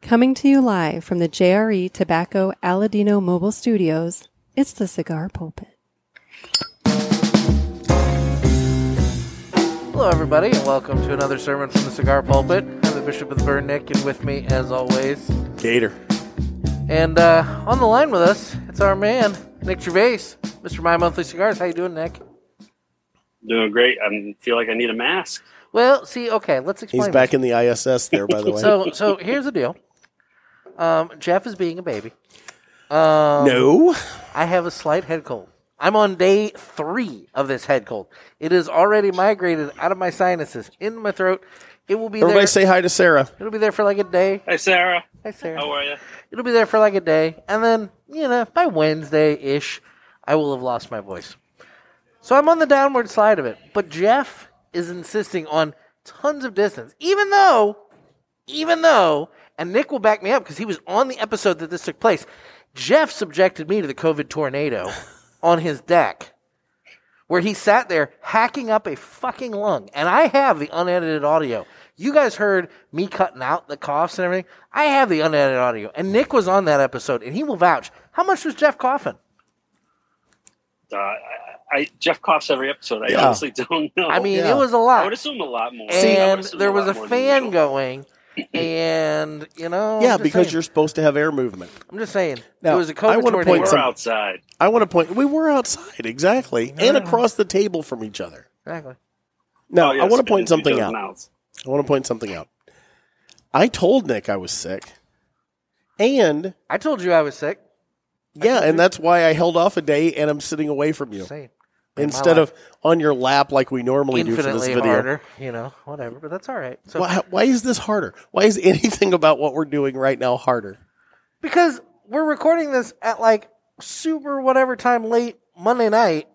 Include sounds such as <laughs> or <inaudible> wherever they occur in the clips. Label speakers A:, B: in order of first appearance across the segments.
A: Coming to you live from the JRE Tobacco Aladino Mobile Studios, it's the Cigar Pulpit.
B: Hello, everybody, and welcome to another sermon from the Cigar Pulpit. I'm the Bishop of the Burn, Nick, and with me, as always,
C: Gator.
B: and uh, on the line with us, it's our man, Nick Gervais, Mr. My Monthly Cigars. How you doing, Nick?
D: Doing great. I feel like I need a mask.
B: Well, see, okay, let's explain.
C: He's back in the ISS there, by the
B: <laughs>
C: way.
B: this. So, so here's the deal. Um, Jeff is being a baby. Um,
C: no.
B: I have a slight head cold. I'm on day three of this head cold. It is already migrated out of my sinuses, into my throat. It will be
C: Everybody
B: there.
C: say hi to Sarah.
B: It'll be there for like a day.
D: Hi, Sarah.
B: Hi, Sarah.
D: How are you?
B: It'll be there for like a day, and then you know by Wednesday ish, I will have lost my voice. So I'm on the downward slide of it. But Jeff is insisting on tons of distance, even though, even though, and Nick will back me up because he was on the episode that this took place. Jeff subjected me to the COVID tornado on his deck, where he sat there hacking up a fucking lung, and I have the unedited audio. You guys heard me cutting out the coughs and everything. I have the unedited audio, and Nick was on that episode, and he will vouch. How much was Jeff coughing?
D: Uh, I, I Jeff coughs every episode. I
C: Yeah.
D: honestly don't know.
B: I mean,
C: yeah.
B: it was a
D: Oh, I
B: lot.
D: would assume a lot more. I would
B: and
D: assume
B: there
D: lot
B: was a
D: more than
B: fan
D: usual.
B: going, and you know, I'm
C: yeah,
B: Oh, just
C: because
B: saying,
C: you're supposed to have air movement.
B: I'm just saying,
C: Now,
B: it was a
C: I
B: COVID
C: wanna
B: tornado.
C: point
D: We're
C: some-
D: outside.
C: I want to point. We were outside, exactly, and across the table from each other.
B: exactly.
C: Now,
D: Oh, yeah,
C: I want to
D: spit
C: point
D: into each
C: something
D: other's
C: out.
D: mouths.
C: I want to point something out. I told Nick I was sick, and
B: I told you I was sick.
C: yeah, and that's why I held off a day, and I'm sitting away from you
B: Just saying. Made my
C: instead
B: life
C: of on your lap like we normally do for this
B: infinitely
C: video.
B: harder, you know, whatever. But that's all right. So
C: Why, why is this harder? Why is anything about what we're doing right now harder?
B: because we're recording this at like super whatever time late Monday night,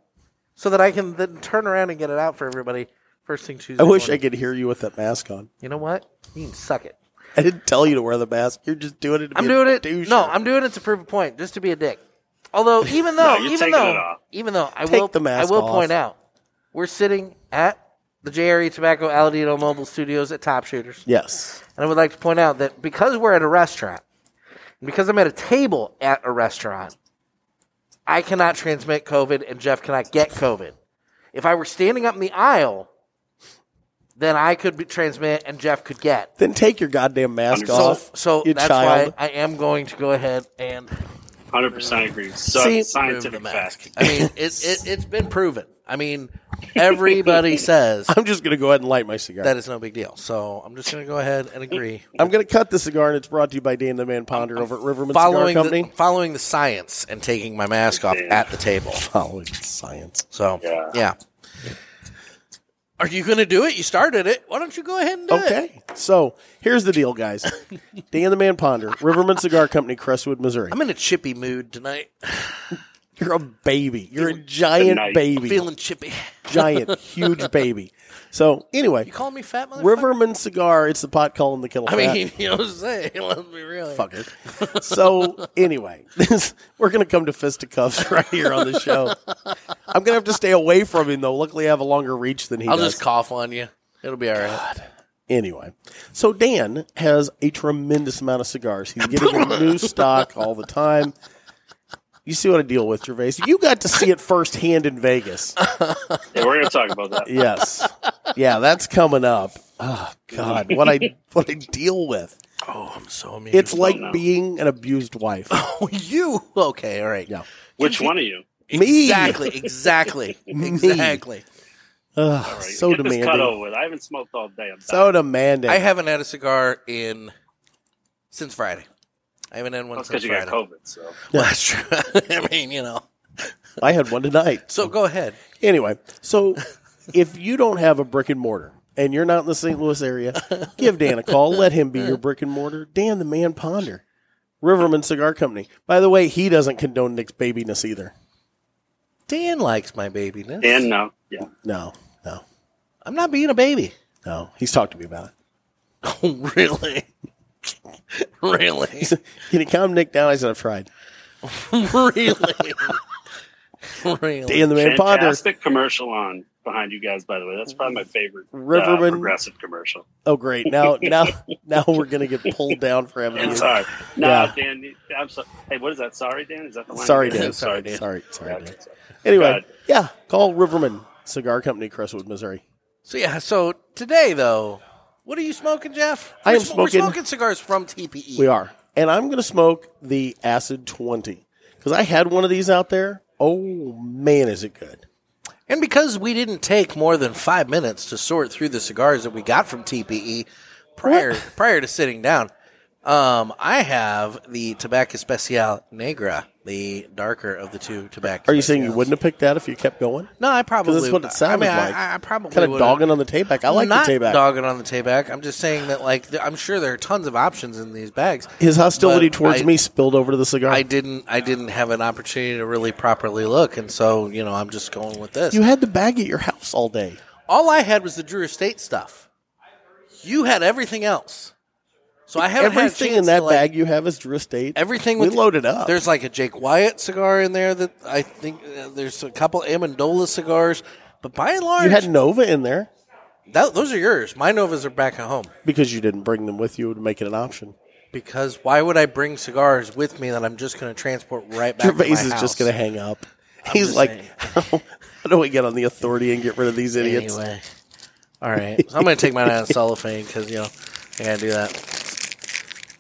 B: so that I can then turn around and get it out for everybody first thing Tuesday.
C: I wish I
B: morning.
C: could hear you with that mask on.
B: You know what? You can suck it.
C: I didn't tell you to wear the mask. You're just doing it. To
B: I'm
C: be
B: doing
C: a
B: it.
C: Douche.
B: No, I'm doing it to prove a point, just to be a dick.
C: <laughs>
B: Although, even
D: No,
B: though,
D: you're
B: even
D: taking
B: though,
D: it off.
B: even though, I
C: Take
B: will,
C: the mask
B: I will
C: off.
B: point out, we're sitting at the JRE Tobacco Aladino Mobile Studios at Top Shooters,
C: Yes.
B: and I would like to point out that because we're at a restaurant, and because I'm at a table at a restaurant, I cannot transmit COVID, and Jeff cannot get COVID. If I were standing up in the aisle, then I could be, transmit, and Jeff could get.
C: Then take your goddamn mask
D: Understood.
C: off.
B: So
C: you
B: that's
C: child.
B: why I am going to go ahead and
D: Hundred percent agree. So
C: See-
D: scientific
B: remove the mask.
D: fact.
B: I mean, it, it, it's been proven. I mean, everybody says
C: I'm just gonna go ahead and light my cigar.
B: that is no big deal. So I'm just going to go ahead and agree.
C: I'm gonna cut the cigar, and it's brought to you by Dan the Man Ponder over at Riverman Cigar
B: Following
C: Company.
B: the, following the science and taking my mask off at the table.
C: Following science.
B: So, yeah.
D: Yeah.
B: Are you going to do it? You started it. Why don't you go ahead and do it?
C: Okay, so here's the deal, guys.
B: <laughs>
C: Dan the Man Ponder, Riverman Cigar Company, Crestwood, Missouri.
B: I'm in a chippy mood tonight.
C: You're a baby. You're a giant
D: night.
C: baby.
B: Feeling chippy.
C: <laughs> giant, huge baby. So anyway,
B: You call me fat motherfucker?
C: Riverman Cigar. It's the pot calling the kettle
B: I
C: fat.
B: mean, <laughs> you know what I'm saying? Let's be real. here.
C: fucker. <laughs> so anyway, <laughs> this, we're going to come to fisticuffs <laughs> right here on the show. I'm going to have to stay away from him though. Luckily, I have a longer reach than he
B: I'll
C: does.
B: just cough on you. It'll be all right.
C: anyway, so Dan has a tremendous amount of cigars. He's getting
B: <laughs>
C: a new stock all the time. You see what I deal with, Gervais. You got to see it firsthand in Vegas.
D: Yeah, we're gonna talk
C: <laughs>
D: about that.
C: Yes, yeah, that's coming up. Oh God, what I what I deal with.
B: Oh, I'm so amused.
C: It's like
D: now.
C: being an abused wife.
B: <laughs> Oh, you okay? All right.
C: Yeah.
D: Which one of you?
C: Me.
B: Exactly.
C: <laughs>
B: Exactly. exactly.
C: Ugh,
D: All right,
C: so
D: get this cut
C: demanding.
D: over with. I haven't smoked all day. I'm
C: So demanding.
B: I haven't had a cigar in since Friday. I haven't had one
D: That's
B: since
D: because you
B: Friday.
D: got COVID. So
B: Well, that's true. <laughs> I mean, you know.
C: I had one tonight.
B: So go ahead.
C: Anyway, so if you don't have a brick and mortar and you're not in the St. Louis area, give Dan a call. Let him be your brick and mortar. Dan the man ponder. Riverman Cigar Company. By the way, he doesn't condone Nick's babiness either.
B: Dan likes my babiness.
D: and no, yeah,
C: No, no,
B: I'm not being a
C: <laughs>
B: baby.
C: no. He's talked to me about it.
B: Oh, really? really? <laughs>
C: <laughs> Can you calm Nick down? I said, I've tried.
B: really? Really?
C: Dan the Man Ponder.
D: Fantastic commercial on behind you guys. By the way, that's probably my favorite uh,
C: Riverman-
D: progressive commercial.
C: Oh, great! Now, now, now we're gonna get pulled down for having.
D: And
C: you.
D: sorry, no,
C: Yeah.
D: Dan. I'm sorry. Hey, what is that? Sorry, Dan. Is that the line?
C: Sorry,
B: <laughs>
C: Dan.
D: sorry, Dan.
C: Sorry, sorry,
D: Okay,
C: Dan.
D: sorry.
C: Anyway,
D: God.
C: yeah, call Riverman Cigar Company, Crestwood, Missouri.
B: So yeah, so today though, what are you smoking, Jeff?
C: I
B: We're
C: am
B: smo- we're
C: smoking-
B: smoking cigars from E. TPE.
C: We are, and I'm gonna smoke the Acid Twenty because I had one of these out there. Oh man, is it good?
B: And because we didn't take more than five minutes to sort through the cigars that we got from TPE prior prior to sitting down, um, I have the Tobacco Especial Negra, the darker of the two tobacco.
C: Are you saying you wouldn't have picked that if you kept going?
B: No, I probably.
C: Because that's what it sounded
B: I mean, I-
C: like.
B: I, I probably
C: Kind of
B: would
C: dogging on the tape back. I like
B: not
C: the tape back.
B: dogging on the Tayback. I'm just saying that, like, th- I'm sure there are tons of options in these bags.
C: His hostility
B: But
C: towards
B: I-
C: me spilled over to the cigar.
B: I didn't. I didn't have an opportunity to really properly look, and so you know, I'm just going with this.
C: you had the bag at your house all day.
B: All I had was the Drew Estate stuff. You had everything else. So I haven't had a
C: Everything
B: chance
C: in that
B: to, like-
C: bag you have is Drew Estate.
B: Everything
C: we
B: with-
C: loaded up.
B: There's like a Jake Wyatt cigar in there that I think uh, there's a couple Amendola cigars, but by and large,
C: you had Nova in there
B: that, those are yours. My Novas are back at home
C: because you didn't bring them with you to make it an option.
B: because why would I bring cigars with me that I'm just going to transport right back?
C: Your
B: to my
C: face is
B: house?
C: just going to hang up. He's
B: just
C: like,
B: saying.
C: how, <laughs> how do I get on the authority and get rid of these idiots?
B: Anyway, all right. So I'm going to take mine out of cellophane because you know I got to do that.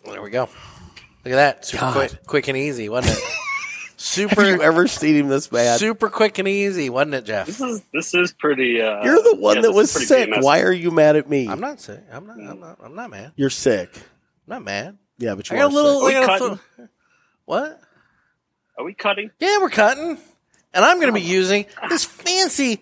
B: There we go. Look at that. Super
C: God.
B: quick, quick and easy, <laughs> wasn't it?
C: Have you
B: super,
C: ever seen him this bad?
B: super quick and easy, wasn't it, Jeff?
D: This is this is pretty. Uh,
C: You're the one
D: yeah,
C: that
D: this
C: was
D: is pretty
C: sick.
D: VMS.
C: Why are you mad at me?
B: I'm not sick. I'm not. I'm not. I'm not mad.
C: You're sick.
B: I'm not mad.
C: Yeah, but
B: I
C: you
B: got
C: are
B: a little.
C: sick.
D: sick.
B: I got a
D: Are we
B: little- <laughs> what?
D: Are we cutting?
B: Yeah, we're cutting, and I'm going to be using this fancy.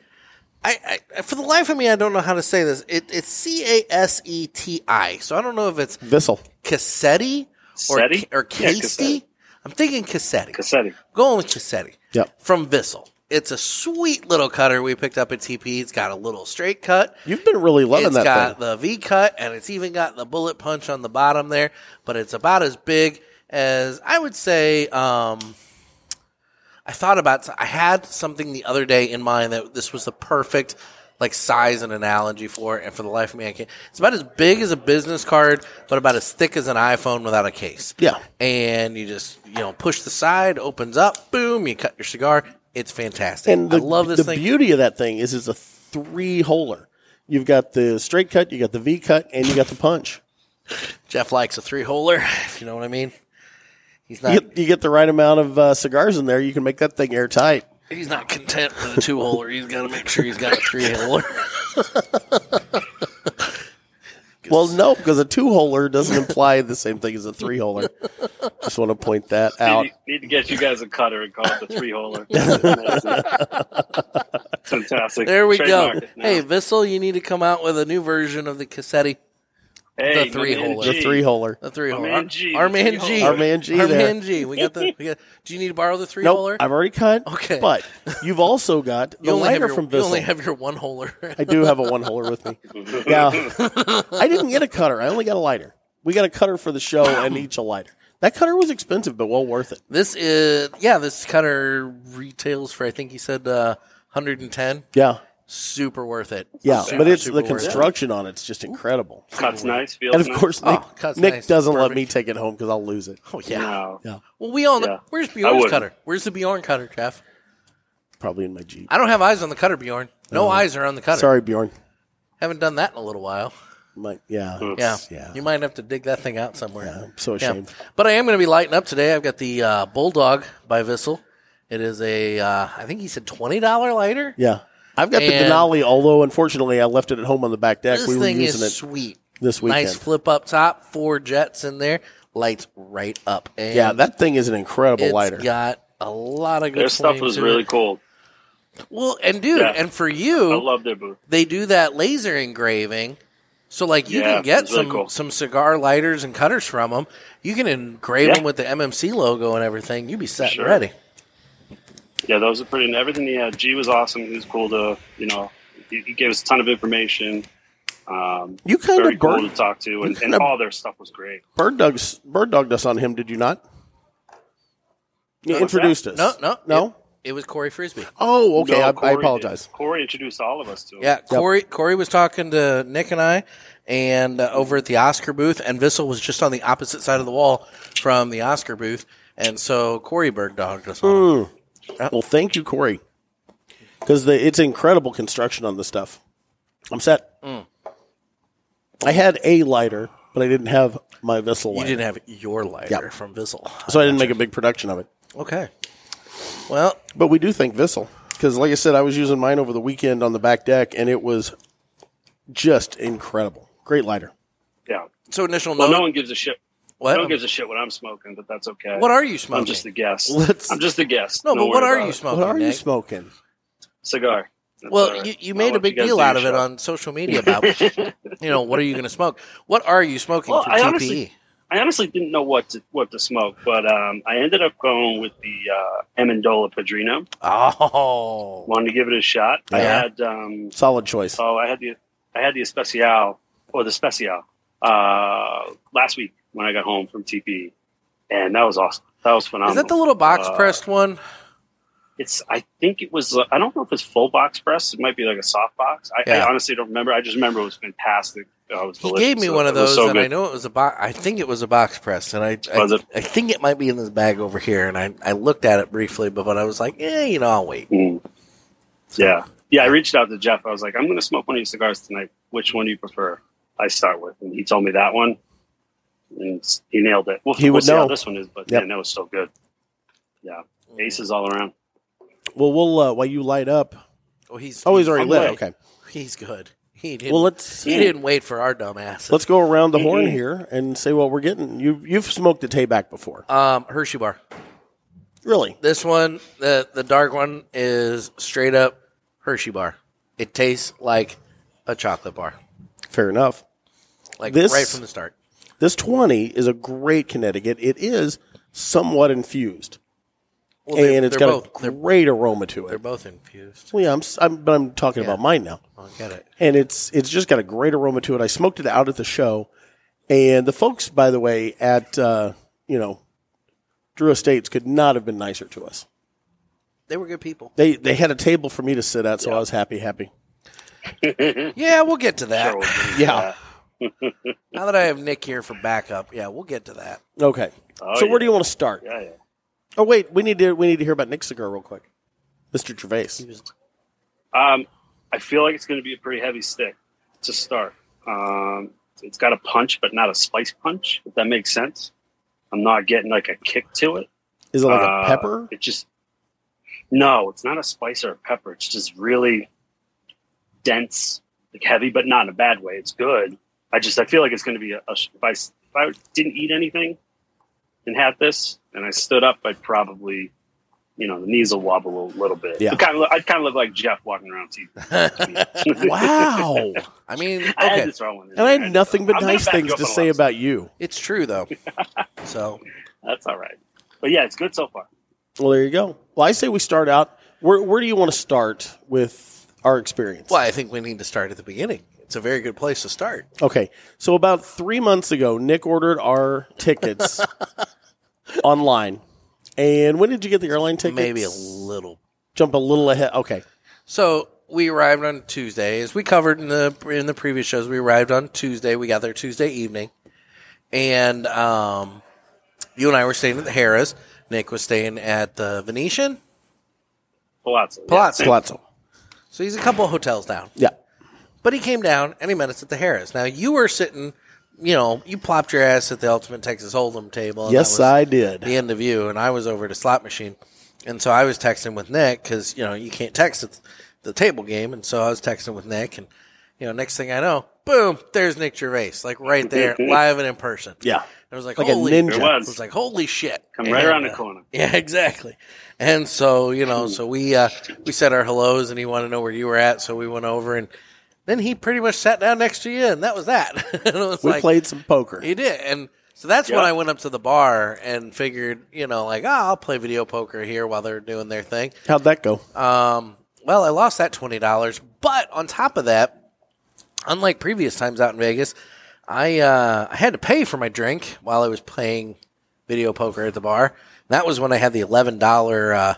B: I, I for the life of me, I don't know how to say this. It, it's C A S E T I. So I don't know if it's
C: Bissell.
B: Cassetti or
D: Cassetti?
B: or
D: Yeah,
B: Casey.
D: Cassetti.
B: I'm thinking Cassetti.
D: Cassetti.
B: Going with Cassetti.
C: Yep.
B: From Vissel. It's a sweet little cutter we picked up at TP. It's got a little straight cut.
C: You've been really loving
B: It's
C: that
B: got
C: thing.
B: the V cut, and it's even got the bullet punch on the bottom there. But it's about as big as I would say. Um, I thought about. I had something the other day in mind that this was the perfect like size and analogy for, it, and for the life of me, I can't. It's about as big as a business card, but about as thick as an iPhone without a case.
C: Yeah.
B: and you just you know push the side, opens up, boom, you cut your cigar. It's fantastic.
C: And the,
B: I love this
C: the
B: thing.
C: beauty of that thing is it's a three holer. You've got the straight cut, you got the V cut, and you got the punch.
B: Jeff likes a three holer, <laughs> if you know what I mean. He's
C: You,
B: not
C: you get the right amount of uh, cigars in there, you can make that thing airtight.
B: he's not content with a two holer. He's got to make sure he's got a three holer.
C: Well, no, because a two holer doesn't imply the same thing as a three holer. Just want to point that out.
D: Need, need to get you guys a cutter and call it the three holer.
B: <laughs>
D: Fantastic.
B: There we go.
D: Trademark it now.
B: Hey Vissel, you need to come out with a new version of the Cassetti,
D: Hey,
B: the three
D: my man
B: holer.
C: The
D: G.
C: three holer.
B: the three
D: Our
B: holer.
D: man G,
B: Our
D: the
B: man
D: three
B: G.
D: holer.
C: Our man G
B: Our
C: there.
B: man G. We got the. We got, do you need to borrow the three
C: No,
B: holer?
C: I've already cut.
B: Okay.
C: But you've also got the
B: <laughs> you only have
C: lighter
B: your,
C: from
B: you only
C: Bissell.
B: have your one holer.
C: I do have a one holer with me. Yeah. I didn't get a cutter. I only got a lighter. We got a cutter for the show and each a lighter. That cutter was expensive, but well worth it.
B: <laughs> this is yeah. This cutter retails for I think he said uh, 110.
C: Yeah.
B: Super worth it.
C: Yeah.
B: Super,
C: but it's
B: super
C: the
B: worth it.
C: construction on it's just incredible.
D: Cuts nice. Feels
C: And of
D: nice.
C: course, Nick,
B: Oh, cuts
C: Nick
B: nice.
C: doesn't let
B: Perfect.
C: me take it home because I'll lose it.
B: Oh yeah.
D: No.
C: Yeah.
B: Well, we all know.
D: Yeah.
B: Where's
D: I
B: Bjorn's
D: wouldn't.
B: cutter? Where's the Bjorn cutter, Jeff?
C: Probably in my Jeep.
B: I don't have eyes on the cutter, Bjorn. No eyes are on the cutter.
C: Oh. Sorry, Bjorn.
B: Haven't done that in a little while.
C: My, yeah.
B: Yeah.
C: it's- Yeah.
B: You might have to dig that thing out somewhere.
C: I'm so ashamed.
B: But I am going to be lighting up today. I've got the uh, Bulldog by Vissel. It is a, uh, I think he said $20 lighter.
C: Yeah. I've got the
B: And-
C: Denali, although unfortunately I left it at home on the back deck.
B: This
C: we were
B: thing
C: using
B: is
C: it.
B: sweet.
C: this weekend.
B: Nice flip up top, four jets in there, lights right up. And
C: yeah, that thing is an incredible
B: it's
C: lighter.
B: got a lot of good
D: Their stuff
B: flame
D: was
B: to
D: really
B: it.
D: cool.
B: Well, and dude,
D: Yeah.
B: and for
D: I
B: you,
D: love their booth.
B: they do that laser engraving. So like you
D: Yeah,
B: can get
D: it's really
B: some
D: cool.
B: some cigar lighters and cutters from them. You can engrave
D: Yeah.
B: them with the MMC logo and everything. You'd be set
D: Sure.
B: and ready.
D: Yeah, those are pretty. And everything he had, G was awesome. He was cool to, you know, he, he gave us a ton of information. Um,
C: You kind
D: very
C: of bird,
D: cool to talk to, and, and
C: kinda-
D: all their stuff was great.
C: bird dogs bird dogged us on him, did you not? You introduced us.
B: No, no,
C: no.
B: It was Corey Frisbee.
C: Oh, okay.
D: No,
C: I, I
D: Corey did.
C: apologize.
D: Corey introduced all of us to him.
B: Yeah, Corey. Corey was talking to Nick and I, and uh, over at the Oscar booth, and Vissel was just on the opposite side of the wall from the Oscar booth, and so Corey Berg dogged us. all.
C: Hmm. Well, thank you, Corey, because it's incredible construction on this stuff. I'm set.
B: Mm.
C: I had a lighter, but I didn't have my Vissel
B: You
C: lighter,
B: didn't have your lighter from Vissel. <laughs>
C: so I didn't make a big production of it.
B: Okay. Well,
C: But we do thank Vissel because, like I said, I was using mine over the weekend on the back deck, and it was just incredible. Great lighter.
D: yeah.
B: so initial
D: Well,
B: note.
D: no one gives a shit.
B: what?
D: No one gives a shit what I'm smoking, but that's okay.
B: What are you smoking?
D: I'm just a guest.
C: Let's-
D: I'm just a guest.
B: no,
D: Don't
B: but what
D: worry
B: are
D: about
B: you
D: it.
B: smoking?
C: what are you
B: Nick?
C: smoking?
D: Cigar. That's all
B: Well,
D: right.
B: you, you
D: I'll
B: made a
D: let
B: big
D: guys
B: deal
D: do
B: out of
D: your
B: it
D: show.
B: on social media about,
D: <laughs>
B: you know, what are you going to smoke? What are you smoking
D: Well,
B: for E?
D: I
B: TPE?
D: honestly- I honestly didn't know what to, what to smoke, but um, I ended up going with the uh, Amendola Padrino.
B: oh,
D: Wanted to give it a shot. I
B: Yeah.
D: had um,
C: Solid choice.
B: Uh,
D: oh, I had the I had the Especial or the Special uh, last week when I got home from TP, and that was awesome. That was phenomenal.
B: is that the little box
D: Uh,
B: pressed one?
D: It's I think it was uh, I don't know if it's full box press. It might be like a soft box. I,
B: Yeah.
D: I honestly don't remember. I just remember it was fantastic. Oh, it was
B: He
D: delicious.
B: gave me
D: It
B: one of
D: was
B: those,
D: so
B: and
D: good.
B: I know it was a box. I think it was a box press, and I I,
D: Was it?
B: I think it might be in this bag over here. And I, I looked at it briefly, but when I was like, yeah, you know, I'll wait.
D: Mm. Yeah. Yeah, I reached out to Jeff. I was like, I'm going to smoke one of your cigars tonight. Which one do you prefer? I start with. And he told me that one. And s- he nailed it. We'll,
C: He
D: we'll
C: would
D: see how
C: know.
D: this one is, but
C: Yep.
D: man, that was so good. Yeah. Aces all around. <laughs>
C: Well, we'll uh, while you light up.
B: Oh, he's
C: Oh, he's
B: he's-
C: already
D: I'm
C: lit.
D: lit.
C: Okay.
B: He's good. He didn't.
C: Well, let's
B: he didn't wait for our dumb asses.
C: let's go around
B: Mm-hmm.
C: the horn
D: Mhm.
C: here and say what we're getting. You you've smoked a Tayback before,
B: um, Hershey bar.
C: really?
B: This one, the the dark one, is straight up Hershey bar. It tastes like a chocolate bar,
C: Fair enough.
B: like
C: This-
B: right from the start.
C: This twenty is a great Connecticut. It is somewhat infused,
B: Well,
C: and
B: they're,
C: it's
B: they're
C: got
B: both
C: a
B: they're,
C: great aroma to
B: they're
C: it.
B: both infused.
C: Well, yeah, I'm, s- I'm but I'm talking about mine now.
B: I get it.
C: and it's it's just got a great aroma to it. I smoked it out at the show, and the folks, by the way, at uh, you know Drew Estates could not have been nicer to us.
B: They were good people.
C: They they had a table for me to sit at, so I was happy, happy.
B: Yeah, we'll get to that.
D: Sure, we'll give you
C: Yeah.
D: that.
B: Now that I have Nick here for backup, yeah, we'll get to
D: <laughs>
B: that.
C: Okay,
D: Oh,
C: so
D: yeah.
C: where do you want to start?
D: Yeah, yeah.
C: Oh wait, we need to we need to hear about Nick cigar real quick, Mister Gervais.
D: Um, I feel like it's going to be a pretty heavy stick to start. Um, it's got a punch, but not a spice punch, if that makes sense. I'm not getting like a kick to it.
C: Is it like
D: Uh,
C: a pepper?
D: It just no, it's not a spice or a pepper. It's just really dense, like heavy, but not in a bad way. It's good. I just I feel like it's going to be a, a if I s- if I didn't eat anything and had this and I stood up, I'd probably you know the knees will wobble a little bit.
C: Yeah.
D: I'd kind of look, I'd kind of look like Jeff walking around.
C: <laughs>
D: TV.
C: Wow,
B: I mean,
D: I had
B: okay,
D: to throw one. in
C: and I
D: there.
C: had nothing but
D: I'm gonna
C: nice
D: back you
C: things
D: up
C: to
D: on a
C: say
D: lot of
C: about you.
B: it's true
D: <laughs>
B: though. So
D: stuff. That's all right. But yeah, it's good so far.
C: Well, there you go. Well, I say we start out. Where where do you want to start with our experience?
B: Well, I think we need to start at the beginning. It's a very good place to start.
C: Okay. So about three months ago, Nick ordered our
B: <laughs>
C: tickets online. And when did you get the airline tickets?
B: Maybe a little.
C: jump a little ahead. Okay.
B: So we arrived on Tuesday, as we covered in the in the previous shows. We arrived on Tuesday. We got there Tuesday evening, and um, you and I were staying at the Harris. Nick was staying at the Venetian
D: Palazzo. yeah.
B: Palazzo.
C: Palazzo.
B: So he's a couple hotels down.
C: Yeah.
B: But he came down and he met us at the Harris. Now you were sitting, you know, you plopped your ass at the Ultimate Texas Hold'em table. and
C: yes,
B: that was
C: I did.
B: The end of you and I was over to slot machine, and so I was texting with Nick because you know you can't text at the table game, and so I was texting with Nick, and you know next thing I know, boom, there's Nick Gervais, like right
D: <laughs>
B: there, live and in person.
C: Yeah.
B: I was like,
C: Like a
B: holy,
C: ninja.
B: I
D: It was.
B: was like, holy shit!
D: Come right around the
B: uh,
D: corner.
B: <laughs> yeah, exactly. And so you know, so we uh, we said our hellos, and he wanted to know where you were at, so we went over, and then he pretty much sat down next to you, and that was that. <laughs> and I was
C: We
B: like,
C: played some poker.
B: He did, and so that's when
D: Yeah.
B: I went up to the bar and figured, you know, like, oh, I'll play video poker here while they're doing their thing.
C: How'd that go?
B: Um, well, I lost that twenty dollars, but on top of that, unlike previous times out in Vegas, I uh, I had to pay for my drink while I was playing video poker at the bar. That was when I had the eleven dollar uh,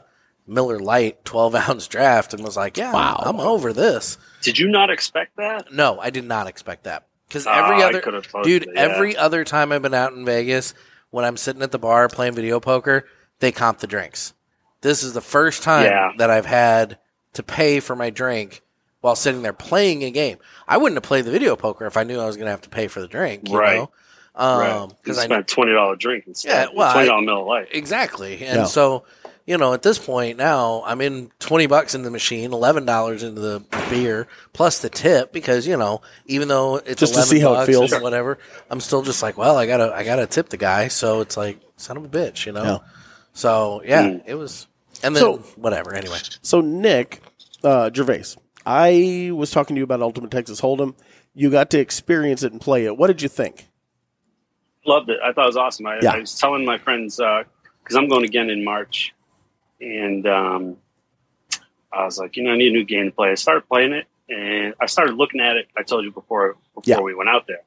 B: Miller Light 12 ounce draft and was like, yeah,
C: Wow.
B: I'm over this.
D: Did you not expect that?
B: No, I did not expect that. Because
D: Ah,
B: every
D: I
B: other
D: could've told
B: dude,
D: you, yeah.
B: every other time I've been out in Vegas, when I'm sitting at the bar playing video poker, they comp the drinks. This is the first time
D: Yeah.
B: that I've had to pay for my drink while sitting there playing a game. I wouldn't have played the video poker if I knew I was going to have to pay for the drink, you
D: Right.
B: know?
D: Right.
B: Um,
D: You
B: because I
D: spent a twenty dollar drink instead.
B: Yeah, well,
D: twenty
B: I-
D: dollar Miller Lite.
B: Exactly. And
C: Yeah.
B: so, you know, at this point now, I'm in 20 bucks in the machine, $11 into the beer, plus the tip because, you know, even though it's
C: Just to
B: 11
C: see how it
B: bucks
C: feels.
B: or whatever, I'm still just like, well, I got to I got to tip the guy, so it's like son of a bitch, you know.
C: Yeah.
B: So, yeah,
D: Hmm.
B: it was and then
C: So-
B: whatever, anyway.
C: So Nick uh, Gervais, I was talking to you about Ultimate Texas Hold'em. You got to experience it and play it. What did you think?
D: Loved it. I thought it was awesome. I,
C: Yeah.
D: I was telling my friends because I'm going again in March, and um, I was like, you know, I need a new game to play. I started playing it, and I started looking at it. I told you before before
C: Yeah.
D: we went out there,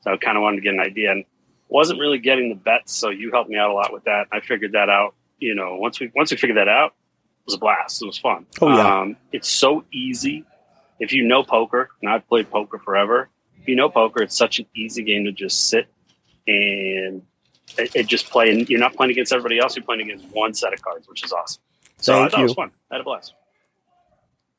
D: so I kind of wanted to get an idea, and wasn't really getting the bets. So you helped me out a lot with that. I figured that out. You know, once we once we figured that out, it was a blast. It was fun.
C: Oh, yeah.
D: um, it's so easy if you know poker. And I've played poker forever. If you know poker, it's such an easy game to just sit and it, it just play. And you're not playing against everybody else. You're playing against one set of cards, which is awesome. So I
C: Thank
D: thought it was
C: you.
D: fun. I had a blast.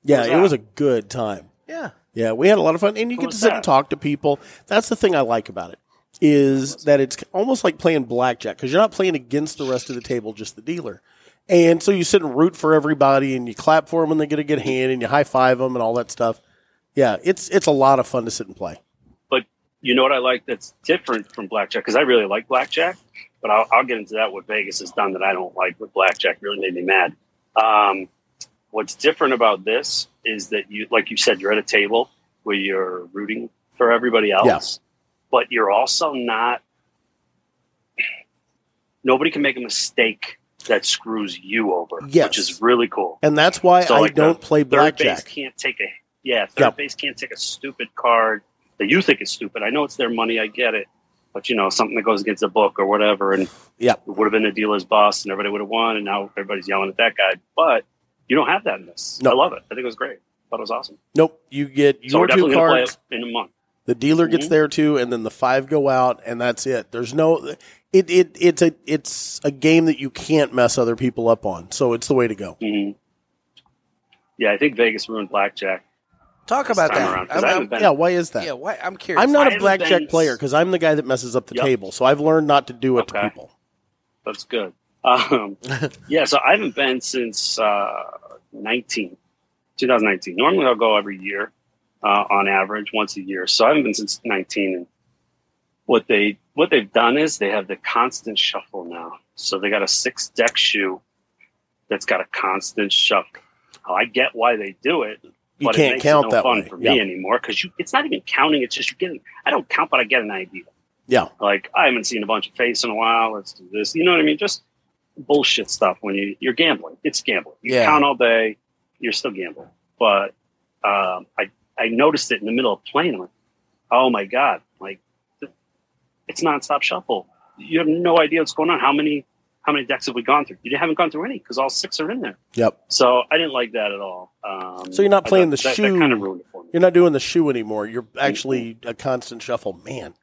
C: Yeah,
D: was
C: it
D: that?
C: was a good time.
B: Yeah.
C: Yeah, we had a lot of fun, and you
D: What
C: get to
D: was
C: sit and
D: that?
C: talk to people. That's the thing I like about it is that it's almost like playing blackjack because you're not playing against the rest of the table, just the dealer. And so you sit and root for everybody, and you clap for them when they get a good hand, and you high five them, and all that stuff. Yeah, it's it's a lot of fun to sit and play.
D: you know what I like that's different from blackjack because I really like blackjack, but I'll, I'll get into that. What Vegas has done that I don't like with blackjack really made me mad. Um, what's different about this is that you, like you said, you're at a table where you're rooting for everybody else, but you're also not. Nobody can make a mistake that screws you over,
C: Yes.
D: which is really cool.
C: And that's why
D: So,
C: I
D: like,
C: don't
D: the
C: play
D: Third base
C: blackjack.
D: can't take a yeah. Third
C: Yeah.
D: base can't take a stupid card that you think is stupid. I know it's their money. I get it, but you know something that goes against the book or whatever, and
C: Yeah.
D: it would have been the dealer's boss, and everybody would have won, and now everybody's yelling at that guy. But you don't have that in this.
C: No.
D: I love it. I think it was great. Thought it was awesome.
C: Nope, you get
D: so we're
C: your two
D: definitely gonna play
C: cards.
D: it in a month.
C: The dealer gets
D: Mhm.
C: there too, and then the five go out, and that's it. There's no, it, it it's a it's a game that you can't mess other people up on. So it's the way to go.
D: hmm Yeah, I think Vegas ruined blackjack.
B: Talk
D: This
B: about
D: time
B: that.
D: around,
B: I'm,
D: 'cause I
B: I'm-
D: haven't been-
C: Yeah, why is that?
B: yeah, why I'm curious.
C: I'm not
D: I
C: a
D: haven't
C: blackjack
D: been-
C: player because I'm the guy that messes up the
D: Yep.
C: table. So I've learned not to do it to
D: Okay.
C: people.
D: That's good. Um, yeah, so I haven't been since uh, 19, 2019. Normally I'll go every year uh, on average, once a year. So I haven't been since 19. And what they what they've done is they have the constant shuffle now. So they got a six deck shoe that's got a constant shuffle. I get why they do it.
C: You
D: but it
C: can't
D: makes
C: count
D: it no
C: that
D: fun
C: way.
D: for
C: Yeah.
D: me anymore because you it's not even counting. It's just you getting. I don't count, but I get an idea
C: yeah,
D: like I haven't seen a bunch of face in a while. Let's do this. You know what I mean? Just bullshit stuff when you you're gambling. It's gambling. You
B: Yeah.
D: count all day, you're still gambling. But um, I I noticed it in the middle of playing. I'm like, oh my god, like th- it's nonstop shuffle. You have no idea what's going on. How many how many decks have we gone through? You haven't gone through any because all six are in there.
C: yep.
D: So I didn't like that at all. Um,
C: So you're not
D: I
C: playing
D: thought
C: the
D: that,
C: shoe.
D: That kind of ruined it for me.
C: You're not doing the shoe anymore. You're actually a constant shuffle, man.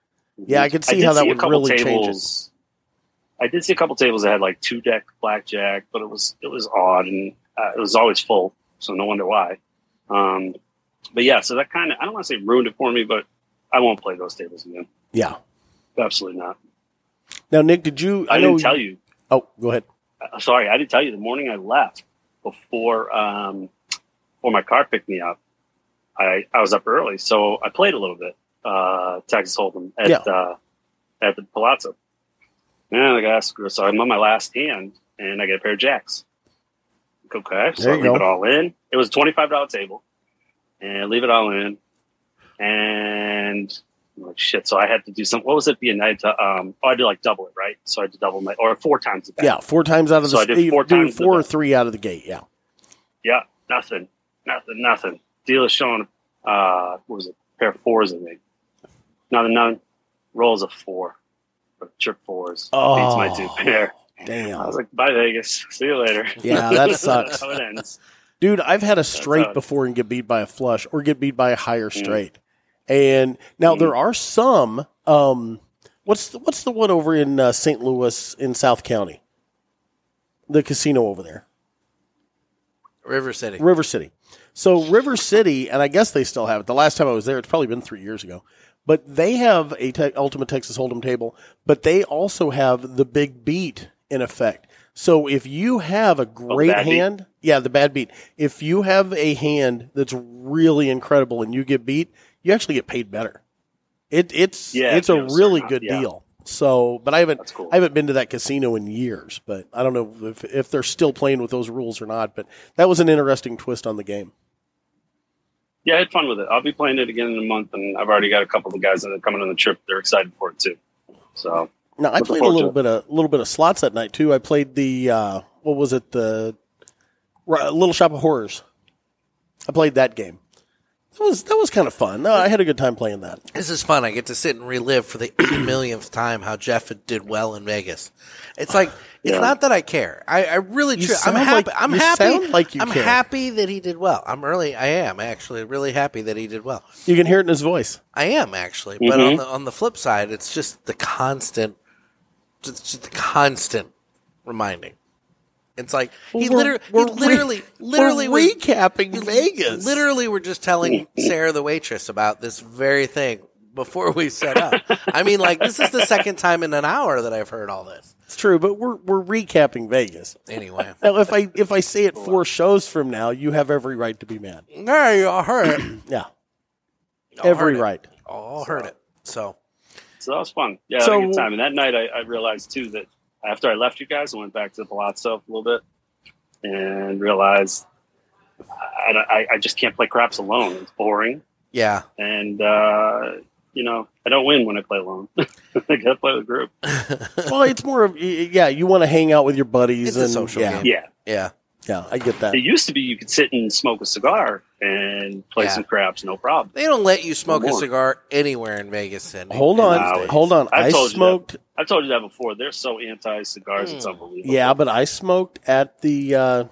C: Yeah, I could see
D: did
C: how that
D: a
C: would
D: couple
C: really change it.
D: I did see a couple tables that had like two deck blackjack, but it was it was odd and uh, it was always full, so no wonder why. Um, but yeah, so that kind of I don't want to say ruined it for me, but I won't play those tables again.
C: Yeah.
D: Absolutely not.
C: Now, Nick, did you?
D: I,
C: know
D: didn't tell you.
C: Oh, go ahead.
D: uh, Sorry, I didn't tell you. The morning I left before um, before my car picked me up, I I was up early, so I played a little bit uh, Texas Hold'em at
C: Yeah.
D: uh, at the Palazzo. And I got screwed. So I'm on my last hand, and I get a pair of jacks. Okay, so
C: There
D: I
C: you
D: leave
C: go.
D: it all in. It was a twenty five dollar table, and I leave it all in. And I'm like shit, so I had to do some. What was it? Being I had to um, oh, I did like double it, right? So I had to double my or four times the bet.
C: Yeah, four times out of
D: So
C: the
D: I did four
C: doing
D: times the
C: four or
D: bet.
C: three out of the gate. Yeah.
D: Yeah, nothing, nothing, nothing. Dealer's showing, uh, what was it, pair of fours, I think. Nothing, nothing. Rolls a four, or trip fours.
C: Oh.
D: Beats my two pair. I
C: Damn.
D: was like, bye, Vegas. See you later.
C: Yeah, that sucks.
D: <laughs> That's how it ends.
C: Dude, I've had a straight
D: odd.
C: before and get beat by a flush or get beat by a higher straight. And now there are some. Um, what's the, what's the one over in uh, St. Louis in South County? The casino over there,
B: River City.
C: River City. So River City, and I guess they still have it. The last time I was there, it's probably been three years ago. But they have a te- Ultimate Texas Hold'em table, but they also have the big beat in effect. So if you have a great
D: Oh, bad beat.
C: hand, yeah, the bad beat. If you have a hand that's really incredible and you get beat, you actually get paid better. It it's
D: Yeah,
C: it's a
D: it was
C: really
D: certain-
C: good
D: yeah.
C: deal. So, but I haven't
D: That's cool.
C: I haven't been to that casino in years, but I don't know if if they're still playing with those rules or not, but that was an interesting twist on the game.
D: Yeah, I had fun with it. I'll be playing it again in a month, and I've already got a couple of guys that are coming on the trip. They're excited for it too. So
C: Now, I
D: Looking
C: played a
D: forward
C: little
D: to
C: bit of little bit of slots that night too. I played the uh what was it? The Ri- Little Shop of Horrors. I played that game. That was that was kind of fun. No, I had a good time playing that.
B: This is fun. I get to sit and relive for the <clears throat> millionth time how Jeff did well in Vegas. It's like it's
D: Yeah.
B: not that I care. I, I really.
C: You
B: Tr- I'm
C: sound
B: happy.
C: like-
B: I'm
C: you
B: happy.
C: sound like you
B: I'm
C: care.
B: happy that he did well. I'm really. I am actually really happy that he did well.
C: You can hear it in his voice.
B: I am actually. But
C: Mm-hmm.
B: on the on the flip side, it's just the constant, just, just the constant reminding. It's like he
C: We're-
B: literally,
C: we're
B: he literally,
C: re-
B: literally
C: we're
B: was-
C: recapping Vegas.
B: Literally, we're just telling Sarah the waitress about this very thing before we set up. I mean, like this is the second time in an hour that I've heard all this.
C: It's true, but we're we're recapping Vegas.
B: Anyway,
C: Now, if I if I say it four shows from now, you have every right to be mad.
B: there you all heard it.
C: Yeah,
B: Y'all
C: every
B: heard it.
C: right.
B: All heard it. So
D: So that was fun. Yeah, I had
C: So-
D: a good time. And that night, I, I realized too that after I left you guys, I went back to the Palazzo a little bit and realized I, I, I just can't play craps alone. It's boring,
B: yeah,
D: and uh, you know I don't win when I play alone. <laughs> I got to play with a group.
C: Well, it's more of y- y- yeah. You want to hang out with your buddies
B: It's a
C: and
B: social
C: yeah,
B: game.
D: Yeah,
B: yeah.
C: yeah. I get that.
D: it used to be you could sit and smoke a cigar and play
B: Yeah.
D: some craps, no problem.
B: They don't let you smoke a
D: More.
B: cigar anywhere in Vegas. Cindy.
C: Hold on,
B: These
D: Wow.
B: days.
C: hold on.
D: I
C: I,
D: told you that.
C: smoked.
D: I've told you that before. They're so anti cigars, it's
B: Mm.
D: unbelievable.
C: Yeah, but I smoked at the uh,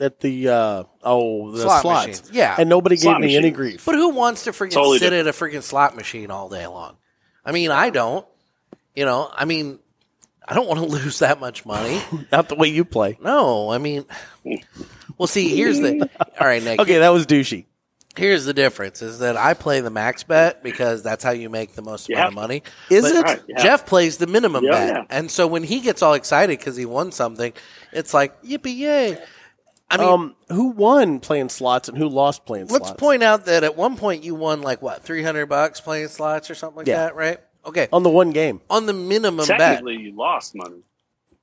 C: at the uh, oh the
B: Slot
C: slots,
B: machines. Yeah.
C: and nobody
D: Slot
C: gave me any
D: machines.
C: grief.
B: But who wants to freaking
D: Totally
B: sit at a freaking slot machine all day long? I mean, I don't. You know, I mean, I don't want to <laughs> lose that much money.
C: Not the way you play.
B: No, I mean, well, see, here's
D: <laughs>
B: the all right, Nick.
C: Okay, that was douchey.
B: Here's the difference is that I play the max bet because that's how you make the most
D: You
B: amount of
D: have to.
B: money.
C: Is
B: But
C: it?
D: Right, yeah.
B: Jeff plays the minimum
D: Yeah,
B: bet,
D: yeah.
B: and so when he gets all excited because he won something, it's like yippee yay! I mean,
C: um, who won playing slots and who lost playing
B: Let's
C: slots?
B: point out that at one point you won like what three hundred bucks playing slots or something like
C: Yeah.
B: that, right?
D: Oh.
B: Okay,
C: on the one game.
B: on the minimum bet,
D: Technically, you lost money.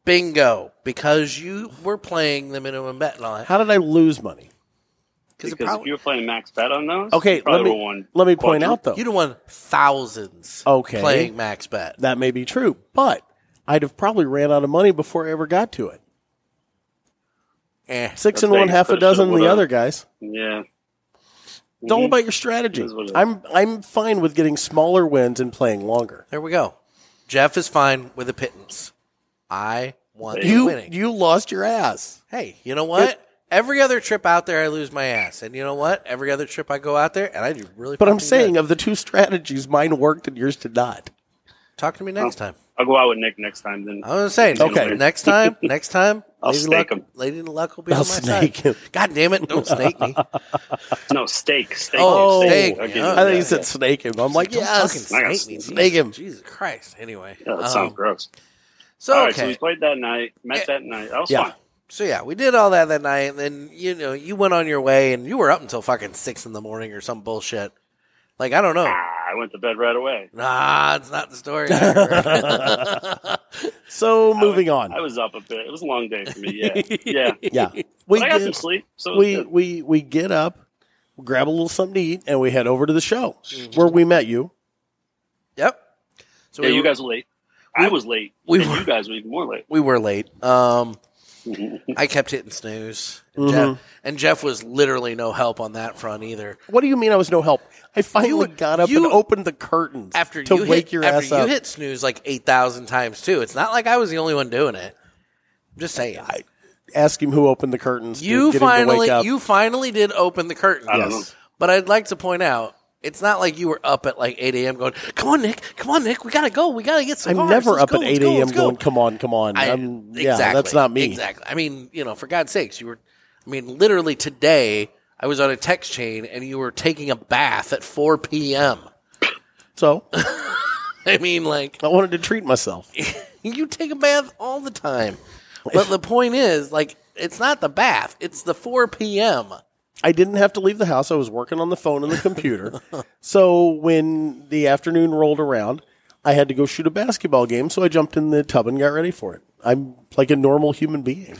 B: bingo, because you were playing the minimum bet and all that.
C: How did I lose money?
B: Because
D: Because if you were playing max bet on those,
C: Okay,
D: you probably
C: let me-
D: would've won
C: Let me point
D: quadruple.
C: out though
B: you'd have won thousands.
C: Okay.
B: playing max bet.
C: that may be true, but I'd have probably ran out of money before I ever got to it.
B: Eh.
C: Six
D: That's
C: and one,
D: Vegas,
C: half a
D: coulda,
C: dozen
D: shoulda,
C: the
D: woulda.
C: other guys.
D: Yeah.
C: It's all
D: Mhm.
C: about your strategy.
D: It is what it is.
C: I'm I'm fine with getting smaller wins and playing longer.
B: There we go. Jeff is fine with a pittance. I want
D: There you
B: the
C: You
B: winning.
C: you lost your ass.
B: hey, you know what? Every other trip out there, I lose my ass, and you know what? Every other trip I go out there, and I do really.
C: But I'm
B: fucking
C: saying
B: good.
D: uh,
C: of the two strategies, mine worked and yours did not.
B: talk to me next time.
D: I'll go out with Nick next time. Then
B: I was saying,
C: Okay.
B: <laughs> next time, next time,
D: <laughs> I'll
B: Lady
D: snake
B: Luck,
D: 'em.
B: Lady Luck will be
C: I'll
B: on my
C: snake
B: side.
C: 'em.
B: God damn it! Don't snake
C: <laughs>
B: me.
D: no steak, steak,
B: Oh, steak,
D: I'll give
B: yeah.
D: you
C: I think
D: that.
C: he said snake him. I'm like,
B: Don't
C: yes.
B: fucking
D: Nice.
B: snake me.
C: Snake
B: Jesus-
C: him.
B: Jesus Christ. Anyway,
D: Yeah, that
B: Um,
D: sounds gross.
B: so
D: all right,
B: okay,
D: so we played that night, met
B: Yeah.
D: that night. That was
C: Yeah.
D: fun.
B: so yeah, we did all that that night, and then you know you went on your way, and you were up until fucking six in the morning or some bullshit. Like I don't know.
D: Ah, I went to bed right away.
B: Nah, it's not the
C: <laughs>
B: story. <laughs> I heard.
C: So moving
D: I
C: on.
D: was up a bit. It was a long day for
B: <laughs>
D: me. Yeah, yeah.
C: <laughs> Yeah.
D: <laughs> But
C: We
D: I got
C: did-
D: some sleep. So it was
C: we
D: good.
C: we we get up, grab a little something to eat, and we head over to the show
D: Mm-hmm.
C: where we met you.
B: yep. So
D: yeah,
B: we,
D: you guys were late. I was late.
B: we
D: and
B: were-
D: you guys were even more late.
B: we were late.
D: <laughs>
B: Um, I kept hitting snooze, and,
C: Mm-hmm.
B: Jeff, and Jeff was literally no help on that front either.
C: What do you mean I was no help? I finally got up
B: you-
C: and opened the curtains
B: After
C: to
B: you
C: wake
B: hit,
C: your
B: after
C: ass
B: you
C: up.
B: hit snooze like eight thousand times too, it's not like I was the only one doing it. Just saying.
C: Ask him who opened the curtains. to
B: you
C: get him to wake
B: finally,
C: up.
B: you finally did open the curtain.
D: I don't Yes. know.
B: But I'd like to point out, it's not like you were up at like 8 a.m. going, "Come on, Nick! Come on, Nick! We gotta go! We gotta get some."
C: I'm
B: cars.
C: never
B: Let's
C: up
B: go,
C: at
B: let's
C: 8
B: go,
C: a.m.
B: let's go."
C: going, come on, come on.
B: I-
C: I'm, yeah, that's not me.
B: Exactly. I mean, you know, for God's sakes, you were. I mean, literally today, I was on a text chain, and you were taking a bath at 4 p.m.
C: So
B: <laughs> I mean, like
C: I wanted to treat myself.
B: you take a bath all the time. But the point is, like, it's not the bath; it's the 4 p.m.
C: I didn't have to leave the house. I was working on the phone and
B: <laughs>
C: the computer. so when the afternoon rolled around, I had to go shoot a basketball game. So I jumped in the tub and got ready for it. I'm like a normal human being.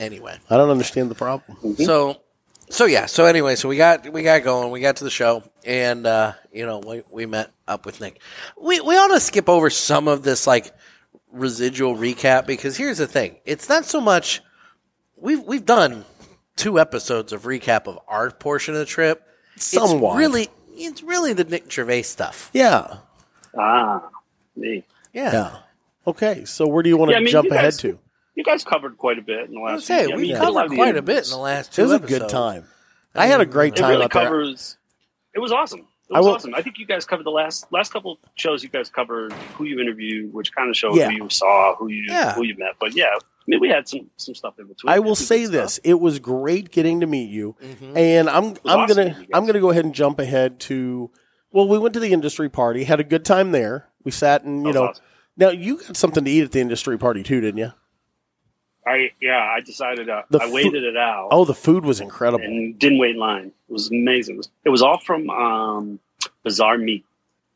B: Anyway,
C: I don't understand the problem.
B: so so yeah so anyway so we got we got going we got to the show and uh you know we, we met up with nick we we ought to skip over some of this like residual recap because here's the thing it's not so much we've we've done two episodes of recap of our portion of the trip
C: Somewhat.
B: it's really it's really the nick gervais stuff
C: Yeah.
D: Ah, me.
B: yeah,
C: Yeah. Okay. So where do you want to
D: Yeah, I mean,
C: jump
D: you
C: ahead
D: guys-
C: to?
D: You guys covered quite a bit in the
B: I was
D: last.
B: gonna say,
D: week. I
B: we
D: mean, you did
B: covered
D: lot of
B: quite
D: the
B: a bit in
D: interviews.
B: the last two
C: It was a
B: episodes.
C: good time. I had a great
D: It
C: time
D: really
C: out there.
D: covers. It was awesome. It
C: I
D: was
C: will-
D: awesome. I think you guys covered the last last couple shows. You guys covered who you interviewed, which kind of showed
C: Yeah.
D: who you saw, who you
B: Yeah.
D: who you met. But yeah, I mean, we had some some stuff in between.
C: I will
D: Some good
C: say
D: stuff.
C: this: it was great getting to meet you,
B: Mhm.
C: and I'm I'm
D: awesome
C: gonna
D: meeting you guys.
C: I'm gonna go ahead and jump ahead to. Well, we went to the industry party, had a good time there. We sat and
D: That
C: you
D: was
C: know.
D: awesome.
C: Now you got something to eat at the industry party too, didn't you?
D: I yeah, I decided uh,
C: The
D: I
C: fu-
D: waited it out
C: Oh, the food was incredible.
D: and didn't wait in line. It was amazing. It was, it was all from um, Bizarre Meat.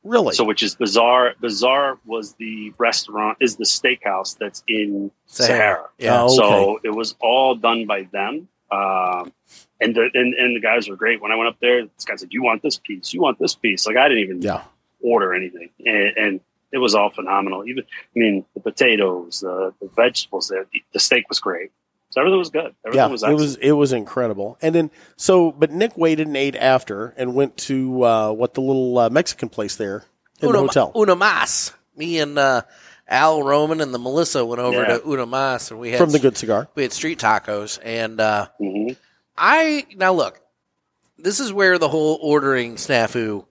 C: Really?
D: So, which is Bizarre? Bizarre was the restaurant, is the steakhouse that's in
B: Sahara.
D: Sahara.
B: yeah
C: Oh, okay.
D: So it was all done by them. Um, and the and, and the guys were great. When I went up there, this guy said, "You want this piece? You want this piece?" Like I didn't even
C: yeah.
D: order anything, and, and it was all phenomenal. Even I mean, the potatoes, the, the vegetables, the, the steak was great. So everything was good. Everything
C: Yeah,
D: was
C: it
D: excellent.
C: was it was incredible, and then so but Nick waited and ate after, and went to uh, what the little uh, Mexican place there in the
B: Una-
C: hotel.
B: Una Mas. Me and uh, Al Roman and the Melissa went over
D: Yeah.
B: to Una Mas and we had
C: from the good cigar.
B: we had street tacos and uh,
D: Mhm.
B: I now look. This is where the whole ordering snafu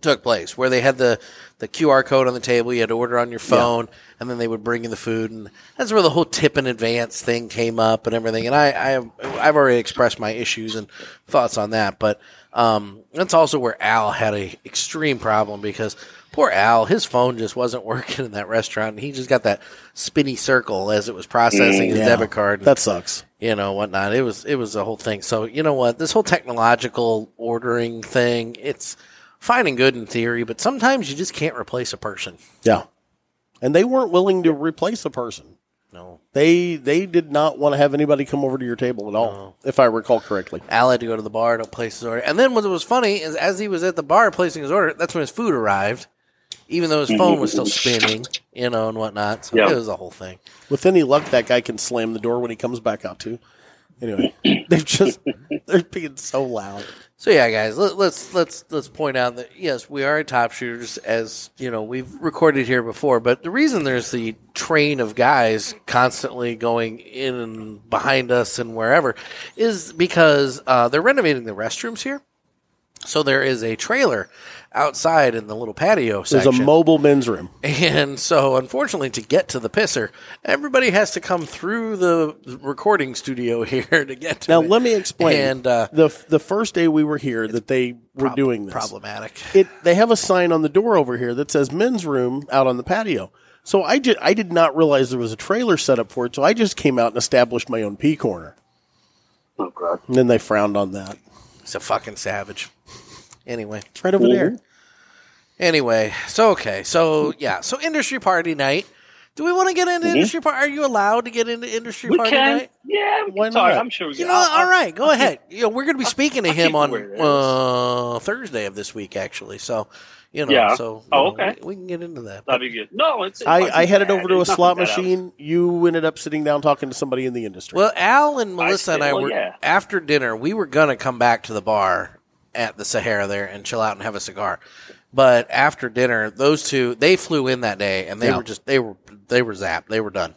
B: took place, where they had the the QR code on the table. You had to order on your phone, and then they would bring you the food, and that's where the whole tip in advance thing came up and everything. And I, I I've already expressed my issues and thoughts on that, but um, that's also where Al had a extreme problem because poor Al, his phone just wasn't <laughs> working in that restaurant, and he just got that spinny circle as it was processing his
C: Yeah.
B: debit card. And
C: That sucks.
B: you know whatnot it was it was a whole thing so you know what this whole technological ordering thing it's fine and good in theory but sometimes you just can't replace a person
C: Yeah, and they weren't willing to replace a person.
B: no
C: They they did not want to have anybody come over to your table at all, if I recall correctly.
B: al had to go to the bar to place his order and then what was funny is as he was at the bar placing his order that's when his food arrived even though his phone was still spinning you know and whatnot so
D: Yeah.
B: it was a whole thing
C: With any luck, that guy can slam the door when he comes back out too. <coughs> Anyway, they've just they're being so loud.
B: So yeah, guys, let, let's let's let's point out that yes, we are top shooters, as you know we've recorded here before. But the reason there's the train of guys constantly going in and behind us and wherever is because uh, they're renovating the restrooms here. So there is a trailer outside in the little patio
C: There's
B: section,
C: a mobile men's room.
B: and so unfortunately, to get to the pisser, everybody has to come through the recording studio <laughs> here to get to
C: Now
B: it.
C: let me explain.
B: And, uh,
C: the the first day we were here, that they were
B: Prob-
C: doing this.
B: problematic.
C: It they have a sign on the door over here that says men's room out on the patio. So I ju- I did not realize there was a trailer set up for it. So I just came out and established my own pea corner.
D: Oh god.
C: And then they frowned on that.
B: He's a fucking savage. Anyway,
C: It's right over there.
B: anyway, so okay, so yeah, so industry party night. Do we want to get into industry party? Are you allowed to get into industry
D: Mm-hmm. We
B: party
D: can,
B: night?
D: yeah. We
C: Why
D: can talk.
C: not?
D: I'm sure we
B: You
D: can.
B: know,
D: I'll- I'll-
B: all right, go ahead. You know, we're going to be speaking to him
D: keep
B: on
D: where it is.
B: uh, Thursday of this week, actually. So, you know,
D: Yeah.
B: so you
D: Oh,
B: know, we-
D: okay.
B: we, can get into that.
D: That'd be good. No, it's. it wasn't
C: I, I headed
D: bad.
C: over to a
D: It's nothing
C: slot
D: bad. I was-
C: machine. You ended up sitting down talking to somebody in the industry.
B: Well, Al and Melissa
D: see.
B: and I
D: Well,
B: were
D: yeah.
B: after dinner. We were gonna come back to the bar at the Sahara there and chill out and have a cigar. But after dinner, those two they flew in that day and they
C: Yeah.
B: were just they were they were zapped. They were done.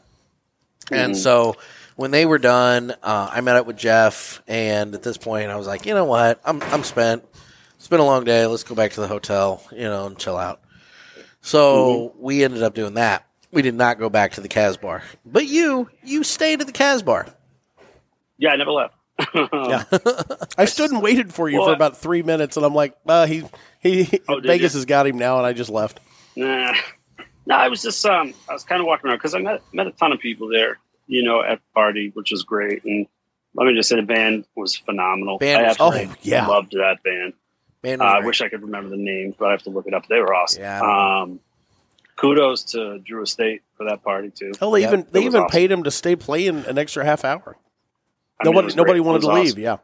B: And so when they were done, uh, I met up with Jeff, and at this point, I was like, you know what, I'm I'm spent. It's been a long day. Let's go back to the hotel, you know, and chill out. So we ended up doing that. We did not go back to the Cas bar, but you you stayed at the Cas bar.
D: Yeah, I never left.
C: <laughs> Yeah. I stood and waited for you
D: Well,
C: for
D: I-
C: about three minutes, and I'm like, uh, he, he,
D: Oh, did
C: Vegas
D: you?
C: has got him now, and I just left.
D: <laughs> Nah. No, I was just um, I was kind of walking around because I met met a ton of people there, you know, at the party, which was great. And let me just say, the band was phenomenal.
B: Band
D: I
B: was
D: absolutely
C: great. Oh, yeah.
D: loved that band.
B: Man,
D: Uh, I
B: right.
D: wish I could remember the name, but I have to look it up. They were awesome.
B: Yeah, I
D: Um, kudos to Drew Estate for that party too.
C: Hell, they
B: Yep.
C: even they
D: It was
C: even
D: awesome.
C: paid him to stay playing an extra half hour.
D: I mean, it
C: Nobody
D: was
C: nobody
D: great. It
C: wanted
D: was
C: to
D: awesome.
C: leave. Yeah,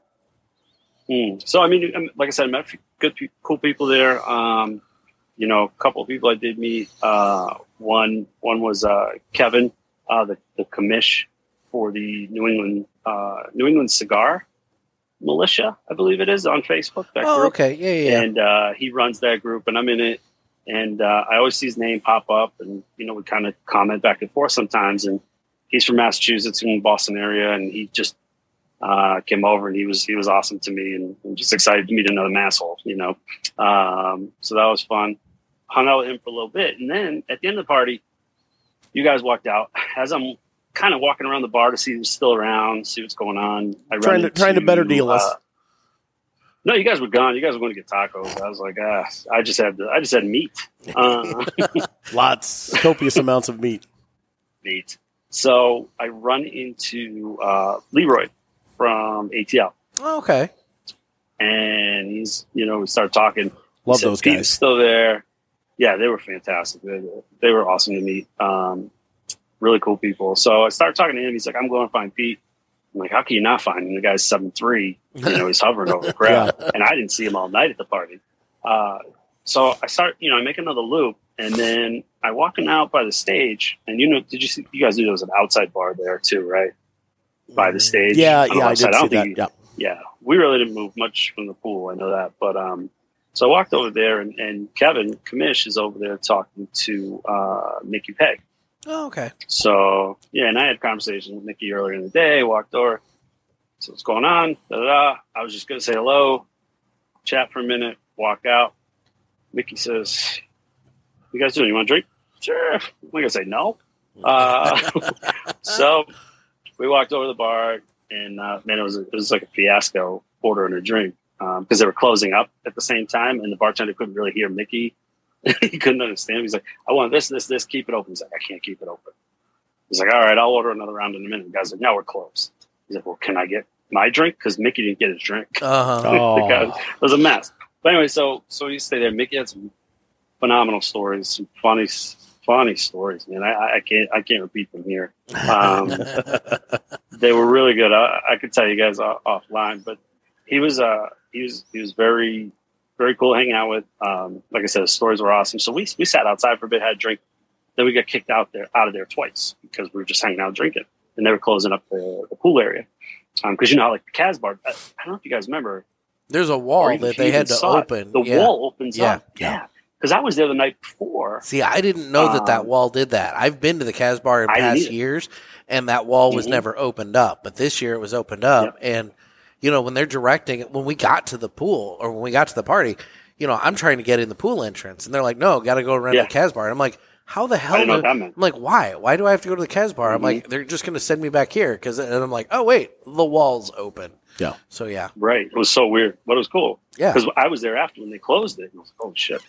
D: Mm. So I mean, um, like I said, I met a few good, pe- cool people there. Um, you know, a couple of people I did meet. Uh, one one was uh, Kevin, uh, the the commish for the New England uh, New England Cigar Militia, I believe it is on Facebook. That
B: Oh,
D: group.
B: okay, yeah, yeah, yeah.
D: And uh, he runs that group, and I'm in it. And uh, I always see his name pop up, and you know, we kind of comment back and forth sometimes. And he's from Massachusetts, in Boston area, and he just uh, came over, and he was he was awesome to me, and I'm just excited to meet another asshole, you know. Um, so that was fun. Hung out with him for a little bit, and then at the end of the party, you guys walked out. <laughs> As I'm kind of walking around the bar to see who's still around, see what's going on, I
C: Trying to-
D: run
C: trying to better deal us.
D: no, you guys were gone. You guys were going to get tacos. I was like, ah, I just had I just
C: <laughs>
D: had meat, uh, <laughs>
C: lots copious amounts of meat.
D: meat. So I run into uh, Leroy from ATL,
B: Oh, okay.
D: and he's you know we start talking. He
C: Love
D: said,
C: those
D: "Pete's
C: guys.
D: Still there? Yeah, they were fantastic. They, they were awesome to meet. Um, really cool people. So I started talking to him. He's like, I'm going to find Pete. I'm like, how can you not find him? The guy's seven three. You know, he's hovering over
C: <laughs>
D: the crowd, and I didn't see him all night at the party. Uh, so I start, you know, I make another loop, and then I walking out by the stage, and you know, did you see? You guys knew there was an outside bar there too, right? By the stage,
C: Mm. Yeah,
D: on the
C: yeah, I
D: left side.
C: did
D: don't
C: see
D: think
C: that.
D: you-
C: Yeah,
D: yeah, we really didn't move much from the pool. I know that, but um, so I walked over there, and, and Kevin Kamish is over there talking to uh, Nikki Peg.
B: Oh, okay.
D: So yeah, and I had a conversation with Nikki earlier in the day. Walked over, so what's going on? Da, da, da. I was just gonna say hello, chat for a minute, walk out. Nikki says, "You guys doing? You want a drink?" Sure. I'm gonna say no. Uh, so we walked over to the bar, and uh, man, it was it was like a fiasco ordering a drink because they were closing up at the same time, and the bartender couldn't really hear Mickey. <laughs> he couldn't understand. He's like, "I want this, this, this. Keep it open." He's like, "I can't keep it open." He's like, "All right, I'll order another round in a minute." The guy's like, "No, we're closed." He's like, "Well, can I get my drink?" Because Mickey didn't get his drink. <laughs>
B: Uh huh.
C: Oh.
D: God. It was a mess. But anyway, so so you stay there. Mickey had some phenomenal stories, some funny funny stories, man. I- I, I can't I can't repeat them here.
B: <laughs>
D: Um, they were really good. I, I could tell you guys off, offline, but he was uh he was he was very very cool to hang out with. Um, like I said, his stories were awesome. So we we sat outside for a bit, had a drink. Then we got kicked out there out of there twice because we were just hanging out drinking, and they were closing up the, the pool area. Because you know, how, like the Casbar, I, I don't know if you guys remember,
B: There's a
D: or
B: wall
D: even
B: Oh, that
D: if
B: they
D: you
B: had
D: even
B: to
D: saw it,
B: open.
D: the
B: yeah.
D: wall opens
B: Yeah.
D: up. Yeah. Because I was there the night before.
B: See, I didn't know that that
D: Um,
B: wall did that. I've been to the Casbar in
D: I didn't
B: past
D: either.
B: years, and that wall was
D: Mhm.
B: never opened up. But this year it was opened up, and you know when they're directing it, when we got to the pool or when we got to the party, you know I'm trying to get in the pool entrance, and they're like, "No, got to go around
D: Yeah.
B: the Casbar." And I'm like, "How the
D: I
B: hell?"
D: didn't know what
B: Do-
D: that meant.
B: I'm like, "Why? Why do I have to go to the Casbar?" I'm
D: Mhm.
B: like, "They're just going to send me back here because," and I'm like, "Oh wait, the wall's open."
C: Yeah.
B: So yeah,
D: Right. It was so weird, but it was cool.
B: yeah.
D: Because I was there after when they closed it. And I was like, oh, shit.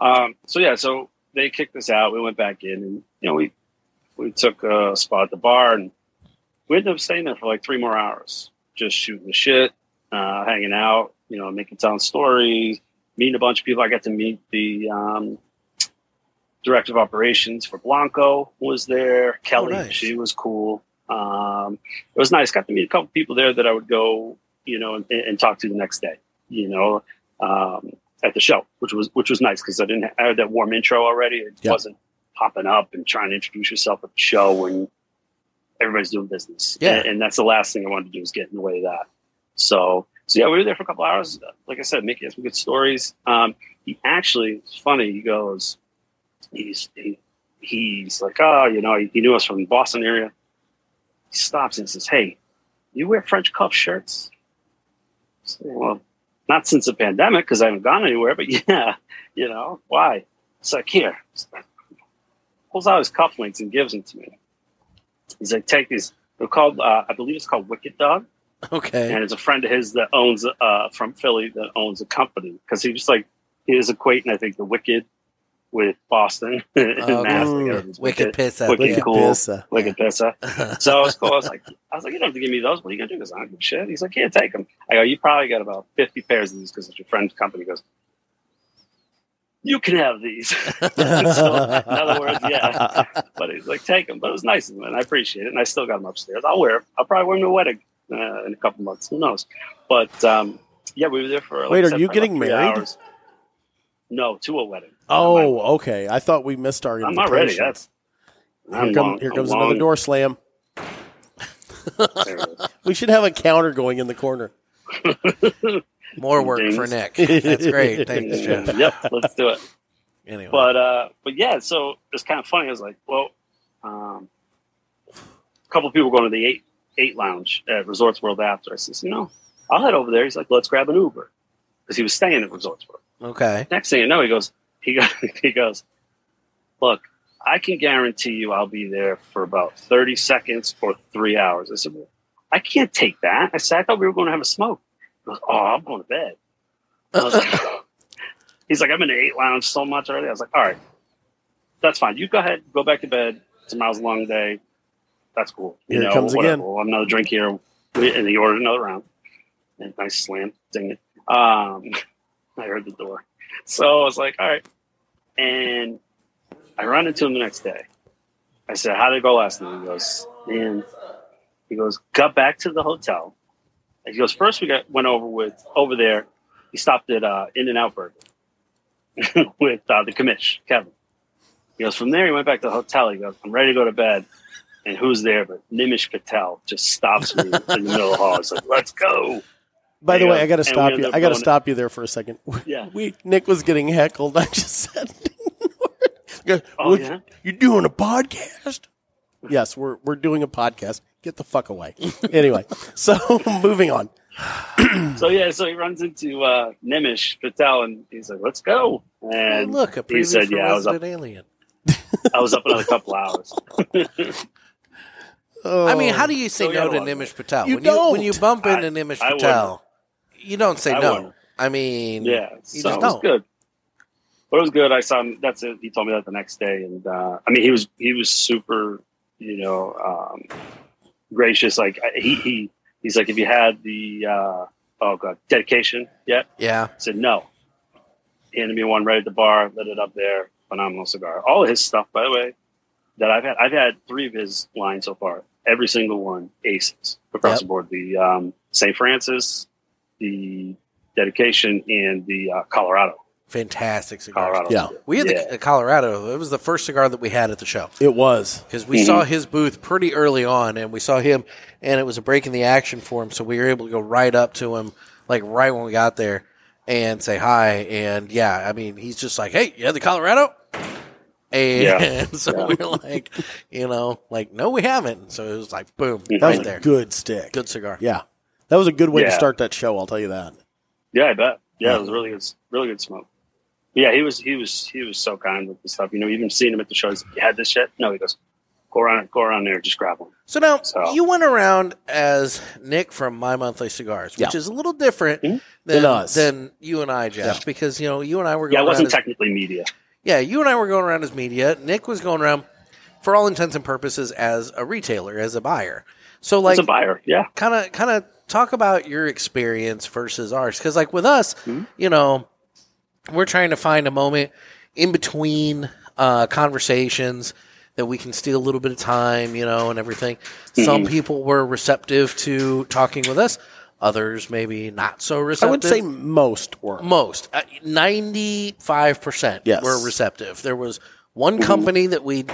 D: Um, so, yeah, so they kicked us out. We went back in and, you know, we, we took a spot at the bar and we ended up staying there for like three more hours, just shooting the shit, uh, hanging out, you know, making telling stories, meeting a bunch of people. I got to meet the um, director of operations for Blanco was there. Kelly,
B: Oh, nice.
D: she was cool. Um, it was nice. Got to meet a couple people there that I would go, you know, and, and talk to the next day, you know, um, at the show, which was which was nice because I didn't I had that warm intro already. It
C: Yeah.
D: wasn't popping up and trying to introduce yourself at the show when everybody's doing business.
B: Yeah.
D: And, and that's the last thing I wanted to do is get in the way of that. So, so yeah, we were there for a couple hours. Like I said, Mickey had some good stories. Um, he actually, it's funny, he goes, he's, he, he's like, oh, you know, he, he knew us from the Boston area. He stops and says, Hey, you wear French cuff shirts? I say, well, not since the pandemic because I haven't gone anywhere, but <laughs> yeah, you know, why? It's like, here. Pulls out his cufflinks and gives them to me. He's like, Take these. They're called, uh, I believe it's called Wicked Dog
B: Okay.
D: and it's a friend of his that owns uh from Philly that owns a company because he just like he is equating I think the Wicked with Boston <laughs> and
B: Oh,
D: Mass,
C: okay.
D: like, everything's
B: Wicked piss out.
D: wicked
C: Look
B: there.
C: at
D: cool.
C: this. uh, <laughs>
D: Wicked Pissa. So it was cool. I was like, I was like, you don't have to give me those. What are you gonna do? Because I don't give a shit. He's like, yeah, take them. I go, you probably got about fifty pairs of these because it's your friend's company. He goes, you can have these. <laughs> So, <laughs> in other words,
C: <laughs>
D: yeah. But he's like, take them. But it was nice of him, and I appreciate it. And I still got them upstairs. I'll wear. 'em. I'll probably wear them to a wedding uh, in a couple months. Who knows? But um, yeah, we were there for. Like,
C: Wait,
D: I
C: are
D: said,
C: you
D: probably
C: getting
D: about three
C: married?
D: hours. No, to a wedding.
C: Oh, okay. I thought we missed our.
D: I'm not ready.
C: invitation.
D: That's
C: Here,
D: I'm
C: come-
D: long-
C: here
D: I'm
C: comes another
D: long-
C: door slam.
D: There it
C: <laughs>
D: is.
C: We should have a counter going in the corner.
B: More work for
D: Dings.
B: Nick. That's
D: <laughs>
B: great. Thanks, Jeff.
D: uh, yep, let's do it.
B: Anyway.
D: But uh, but yeah, so it's kind of funny. I was like, well, um, a couple people going to the eight eight lounge at Resorts World after. I says, you know, I'll head over there. He's like, let's grab an Uber because he was staying at Resorts World.
B: okay.
D: Next thing you know, he goes, he goes, <laughs> he goes, look, I can guarantee you, I'll be there for about thirty seconds or three hours. I said, well, I can't take that. I said, I thought we were going to have a smoke. He goes, oh, I'm going to bed. I was like, <coughs> He's like, I'm in the eight lounge so much already. I was like, all right, that's fine. You go ahead, go back to bed. It's a miles long day. That's cool.
C: Here it comes
D: whatever.
C: again.
D: We'll have another drink here. And he ordered another round. And nice slam. Ding it. Um, <laughs> I heard the door. So I was like, all right. And I run into him the next day. I said, how did it go last night? He goes, man. He goes, got back to the hotel. And he goes, first we got went over with over there. He stopped at uh, In and Out Burger <laughs> with uh, the commish, Kevin. He goes, from there, he went back to the hotel. He goes, I'm ready to go to bed. And who's there but Nimish Patel just stops me in the middle of the hall. He's like, let's go.
C: By the
D: Yeah.
C: way, I got to
D: And we
C: stop
D: end
C: you.
D: up
C: I got to
D: going-
C: stop you there for a second. <laughs>
D: Yeah.
C: We Nick was getting heckled. <laughs> I just said, Go,
D: Oh,
C: "What,
D: yeah?
C: you doing a podcast?" yes, we're we're doing a podcast. Get the fuck away. <laughs> anyway, so <laughs> moving on.
D: So, yeah, so he runs into uh, Nimish Patel and he's like, let's go.
B: Oh,
D: And
B: look, a
D: he
B: preview
D: said,
B: for
D: yeah, I was, up,
B: Resident Alien.
D: I was up another couple hours.
B: I mean, how do you say
D: So, yeah,
B: no to
D: well,
B: Nimish Patel?
C: you
B: when
C: don't.
B: You, when you bump
D: I-
B: into Nimish
D: I
B: Patel, you don't say
D: I
B: no.
D: wouldn't.
B: I mean,
D: Yeah,
B: You
D: so
B: just
D: it was
B: don't.
D: good. But it was good. I saw him. That's it. He told me that the next day, and uh, I mean, he was he was super, you know, um, gracious. Like I- he he he's like, if you had the uh, oh god dedication yet?
B: yeah.
D: I said no. He handed me one right at the bar, lit it up there. Phenomenal cigar. All of his stuff, by the way, that I've had. I've had three of his lines so far. Every single one aces across
B: Yep.
D: the board. The um, St. Francis, the dedication, and the uh, Colorado.
B: Fantastic cigar.
D: Colorado.
C: Yeah.
B: We had
D: Yeah.
B: the, the Colorado. It was the first cigar that we had at the show
C: It was.
B: because we
D: Mhm.
B: saw his booth pretty early on, and we saw him, and it was a break in the action for him, so we were able to go right up to him, like right when we got there, and say hi. And yeah, I mean, he's just like, "Hey, you had the Colorado." And
D: Yeah.
B: <laughs> so
D: Yeah.
B: we were like, you know, like, no, we haven't. So it was like, boom,
D: That
C: That
B: right
C: was
B: there.
C: a good stick.
B: Good cigar.
C: Yeah, that was a good way to
D: Yeah.
C: start that show. I'll tell you that.
D: Yeah, I bet. Yeah, it was really good, really good smoke. But yeah, he was he was he was so kind with the stuff. You know, even seeing him at the show, he's like, "You had this yet?" No, he goes, "Go around, go around there, just grab one."
B: So now
D: So-
B: you went around as Nick from My Monthly Cigars, which is a little different
D: Mhm.
B: than
C: Than us.
B: than you and I, Jeff,
C: Yeah.
B: because you know you and I were going
D: Yeah, it
B: around
D: wasn't
B: as-
D: technically media.
B: yeah, you and I were going around as media. Nick was going around for all intents and purposes as a retailer, as a buyer. So like
D: it's a buyer. Yeah,
B: kind of kind of talk about your experience versus ours because like with us
C: Hmm?
B: you know we're trying to find a moment in between uh, conversations that we can steal a little bit of time you know and everything
C: Hmm.
B: some people were receptive to talking with us others maybe not so
C: I
B: receptive
C: would say most were.
B: most uh, 95%
C: Yes.
B: were receptive there was one company that we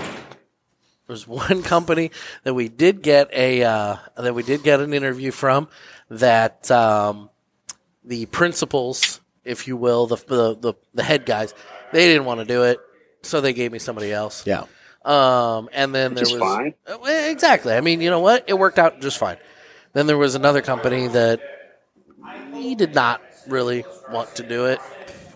B: there was one <laughs> company that we did get a uh, that we did get an interview from that um, the principals if you will the the the, the head guys they didn't want to do it so they gave me somebody else
C: Yeah.
B: Um, and then
D: Which
B: there was
D: is fine.
B: Uh, well, exactly. I mean, you know what? It worked out just fine. Then there was another company that he did not really want to do it.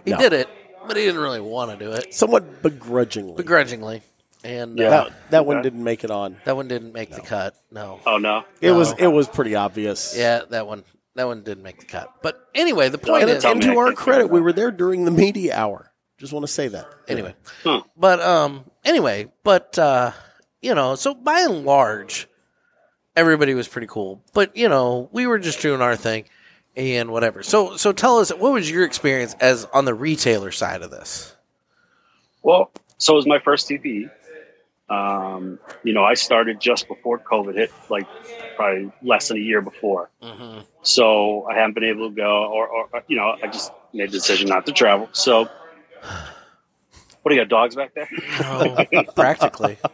B: He
C: No.
B: did it, but he didn't really want to do it
C: somewhat begrudgingly.
B: begrudgingly. And uh,
D: Yeah.
C: that that one
D: Okay.
C: didn't make it on.
B: that one didn't make the cut. No.
D: Oh no.
C: It was
B: No.
C: it was pretty obvious.
B: Yeah, that one. That one didn't make the cut. But anyway, the
D: It
B: point
C: And,
B: is,
D: Tell me
C: and to
D: I
C: our
D: can't
C: credit,
D: figure
C: we
D: it out.
C: were there during the media hour. Just want to say that.
B: anyway.
D: Huh.
B: But um anyway, but uh you know, so by and large everybody was pretty cool. But you know, we were just doing our thing and whatever. So so tell us what was your experience as on the retailer side of this?
D: Well, so it was my first TPE. Um, you know, I started just before COVID hit, like probably less than a year before.
B: Mhm.
D: So I haven't been able to go, or, or you know, I just made the decision not to travel. So, what do you got? Dogs back there?
B: No, practically.
D: <laughs>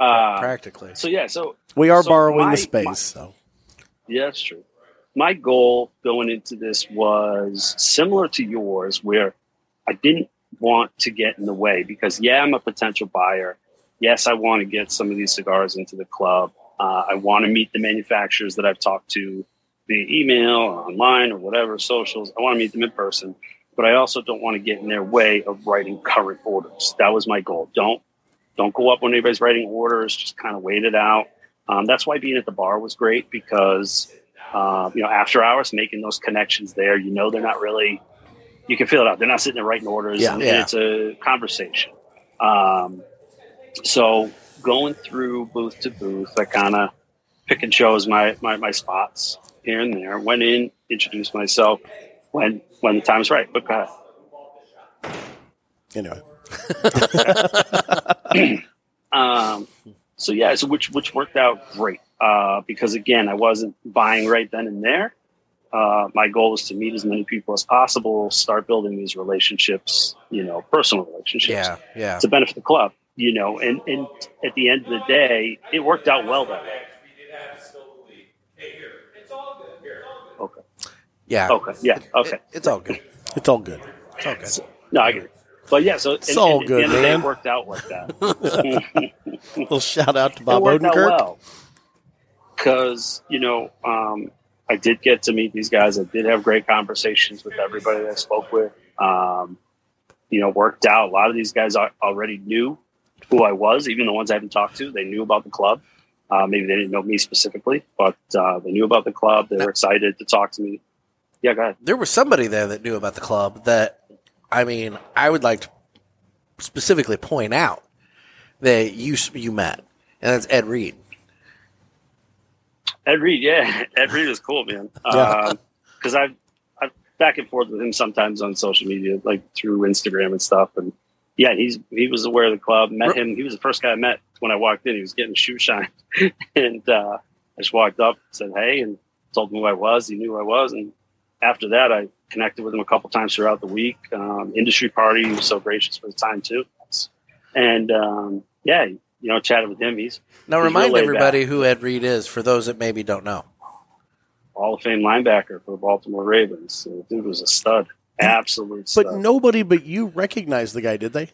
D: Uh,
B: Practically.
D: so yeah, so
C: We are
D: So
C: borrowing
D: my-
C: the space.
D: my-
C: so
D: Yeah, that's true. My goal going into this was similar to yours, where I didn't want to get in the way because, yeah, I'm a potential buyer. Yes, I want to get some of these cigars into the club. Uh, I want to meet the manufacturers that I've talked to via email or online or whatever, socials. I want to meet them in person, but I also don't want to get in their way of writing current orders. That was my goal. Don't don't go up when anybody's writing orders. Just kind of wait it out. Um, that's why being at the bar was great because, uh, you know, after hours, making those connections there, you know, they're not really, you can feel it out. They're not sitting there writing orders.
B: Yeah.
D: and
B: Yeah.
D: It's a conversation. Um, so going through booth to booth, I kind of pick and chose my, my, my spots here and there. Went in, introduced myself when when the time's right. But go ahead.
C: anyway,
D: Um, so yeah, so which which worked out great uh, because again, I wasn't buying right then and there. Uh, my goal was to meet as many people as possible, start building these relationships, you know, personal relationships
B: Yeah, yeah.
D: to benefit the club, you know. And and at the end of the day, it worked out well that way. Okay.
B: Yeah.
D: Okay. Yeah. Okay.
B: It- it's all good.
C: it's all
D: <laughs>
C: good.
B: It's all good.
D: No, I get it. But yeah, so
C: It's all
D: at
C: good,
D: the end Of the day,
C: man.
D: it worked out like that.
C: little shout out to Bob
D: it worked out
C: Odenkirk.
D: well because you know um, I did get to meet these guys. I did have great conversations with everybody that I spoke with. Um, you know, worked out. A lot of these guys al- already knew who I was, even the ones I haven't talked to. They knew about the club. Uh, maybe they didn't know me specifically, but uh, they knew about the club. They were excited to talk to me. Yeah, go ahead.
B: there was somebody there that knew about the club that I mean, I would like to specifically point out that you you met, and that's Ed Reed.
D: Ed Reed, yeah, <laughs> Ed Reed is cool, man. Because I've I've back and forth with him sometimes on social media, like through Instagram and stuff. And yeah, he's he was aware of the club. Met him. He was the first guy I met when I walked in. He was getting shoe shine, <laughs> and uh, I just walked up, said hey, and told him who I was. He knew who I was, and after that, I connected with him a couple times throughout the week. Um, industry party, he was so gracious for the time too. And um, yeah, you know, chatted with him. He's
B: Now
D: He's
B: remind
D: real laid
B: everybody who Ed Reed is for those that maybe don't know.
D: Hall of Fame linebacker for the Baltimore Ravens. So the dude was a stud, absolute stud.
C: Mm-hmm. But nobody but you recognized the guy, did they?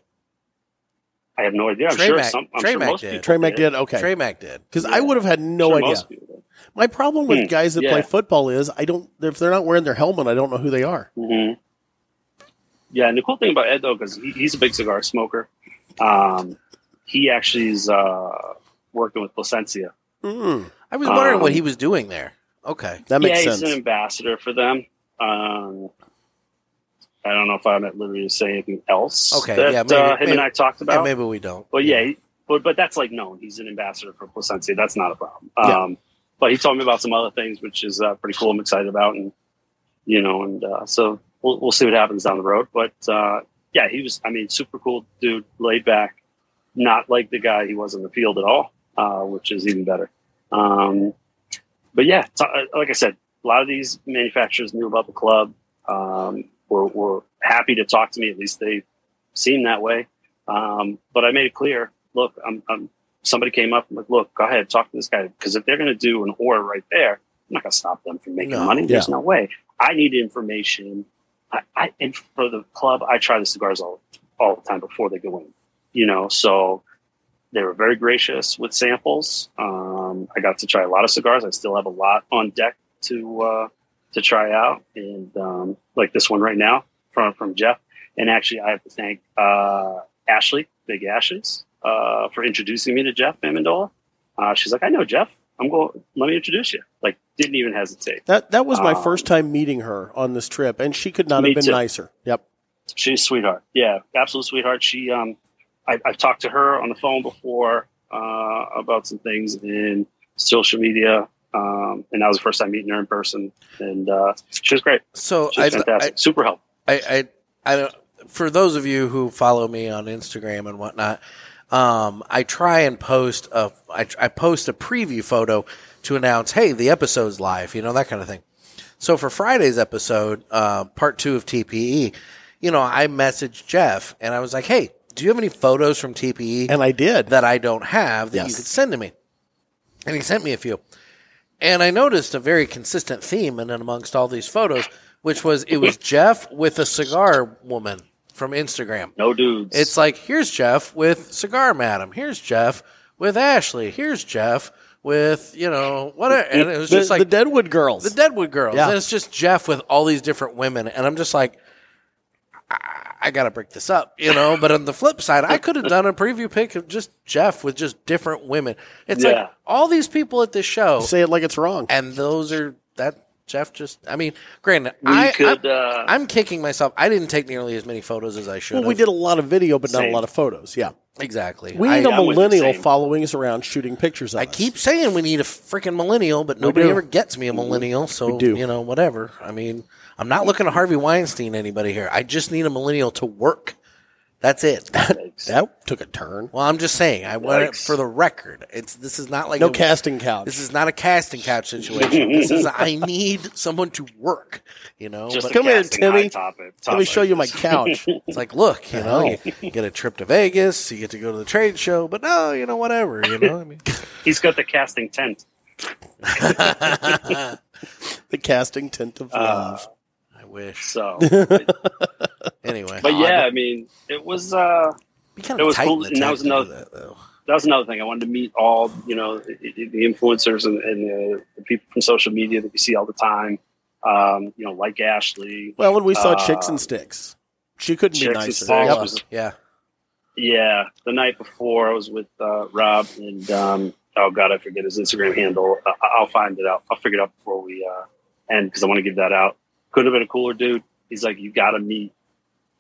D: I have no idea. I'm
B: Trey
D: sure
B: Mack-
D: some. I'm
B: Trey
D: sure
B: Mack
D: most
B: did.
D: people.
C: Trey Mack did. Okay,
B: Trey Mack did.
C: because
D: Yeah.
C: I would have had no
D: Sure
C: idea.
D: most people did.
C: My problem with
D: Hmm,
C: guys that
D: yeah.
C: play football is I don't if they're not wearing their helmet, I don't know who they are.
D: Mhm. Yeah, and the cool thing about Ed though, because he, he's a big cigar smoker, um, he actually is uh, working with Placencia.
C: Mm,
B: I was wondering
D: Um,
B: what he was doing there. Okay,
C: that makes
D: yeah, he's an
C: sense.
D: ambassador for them. Um, I don't know if I'm at liberty to say anything else.
B: Okay,
D: that,
B: yeah, maybe-
D: uh, him
B: maybe-
D: and I talked
B: yeah,
D: about.
B: maybe we don't.
D: Well, yeah, he, but but that's like known. He's an ambassador for Placencia. That's not a problem.
C: Yeah.
D: Um, But he told me about some other things, which is uh, pretty cool. I'm excited about, and you know, and uh, so we'll we'll see what happens down the road. But uh, yeah, he was. I mean, super cool dude, laid back, not like the guy he was on the field at all, uh, which is even better. Um, but yeah, so, uh, like I said, a lot of these manufacturers knew about the club. Um, were were happy to talk to me. At least they seem that way. Um, but I made it clear, look, I'm, I'm, somebody came up and like, look, go ahead, talk to this guy. Cause if they're going to do an order right there, I'm not going to stop them from making
B: No,
D: money. There's no way. I need information. I, I, and for the club, I try the cigars all, all the time before they go in. you know, so they were very gracious with samples. Um, I got to try a lot of cigars. I still have a lot on deck to uh, to try out, and um, like this one right now from from Jeff. And actually, I have to thank uh, Ashley, Big Ashes, uh, for introducing me to Jeff Amendola. Uh, she's like, I know Jeff. I'm going. Let me introduce you. Like, didn't even hesitate.
C: That that was my
D: Um,
C: first time meeting her on this trip, and she could not
D: Me
C: have been
D: too.
C: nicer. Yep.
D: She's a sweetheart. Yeah, absolute sweetheart. She, um, I, I've talked to her on the phone before uh, about some things in social media, um, and that was the first time meeting her in person. And uh, she was great.
B: So
D: She
B: I,
D: was fantastic. Super help.
B: I, I, I don't. For those of you who follow me on Instagram and whatnot, um, I try and post a I, I post a preview photo to announce, hey, the episode's live, you know that kind of thing. So for Friday's episode, uh, part two of TPE, you know, I messaged Jeff and I was like, hey, do you have any photos from E? TPE?
C: And I did.
B: that I don't have that you
C: Yes.
B: could send to me. And he sent me a few. And I noticed a very consistent theme in and amongst all these photos, which was it
C: <laughs>
B: was Jeff with a cigar woman from Instagram.
D: No dudes.
B: It's like here's Jeff with cigar madam, here's Jeff with Ashley, here's Jeff with you know whatever, and it was
C: the,
B: just like
C: the Deadwood girls.
B: the Deadwood Girls.
C: Yeah.
B: And it's just Jeff with all these different women, and I'm just like, I, I gotta break this up, you know. but on the flip side, I could have done a preview pick of just Jeff with just different women. It's
D: Yeah.
B: like all these people at this show,
C: Say it like it's wrong.
B: and those are that Jeff just. I mean, granted,
D: we
B: I,
D: could.
B: I,
D: uh,
B: I'm kicking myself. I didn't take nearly as many photos as I should.
C: Well, we
B: have.
C: did a lot of video, but not a
D: Same.
C: lot of photos. Yeah,
B: exactly.
C: we
B: I,
C: need a
D: I'm with the
C: millennial
D: same.
C: following us around, shooting pictures. Of
B: I
C: us.
B: keep saying we need a freaking millennial, but nobody
C: do.
B: ever gets me a millennial. So
C: We do.
B: you know, whatever. I mean, I'm not looking to Harvey Weinstein anybody here. I just need a millennial to work. That's it. <laughs>
C: that took a turn.
B: Well, I'm just saying. I want it
D: Yikes.
B: for the record. It's this is not like
C: No
B: a-
C: casting couch.
B: This is not a casting couch
D: <laughs>
B: situation. this is I need someone to work. You know,
D: just
B: but
C: come
D: come
C: here,
D: here,
C: Timmy.
D: Timmy. Topic,
C: Let me show you my
D: topic.
B: <laughs>
C: couch.
B: it's like look, you know,
C: know.
B: you get a trip to Vegas, you get to go to the trade show, but no, you know, whatever. You know, I mean,
D: He's got the casting tent.
C: the casting tent of
D: Uh,
C: love.
B: I wish.
C: <laughs>
D: So,
B: Anyway,
D: but yeah, I mean, it was. Uh,
B: it
D: It was cool, and that was another-
B: though.
D: that was another thing. I wanted to meet all you know the, the influencers and, and uh, the people from social media that we see all the time. Um, you know, like Ashley.
C: Well, when we saw
D: Uh,
C: chicks and sticks, she couldn't be
D: Chicks and
C: nicer.
D: Sticks
C: Yep.
D: was-
B: Yeah.
D: Yeah, the night before I was with uh, Rob and um, oh god, I forget his Instagram handle. I- I'll find it out. I'll figure it out before we uh, end because I want to give that out. Could have been a cooler dude. He's like, you got to meet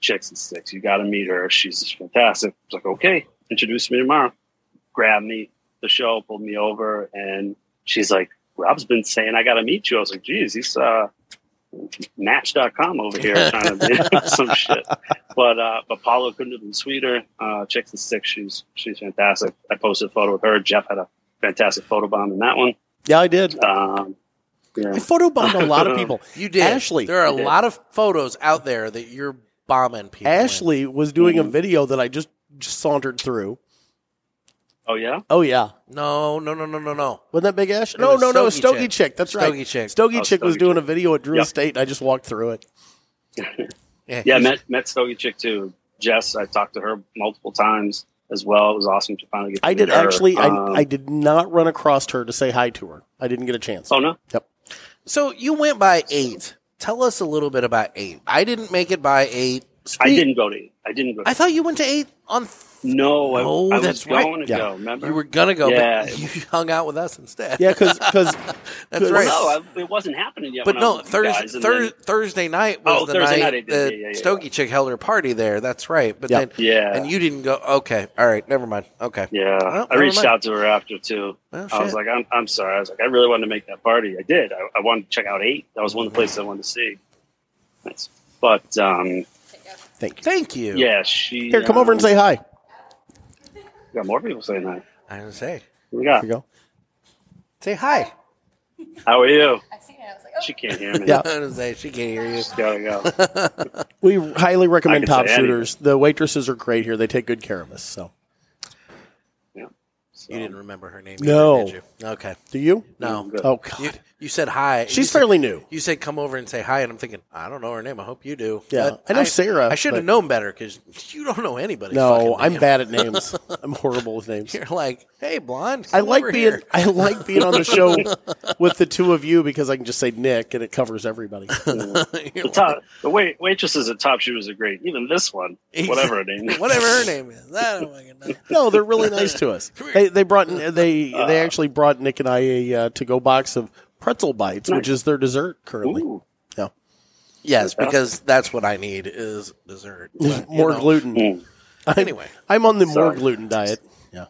D: Chicks and Sticks. You got to meet her. She's just fantastic. I was like, okay, introduce me tomorrow. Grab me. The show pulled me over, and she's like, Rob's been saying I got to meet you. I was like, geez, he's uh, Match.com over here trying to do <laughs> some shit but uh, but Paula couldn't have been sweeter. Uh, Chicks and Sticks, she's she's fantastic. I posted a photo with her. Jeff had a fantastic photo bomb in that one.
C: Yeah, I did.
D: Um, yeah. <laughs>
C: I photobombed a lot of people.
B: You did.
C: Ashley.
B: There are a
D: You did.
B: lot of photos out there that you're bombing people. in.
C: Ashley was doing a video that I just, just sauntered through.
D: Oh yeah,
C: Oh yeah,
B: No, no, no, no, no, no.
C: wasn't that Big Ash?
B: It
C: No,
B: was
C: no, no,
B: Stogie
C: Stogie
B: Chick.
C: Chick. That's right.
B: Stogie chick.
C: Stogie
D: Oh,
C: Chick was
D: Stogie
C: doing a video at Drew
D: Yeah.
C: Estate, and I just walked through it.
D: yeah. Met met Stogie Chick too. Jess, I talked to her multiple times as well. It was awesome to finally get. To
C: I
D: meet
C: did
D: her.
C: actually.
D: Um,
C: I, I did not run across her to say hi to her. I didn't get a chance.
D: oh no,
B: So you went by eight. Tell us a little bit about eight. I didn't make it by eight.
D: I didn't go to. I didn't go. To,
B: I thought you went to eight on.
D: no, I,
B: No,
D: I was
B: that's right.
D: going to
C: Yeah.
D: go. Remember?
B: you were gonna go,
D: Yeah.
B: but <laughs> you hung out with us instead.
C: Yeah, because
B: that's
C: Well,
B: right.
D: no, I, it wasn't happening yet.
B: but
D: when I was
B: no,
D: with you
B: Thursday,
D: guys, and then-
B: Thursday night was
D: Oh,
B: the
D: Thursday
B: night,
D: night I did.
B: that
D: Yeah, yeah, yeah.
B: Stogie Chick held her party there. That's right. But
C: Yeah.
B: then,
D: yeah,
B: and you didn't go. Okay, all right, never mind. Okay,
D: Yeah,
B: Oh,
D: I
B: never
D: reached
B: mind.
D: out to her after too.
B: Well,
D: I was
B: shit.
D: like, I'm, I'm sorry. I was like, I really wanted to make that party. I did. I, I wanted to check out eight. That was one of the places I wanted to see. Nice. But um,
C: <laughs> thank you.
B: thank you.
D: yeah, she
C: Here, come over and
D: um,
C: say hi.
D: we Got more people saying hi.
B: I was gonna say,
D: What we got?
C: There you go.
B: say hi.
D: How are you?
E: I seen it. I was like, oh,
D: She can't hear me. <laughs>
C: Yeah.
B: I was gonna say, she can't hear you.
D: She's gotta
B: <laughs>
D: go.
C: We highly recommend
D: I can
C: Top
D: say anything.
C: Shooters. The waitresses are great here. They take good care of us. So
D: So.
B: You didn't remember her name.
C: No.
B: Either, did you? Okay.
C: Do you?
B: No.
D: Good.
C: Oh
B: You,
C: God,
B: you said hi. You
C: she's
B: said-
C: fairly new.
B: You said come over and say hi, and I'm thinking I don't know her name. I hope you do.
C: Yeah,
B: But
C: I know Sarah,
B: I should have
C: but-
B: known better because you don't know anybody.
C: No,
B: fucking
C: I'm
B: name.
C: bad at names. I'm horrible with <laughs> names.
B: <laughs> You're like, hey, blonde.
C: I
B: come
C: like
B: over
C: being
B: here." <laughs>
C: I like being on the
D: <laughs>
C: show with the two of you because I can just say Nick and it covers everybody.
B: You're
D: The
B: like,
D: top, the wait, waitresses at Top Shoes are great. Even this one,
B: <laughs>
D: whatever her name. is.
B: whatever her name is. I don't fucking know.
C: no, they're really nice to us. They they brought they
D: Uh.
C: they actually brought Nick and I a uh, to go box of pretzel bites, which is their dessert currently.
D: Ooh.
B: Yes, because that's what I need is dessert. But, <laughs> you
C: <laughs> more
B: know,
C: gluten.
D: Mm.
B: Anyway,
C: I'm on the more
D: Sorry.
C: gluten diet. Yeah.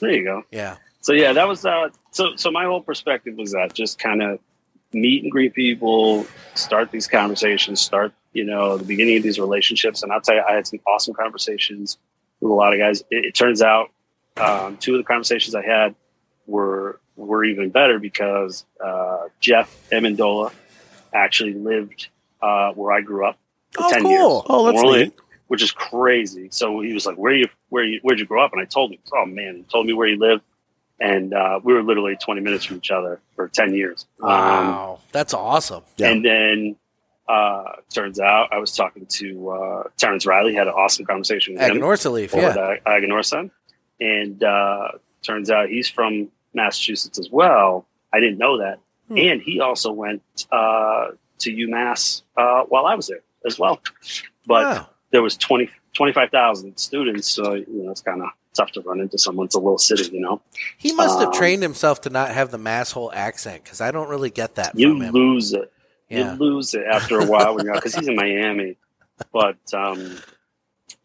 D: There you go.
B: yeah.
D: So yeah, that was uh, so. So my whole perspective was that just kind of meet and greet people, start these conversations, start you know the beginning of these relationships. And I'll tell you, I had some awesome conversations with a lot of guys. It, it turns out um, two of the conversations I had were were even better because uh, Jeff Amendola actually lived uh, where I grew up for
B: Oh,
D: ten
B: cool.
D: years.
C: Oh, that's
D: We're only-
C: neat.
D: which is crazy. So he was like, "Where you, where you, where'd you grow up?" And I told him, "Oh man," he told me where he lived, and uh, we were literally twenty minutes from each other for ten years. Um,
B: Wow, that's awesome.
C: Yeah.
D: And then uh, turns out I was talking to uh, Terrence Riley. Had an awesome conversation with him
B: Agonorsa leaf.
D: or
B: Yeah.
D: the Aganorsa. And uh, turns out he's from Massachusetts as well. I didn't know that.
C: Hmm.
D: And he also went uh, to UMass uh, while I was there as well. But
B: Wow.
D: there was 20, 25,000 students. So, you know, it's kind of tough to run into someone. It's a little city, you know.
B: He must have
D: Um,
B: trained himself to not have the masshole accent because I don't really get that
D: You
B: from him.
D: lose it.
B: yeah.
D: You lose it after a while when you're because he's in Miami. But um,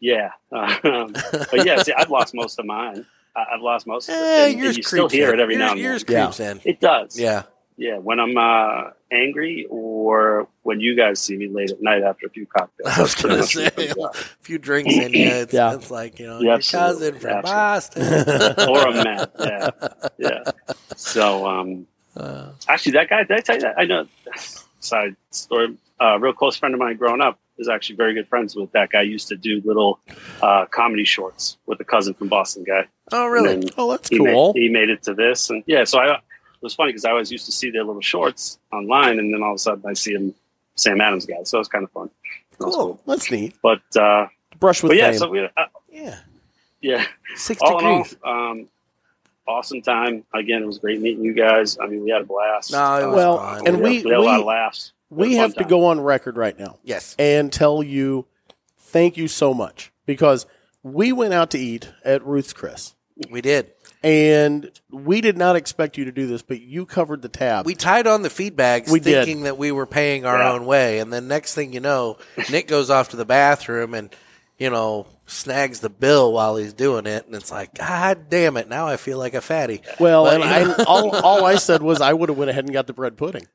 D: yeah. Um, but yeah, see, I've lost most of mine. I- I've lost most of it.
B: Eh,
D: And- and
B: yours
D: you still
B: creeps
D: hear
B: in.
D: it every
B: Yours-
D: now and then.
B: Yours
C: Yeah.
B: creeps in.
D: It does.
B: Yeah. <laughs>
D: Yeah. When I'm uh, angry or when you guys see me late at night after a few cocktails.
B: I was
D: That's <laughs> pretty
B: gonna
D: much
B: say,
D: what comes up.
B: <laughs> A few drinks in you, it's,
C: Yeah.
B: it's like, you know,
D: Yeah,
B: your cousin
D: absolutely.
B: from
D: <laughs>
B: Boston.
D: or a man. Yeah. Yeah. So um,
B: Uh,
D: actually, that guy, did I tell you that? I know. Side story. A real close friend of mine growing up is actually very good friends with that guy. Used to do little uh, comedy shorts with a cousin from Boston guy.
B: oh, really?
D: And then
C: Oh, that's
D: he
C: cool.
D: Made, he made it to this, and yeah. So I, it was funny because I always used to see their little shorts online, and then all of a sudden I see him, Sam Adams guy. So it was kind of fun. That was
B: Cool.
C: That's neat.
D: But uh,
C: Brush with
D: but yeah,
C: fame.
D: so we, uh,
B: Yeah.
D: yeah,
B: Six
D: all in all,
B: degrees.
D: um, awesome time. Again, it was great meeting you guys. I mean, we had a blast. Uh,
B: No, it was
C: Well,
B: fun.
C: and
D: we,
C: we-
D: had, we had a lot of
C: we-
D: laughs. It was
C: we
D: a
C: have
D: fun
C: to
D: time.
C: go on record right now
B: Yes.
C: and tell you thank you so much because we went out to eat at Ruth's Chris
B: We did.
C: and we did not expect you to do this, but you covered the tab.
B: We tied on the feed bags
C: We did.
B: thinking that we were paying our
D: Yeah.
B: own way. And then next thing you know, Nick goes off to the bathroom and, you know, snags the bill while he's doing it. And it's like, God damn it. Now I feel like a fatty.
C: well,
B: But,
C: and
B: you
C: I, all, all I said was I would have went ahead and got the
B: <laughs>
C: bread pudding.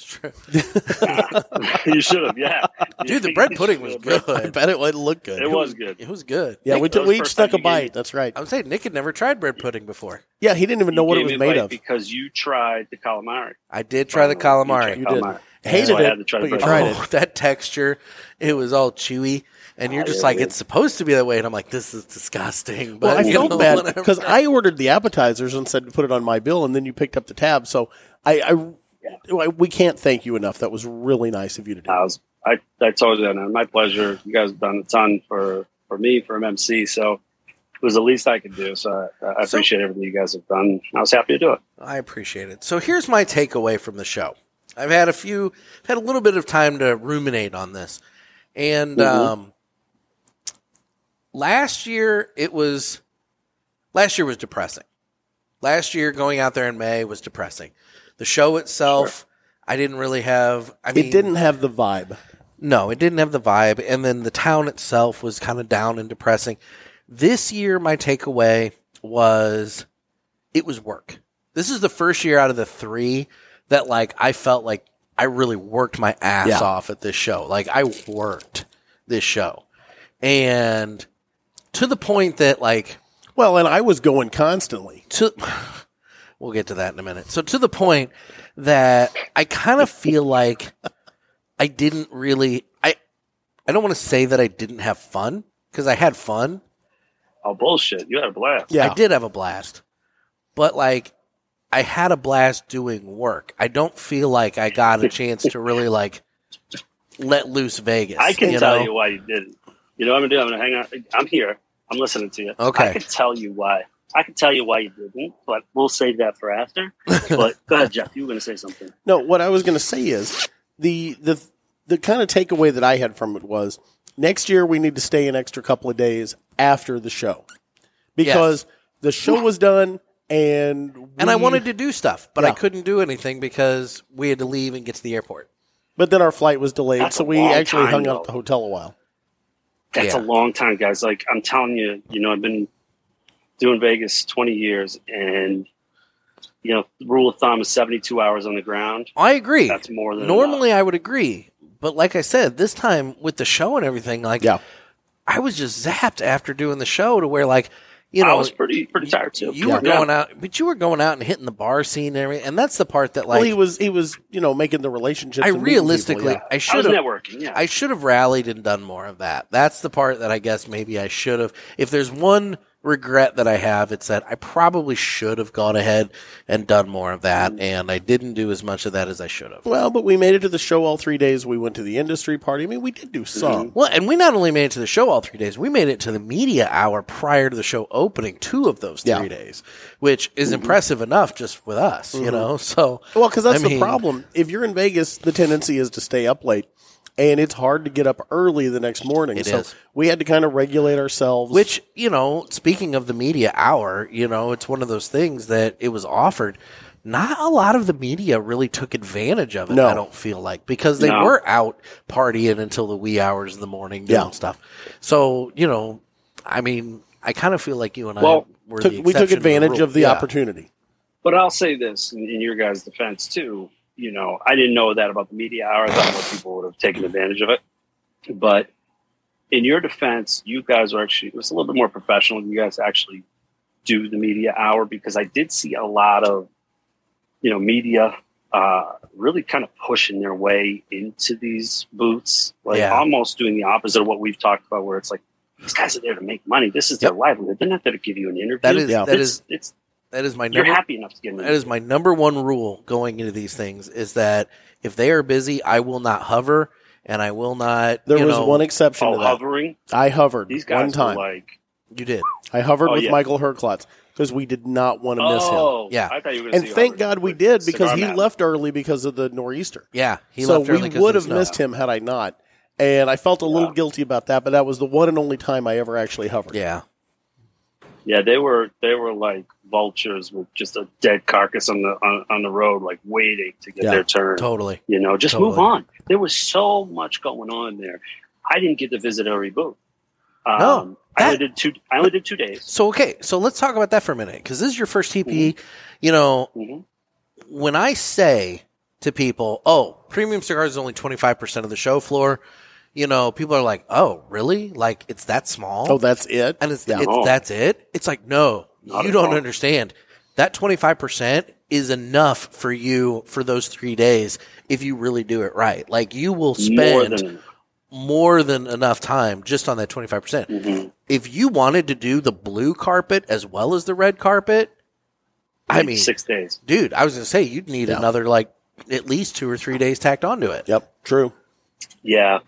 B: It's true.
D: <laughs> you should
C: <laughs>
D: have, yeah.
B: Dude, the
D: <laughs>
B: bread pudding was
C: I
B: good.
C: bet it would look good.
D: It was good.
B: It was good.
C: Yeah, we,
D: Nick,
C: t-
D: that was
C: we
D: the
C: each
D: first time
C: took a
D: you gave-
C: bite. That's right.
B: I'm saying Nick had never tried bread pudding before.
C: Yeah, he didn't even know
D: You
C: what it
D: gave
C: was
D: me
C: made
D: life
C: of.
D: because you tried the calamari.
B: I did try the calamari.
C: Oh, You
D: You
C: did.
D: did.
C: Hated
D: So I
C: it,
D: had to try
C: but
D: the
C: you
D: bread
C: tried
B: oh,
C: it.
B: that texture, it was all chewy, and you're
D: Ah,
B: just
D: yeah,
B: like,
D: it
B: it's supposed to be that way. And I'm like, this is disgusting. But
C: Well, I
B: you know,
C: felt bad
B: whatever.
C: because I ordered the appetizers and said to put it on my bill, and then you picked up the tab. So I, I, I- we can't thank you enough. That was really nice of you to do.
D: I was, I, I told you that. man, My pleasure. You guys have done a ton for, for me, for MMC. So it was the least I could do. So I, I
B: So-
D: appreciate everything you guys have done. I was happy to do it.
B: I appreciate it. So here's my takeaway from the show. I've had a few, I've had a little bit of time to ruminate on this, and
D: Mhm.
C: Mm-hmm.
B: um, last year it was, last year was depressing. Last year going out there in May was depressing. The show itself, I didn't really have. I mean,
C: it didn't have the vibe.
B: No, it didn't have the vibe. And then the town itself was kind of down and depressing. This year, my takeaway was it was work. This is the first year out of the three that, like, I felt like I really worked my ass
C: Yeah.
B: off at this show. Like, I worked this show. And to the point that, like,
C: Well, and I was going constantly.
B: to <sighs> we'll get to that in a minute. So to the point that I kind of feel like I didn't really I I don't want to say that I didn't have fun because I had fun.
D: Oh, bullshit. You had a blast.
C: Yeah,
B: I did have a blast. but like I had a blast doing work. I don't feel like I got a chance to really like let loose Vegas.
D: I can tell
B: know?
D: you why you didn't. You know what I'm gonna do? I'm gonna hang out. I'm here. I'm listening to you.
B: Okay.
D: I can tell you why. I can tell you why you didn't, but we'll save that
B: <laughs>
D: for after. But go ahead, Jeff. You were gonna say something.
C: No, what I was going to say is the the the kind of takeaway that I had from it was next year we need to stay an extra couple of days after the show because the show was done and we,
B: And I wanted to do stuff, but I
C: Yeah.
B: couldn't do anything because we had to leave and get to the airport.
C: but then our flight was delayed,
D: That's
C: so
D: a
C: we
D: long
C: actually
D: time,
C: hung out
D: though.
C: at the hotel a while.
D: That's
B: Yeah.
D: a long time, guys. Like I'm telling you, you know, I've been doing Vegas 20 years, and you know, the rule of thumb is 72 hours on the ground.
B: I agree.
D: That's more than
B: Normally I would agree, but like I said, this time with the show and everything, like
C: Yeah.
B: I was just zapped after doing the show to where like you
D: enough.
B: know
D: I was pretty pretty tired too.
B: you were going out, but you were going out and hitting the bar scene and everything, and that's the part that like
C: well, he was he was you know making the relationships.
B: I
C: and meeting people,
B: realistically
C: yeah.
B: I
D: I was
B: should have
D: networking. Yeah,
B: I should have rallied and done more of that. That's the part that I guess maybe I should have. If there's one regret that I have, it's that I probably should have gone ahead and done more of
D: Mm.
B: that, and I didn't do as much of that as I should have.
C: Well, but we made it to the show all three days. We went to the industry party. I mean, we did do some.
B: Well, and we not only made it to the show all three days, we made it to the media hour prior to the show opening two of those three
C: Yeah. Mm-hmm.
B: days, which is impressive enough just with us, you know? So,
C: Well, because that's
B: I
C: the
B: mean-
C: problem. If you're in Vegas, the tendency is to stay up late, and it's hard to get up early the next morning.
B: It
C: so
B: is.
C: we had to kind of regulate ourselves.
B: which, you know, speaking of the media hour, you know, it's one of those things that it was offered. Not a lot of the media really took advantage of it,
C: No.
B: I don't feel like, because they
D: No.
B: were out partying until the wee hours of the morning doing
C: Yeah.
B: stuff. So, you know, I mean, I kind of feel like you and
D: Well,
B: I were
C: took,
B: the
C: we took
B: exception to
C: advantage
B: rule.
C: of the
B: Yeah.
C: opportunity.
D: But I'll say this in, in your guys' defense too. You know, I didn't know that about the media hour. I thought more people would have taken advantage of it. But in your defense, you guys were actually it was a little bit more professional. You guys actually do the media hour because I did see a lot of you know media uh, really kind of pushing their way into these booths, like
B: Yeah.
D: almost doing the opposite of what we've talked about, where it's like these guys are there to make money. This is their livelihood. They're not there to give you an interview.
B: That is,
C: Yeah.
B: that
D: it's,
B: is,
D: it's
B: that is my
D: you're
B: number
D: happy enough to get an
B: That is
D: interview.
B: my number one rule going into these things is that if they are busy, I will not hover and I will not.
C: There
B: you
C: was
B: know-
C: one exception
D: Oh,
C: to that.
D: hovering.
C: I hovered
D: These
C: one
D: guys
C: time.
D: were like,
B: You did.
C: I hovered
D: Oh,
C: with
D: yeah.
C: Michael Herklotz because we did not want to
D: oh,
B: Yeah.
D: I thought
C: miss him.
D: you were gonna
C: And
D: say
C: thank
D: hovering.
C: God we
D: Like,
C: did because he
D: cigar man.
C: left early because of the nor'easter.
B: Yeah. He
C: so
B: left early
C: we
B: 'cause
C: would
B: of
C: have
B: snow.
C: missed him had I not. And I felt a little
D: Yeah.
C: guilty about that, but that was the one and only time I ever actually hovered.
B: Yeah.
D: Yeah, they were they were like vultures with just a dead carcass on the on, on the road, like waiting to get
C: Yeah,
D: their turn.
B: Totally.
D: You know, just move
B: totally.
D: on. There was so much going on there. I didn't get to visit every booth. Um,
B: No,
D: I only
B: that-
D: did two. I only did two days.
B: So, okay. So let's talk about that for a minute because this is your first TPE.
C: Mm-hmm.
B: You know,
D: Mhm.
B: when I say to people, oh, premium cigars is only 25% of the show floor, you know, people are like, oh, really? Like, it's that small?
C: Oh, that's it.
B: and it's,
C: Yeah.
B: it's
D: Oh.
B: that's it. It's like no,
D: Not
B: you
D: at
B: don't
D: all.
B: understand. That twenty five percent is enough for you for those three days if you really do it right. Like you will
D: More
B: spend more than,
D: than
B: enough time just on that twenty five percent.
D: mhm.
B: If you wanted to do the blue carpet as well as the red carpet, I
D: Like
B: mean,
D: six days.
B: dude, I was gonna say you'd need
C: Yeah.
B: another like at least two or three days tacked onto it.
C: Yep, true.
D: Yeah,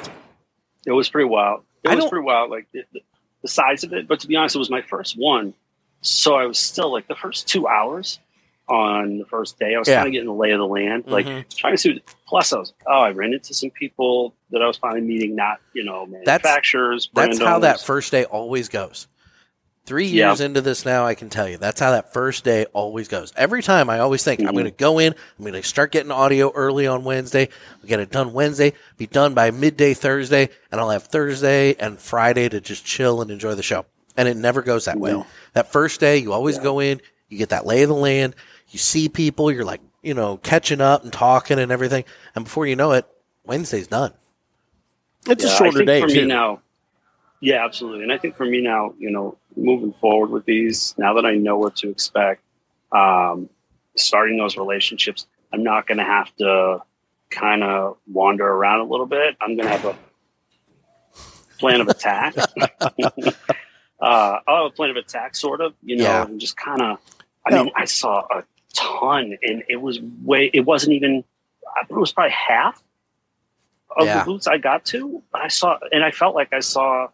D: it was pretty wild. It
B: I
D: was
B: don't-
D: pretty wild, like the, the- the size of it. But to be honest, it was my first one, so I was still like the first two hours on the first day. I was
B: Yeah.
D: kind of getting the lay of the land, like
B: Mhm.
D: trying to see. What, plus, I was oh, I ran into some people that I was finally meeting, not you know manufacturers.
B: That's
D: brand
B: how that
D: owners.
B: first day always goes. Three
D: Yeah.
B: years into this now, I can tell you that's how that first day always goes. Every time I always think I'm going to go in, I'm going to start getting audio early on Wednesday, I'll get it done Wednesday, be done by midday Thursday, and I'll have Thursday and Friday to just chill and enjoy the show. And it never goes that way.
C: No.
B: That first day, you always go in, you get that lay of the land, you see people, you're like, you know, catching up and talking and everything. And before you know it, Wednesday's done.
C: It's
D: Yeah,
C: a
D: I
C: shorter
D: think
C: day
D: for
C: too.
D: me now. Yeah, absolutely. And I think for me now, you know, moving forward with these, now that I know what to expect, um, starting those relationships, I'm not going to have to kind of wander around a little bit. I'm going to have a plan
C: <laughs>
D: of <laughs> attack. uh, I'll have a plan of attack, sort of, you know,
B: Yeah.
D: and just kind of I
C: No.
D: mean, I saw a ton, and it was way. It wasn't even. I think it was probably half of
B: Yeah.
D: the booths I got to. But I saw, and I felt like I saw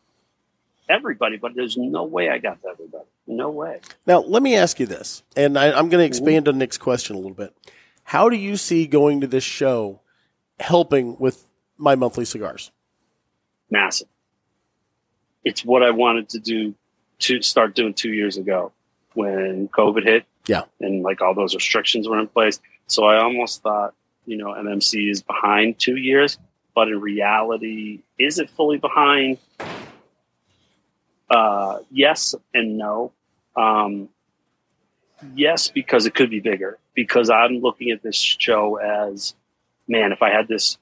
D: everybody. But there's no way I got to everybody. No way.
C: Now, let me ask you this, and I, I'm going
D: Mm-hmm.
C: to expand on Nick's question a little bit. How do you see going to this show helping with my monthly cigars?
D: massive. It's what I wanted to do to start doing two years ago when COVID hit.
C: Yeah.
D: And like all those restrictions were in place. So I almost thought, you know, MMC is behind two years, but in reality, is it fully behind? Uh, yes and no. Um, yes, because it could be bigger. Because I'm looking at this show as, man, if I had this,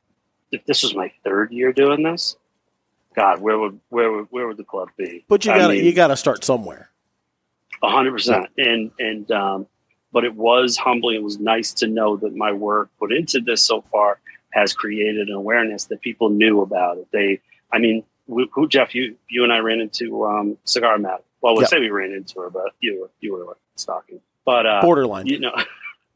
D: if this was my third year doing this, God, where would where would where would the club be?
C: But you
D: I
C: got to
D: mean-
C: you got to start somewhere.
D: a hundred percent. And and um, but it was humbling. It was nice to know that my work put into this so far has created an awareness that people knew about it. They, I mean, who, who Jeff? You you and I ran into um, Cigar Matt. Well, we'll
C: Yeah.
D: say we ran into her, but you were you were stalking. But uh,
C: Borderline.
D: you know, <laughs>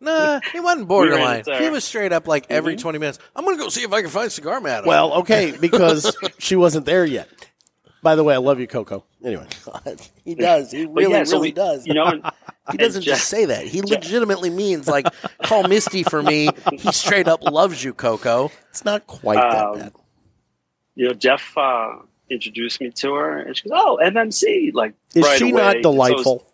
B: Nah, he wasn't
D: ran
B: borderline.
D: into her.
B: he was straight up like every
D: Mm-hmm.
B: 20 minutes. I'm going to go see if I can find Cigar Man.
C: Well,
D: <laughs>
C: okay, because she wasn't there yet. By the way, I love you, Coco. Anyway, <laughs>
B: he does. He
D: but
B: really,
D: yeah, so
B: really
D: we-
B: does.
D: You know, and,
B: <laughs> he doesn't
D: and
B: just say that. He legitimately means like, call Misty for me. He straight up loves you, Coco.
C: it's not quite that
D: Um,
C: bad.
D: you know, Jeff uh, introduced me to her, and she goes, "Oh, MMC!" Like,
C: Is
D: right
C: she
D: away.
C: not
D: So it's-
C: delightful?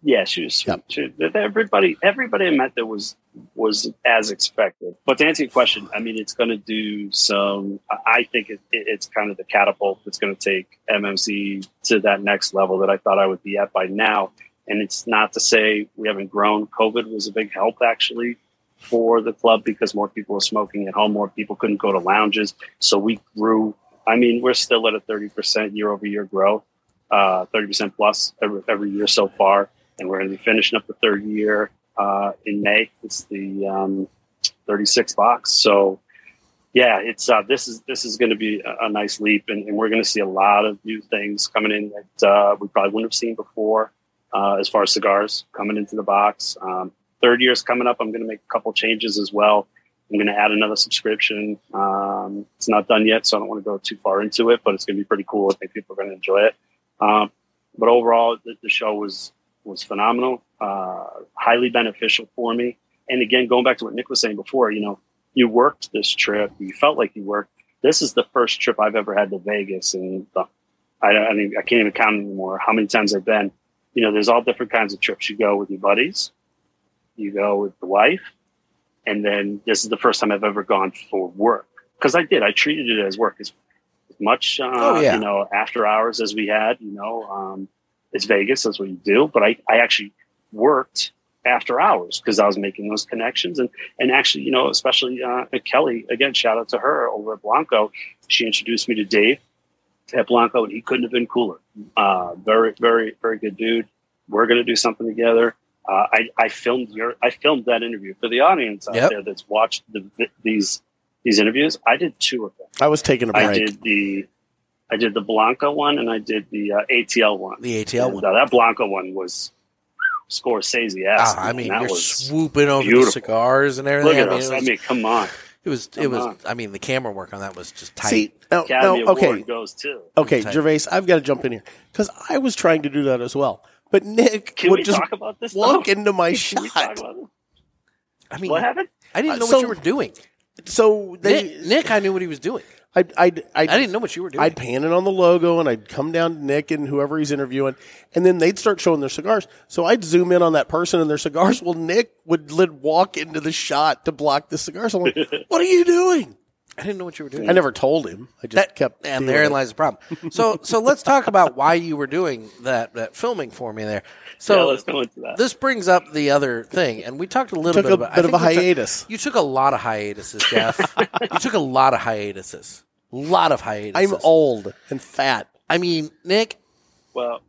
D: Yeah, she was.
C: Yep.
D: She, everybody, everybody I met there was was as expected. But to answer your question, I mean, it's going to do some. I- I think it, it, it's kind of the catapult that's going to take MMC to that next level that I thought I would be at by now. And it's not to say we haven't grown. COVID was a big help actually for the club because more people were smoking at home, more people couldn't go to lounges, so we grew. I mean, we're still at a thirty percent year over year growth, uh, thirty percent plus every, every year so far and we're going to be finishing up the third year uh, in May. It's the um, 36th box. So, yeah, it's uh, this is this is going to be a, a nice leap, and, and we're going to see a lot of new things coming in that uh, we probably wouldn't have seen before, uh, as far as cigars coming into the box. Um, third year's coming up. I'm going to make a couple changes as well. I'm going to add another subscription. Um, it's not done yet, so I don't want to go too far into it, but it's going to be pretty cool. I think people are going to enjoy it. Um, but overall, the, the show was was phenomenal, uh, highly beneficial for me. And again, going back to what Nick was saying before, you know, you worked this trip, you felt like you worked. This is the first trip I've ever had to Vegas, and the, I, don't- I, mean, I can't even count anymore how many times I've been. You know, there's all different kinds of trips. You go with your buddies, you go with the wife, and then this is the first time I've ever gone for work because I did. I treated it as work as as much, uh,
B: Oh, yeah.
D: you know, after hours as we had. You know, um, it's Vegas. That's what you do. But I, I actually worked after hours because I was making those connections. And, and actually, you know, especially uh, Kelly, again, shout out to her over at Blanco. She introduced me to Dave at Blanco, and he couldn't have been cooler. Uh, very, very, very good dude. We're going to do something together. Uh, I, I filmed your, I filmed that interview for the audience out
B: Yep.
D: there that's watched the, these these interviews. I did two of them.
C: I was taking a
D: I
C: break.
D: did the I did the Blanco one, and I did the uh, ATL one.
B: The ATL
D: Yeah,
B: one.
D: no, that Blanco one was Scorsese ass.
B: Ah, I mean,
D: <laughs> that
B: you're
D: was
B: swooping over the
D: beautiful.
B: cigars and
D: look
B: everything.
D: at
B: I mean,
D: us.
B: it
D: I
B: was,
D: mean, come on.
B: it was, it
D: come
B: was
D: on.
B: I mean, the camera work on that was just tight.
C: See, no,
D: Academy
C: no,
D: Award
C: okay,
D: goes too.
C: okay,
B: Tight.
C: Gervais, I've got to jump in here because I was trying to do that as well, but Nick
D: Can
C: would
D: we
C: just
D: talk about this?
C: walk
D: though?
C: into my
D: <laughs> Can we talk
C: shot.
D: about this?
B: I mean,
D: What happened?
B: I didn't
C: Uh,
B: know
C: so-
B: what you were doing.
C: So they,
B: Nick, Nick, I knew what he was doing.
C: I, I, I,
B: I didn't know what you were doing.
C: I'd pan it on the logo and I'd come down to Nick and whoever he's interviewing, and then they'd start showing their cigars. So I'd zoom in on that person and their cigars. Well, Nick would lit walk into the shot to block the cigars.
D: <laughs>
C: I'm like, what are you doing?
B: I didn't know what you were doing.
C: I never told him. I just
B: That-
C: kept.
B: and
C: doing
B: therein
C: it.
B: lies the problem. So so let's talk about why you were doing that that filming for me there.
D: yeah,
B: So
D: let's go into that.
B: this brings up the other thing, and we talked a little
C: took
B: bit
C: a
B: about I
C: bit of a
B: think we took-
C: hiatus.
B: you took a lot of hiatuses, Jeff.
C: <laughs>
B: you took a lot of hiatuses. A lot of hiatuses.
C: I'm old and fat.
B: I mean, Nick,
D: well,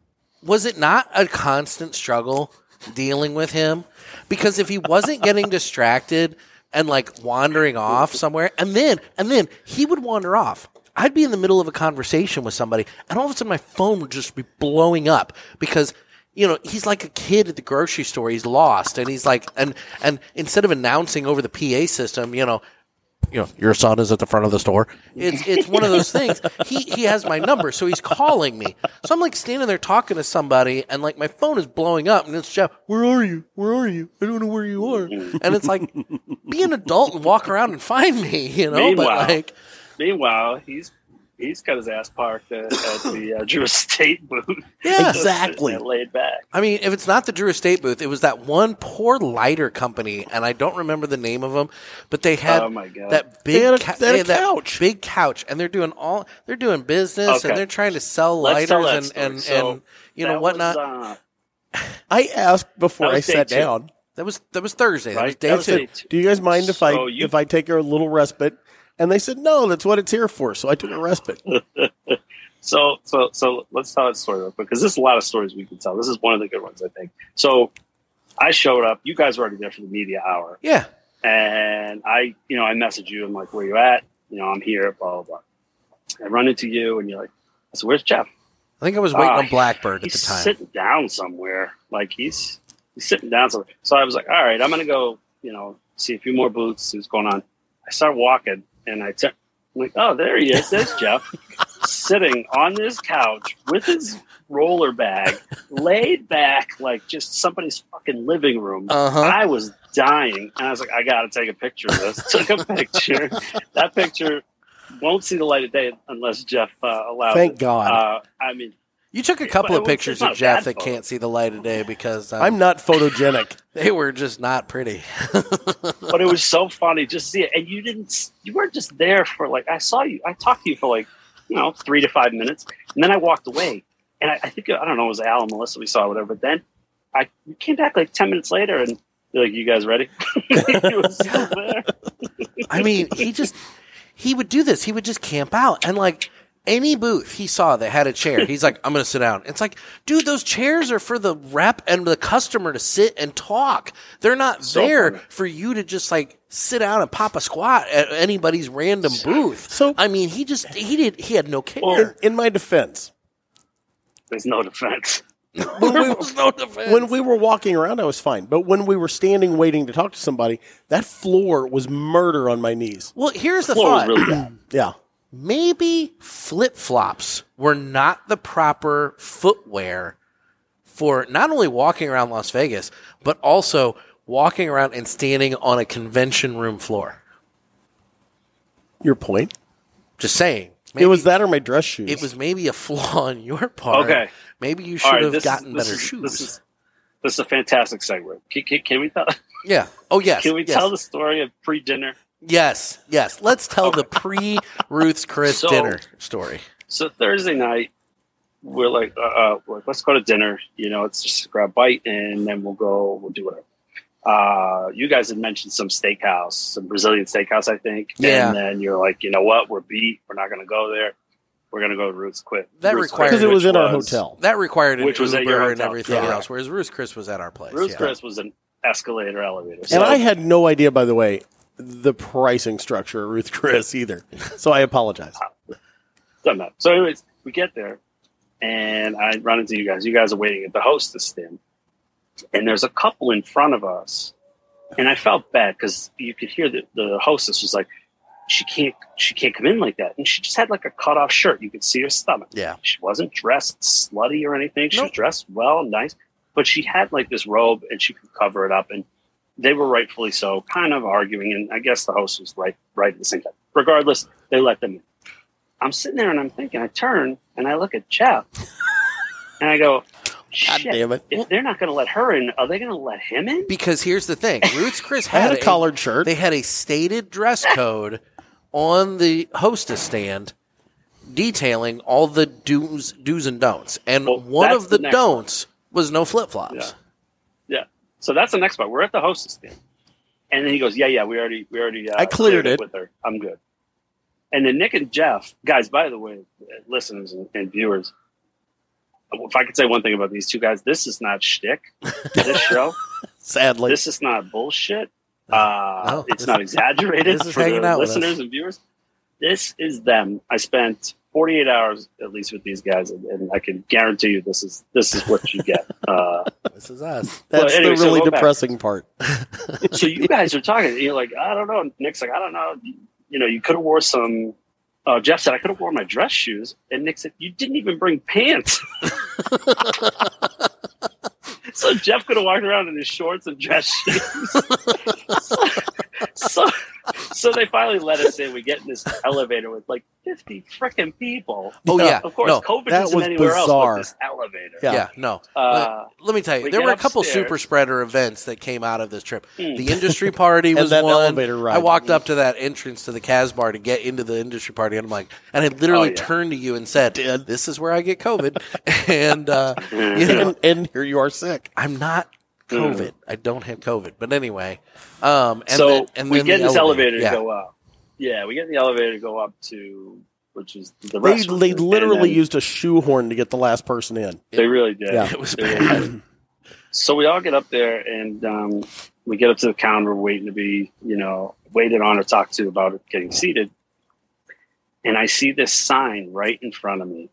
B: was it not a constant struggle dealing with him? Because if he wasn't getting distracted and like wandering off somewhere, and then and then he would wander off. I'd be in the middle of a conversation with somebody, and all of a sudden my phone would just be blowing up because you know, he's like a kid at the grocery store. He's lost, and he's like, and and instead of announcing over the PA system, you know, you know, your son is at the front of the store. It's it's one of those things. He he has my number, so he's calling me. So I'm like standing there talking to somebody, and like my phone is blowing up, and it's Jeff. Where are you? Where are you? I don't know where you are. And it's like, be an adult and walk around and find me. You know,
D: Meanwhile.
B: but like.
D: Meanwhile, he's he's got his ass parked at, at the uh, Drew Estate booth.
B: <laughs> Yeah.
D: Just sitting
C: Exactly.
D: there Laid back.
B: I mean, if it's not the Drew Estate booth, it was that one poor lighter company, and I don't remember the name of them, but they had
D: Oh, my God.
B: that big
C: They had a-
B: cou-
C: they had a
B: had that
C: couch.
B: big couch, and they're doing all they're doing business,
D: Okay.
B: and they're trying to sell
D: Let's
B: lighters
D: tell that
B: and
D: story.
B: and,
D: So,
B: and you know
D: That
B: whatnot.
D: was, uh,
C: I asked before
D: That
C: I
D: was day
C: sat
D: two.
C: down.
B: that was that was Thursday.
D: right?
B: That
D: That
B: was
D: was
B: day two.
D: day two.
C: Do you guys mind if
D: So
C: I
D: you-
C: if I take a little respite? And they said no. That's what it's here for. So I took a respite.
D: So, so, so let's tell that story real quick because there's a lot of stories we can tell. This is one of the good ones, I think. So, I showed up. You guys were already there for the media hour,
B: Yeah,
D: and I, you know, I message you. I'm like, "Where you at? You know, I'm here." Blah blah. blah. I run into you, and you're like, "So where's Jeff?
B: I think I was waiting
D: Ah,
B: on Blackbird at
D: He's
B: the time.
D: sitting down somewhere. Like he's he's sitting down somewhere." So I was like, "All right, I'm gonna go. You know, see a few more booths. See what's going on." I start walking, and I turn. I'm like, "Oh, there he is. There's Jeff." <laughs> sitting on this couch with his roller bag laid back like just somebody's fucking living room.
B: Uh huh.
D: I was dying, and I was like, I gotta take a picture of this. <laughs> Took a picture. that picture won't see the light of day unless Jeff uh, allows.
C: Thank
D: it.
C: God.
D: Uh, I mean,
B: You took a couple
D: it
B: of
D: was-
B: pictures
D: it's not
B: of
D: a
B: Jeff
D: bad
B: that
D: photo.
B: can't see the light of day because um,
C: I'm not photogenic.
B: they were just not pretty.
D: but it was so funny just to see it. And you didn't, you weren't just there for like, I saw you, I talked to you for like, you know, three to five minutes. And then I walked away. And I, I think, I don't know, it was Al and Melissa we saw, or whatever. But then I you came back like 10 minutes later and you're like, you guys ready? <laughs> it was still there.
B: I
D: <laughs>
B: mean, he just he would do this. He would just camp out and like any booth he saw that had a chair, he's like, "I'm going to sit down." It's like, dude, those chairs are for the rep and the customer to sit and talk. They're not
D: So
B: there
D: funny.
B: for you to just like sit down and pop a squat at anybody's random booth.
C: So-
B: I mean, he just he did he had no care.
C: in, in my defense,
D: There's no defense.
B: There was no defense.
C: when we were walking around, I was fine. But when we were standing waiting to talk to somebody, that floor was murder on my knees.
B: well, here's the
D: Floor was
B: thought.
D: really bad.
C: Yeah.
B: maybe flip flops were not the proper footwear for not only walking around Las Vegas, but also walking around and standing on a convention room floor.
C: Your point.
B: Just saying.
C: it was that or my dress shoes.
B: It was maybe a flaw <laughs> on your part.
D: Okay.
B: Maybe you
D: All
B: should
D: right,
B: have
D: this is-
B: gotten
D: this
B: better
D: is-
B: shoes.
D: This is, this is a fantastic segue. Can, can, can we tell?
B: yeah. Oh yes.
D: Can we
B: yes.
D: tell the story of pre-dinner?
B: Yes. Yes. Let's tell the
D: <laughs>
B: pre Ruth's Chris
D: So-
B: dinner story.
D: So Thursday night, we're like, uh, uh, we're like, let's go to dinner. You know, it's just grab a bite and then we'll go. We'll do whatever. Uh, you guys had mentioned some steakhouse, some Brazilian steakhouse, I think.
B: Yeah.
D: And then you're like, you know what? We're beat. We're not going to go there. We're going to go to Roots Quit.
B: That
D: Ruth's
B: required-
D: Chris,
C: because it was
D: which
C: in our hotel.
B: That required an
D: Which was at your
B: Uber and
D: hotel.
B: everything
C: Yeah.
B: else, whereas Ruth's Chris was at our place.
D: Roots
B: yeah.
D: Chris was an escalator elevator.
C: And I had no idea, by the way, the pricing structure of Ruth Chris either. So I apologize.
B: Uh,
D: Doesn't matter. So, anyways, we get there, and I run into you guys. You guys are waiting at the hostess stand, and there's a couple in front of us, and I felt bad because you could hear that the hostess was like, "She can't, she can't come in like that," and she just had like a cut off shirt. You could see her stomach.
B: Yeah.
D: she wasn't dressed slutty or anything. She
B: Nope.
D: was dressed well, nice, but she had like this robe, and she could cover it up and. They were rightfully so, kind of arguing, and I guess the host was right, right at the same time. Regardless, they let them in. I'm sitting there and I'm thinking, I turn and I look at
C: <laughs>
D: Jeff and I go,
C: God
D: Shit,
C: damn it.
D: if they're not going to let her in, are they going to let him in?
B: Because here's the
D: <laughs>
B: thing, Ruth's Chris
C: I
B: had,
C: had a collared shirt.
B: They had a stated dress code on the hostess stand, detailing all the do's do's and don'ts, and
D: Well,
B: one
D: that's
B: of the,
D: the next one.
B: don'ts was no flip flops.
D: Yeah. So that's the next part. We're at the hostess stand. And then he goes, Yeah, yeah, we already, we already, uh,
C: I cleared it.
D: with her. I'm good. And then Nick and Jeff, guys, by the way, uh, listeners and, and viewers, if I could say one thing about these two guys, this is not shtick, this show.
C: Sadly,
D: this is not bullshit. Uh,
B: No,
D: it's
B: this-
D: not exaggerated
B: this is
D: for
B: hanging
D: the
B: out with us.
D: listeners and viewers. This is them. I spent 48 hours at least with these guys, and, and I can guarantee you this is this is what you get. Uh,
B: This is
D: <laughs>
B: us.
C: That's
D: Well, anyway,
C: the
D: so
C: really
D: go back.
C: depressing part.
D: so you guys are talking. You're like, I don't know. Nick's like, I don't know. You know, you could have wore some. Uh, Jeff said I could have worn my dress shoes, and Nick said you didn't even bring pants. <laughs> so Jeff could have walked around in his shorts and dress shoes. <laughs> so, so, so they finally let us in. We get in this elevator with like fifty freaking people.
B: Oh
C: Yeah,
B: yeah,
D: Of course,
B: No,
D: COVID
C: that
D: isn't
C: was
D: anywhere
C: bizarre.
D: else but this elevator.
B: yeah.
C: Yeah.
B: no.
D: Uh,
B: Let me tell you,
D: we
B: there
D: get
B: were a couple
D: upstairs.
B: super spreader events that came out of this trip.
D: Mm.
B: The industry
C: <laughs>
B: party
C: And
B: was
C: that
B: one.
C: elevator ride.
B: I walked up to that entrance to the Casbar to get into the industry party, and I'm like, and I literally
D: Oh, yeah.
B: turned to you and said, "This is where I get COVID," <laughs> and uh,
C: <laughs>
B: you know,
D: <laughs>
C: and, and here you are sick.
B: I'm not
D: Mm.
B: COVID. I don't have COVID. But anyway, um, and
D: so
B: then, and
D: we
B: then
D: get
B: the
D: in this elevator,
B: Yeah.
D: to go up. Yeah, we get in the elevator to go up to which is the
C: They,
D: restaurant.
C: they literally
D: And
C: used a shoehorn to get the last person in.
D: They really did.
C: Yeah.
B: <laughs> It was
D: They
B: bad.
D: really did. so we all get up there and um, we get up to the counter, waiting to be, you know, waited on or talked to about getting seated. And I see this sign right in front of me,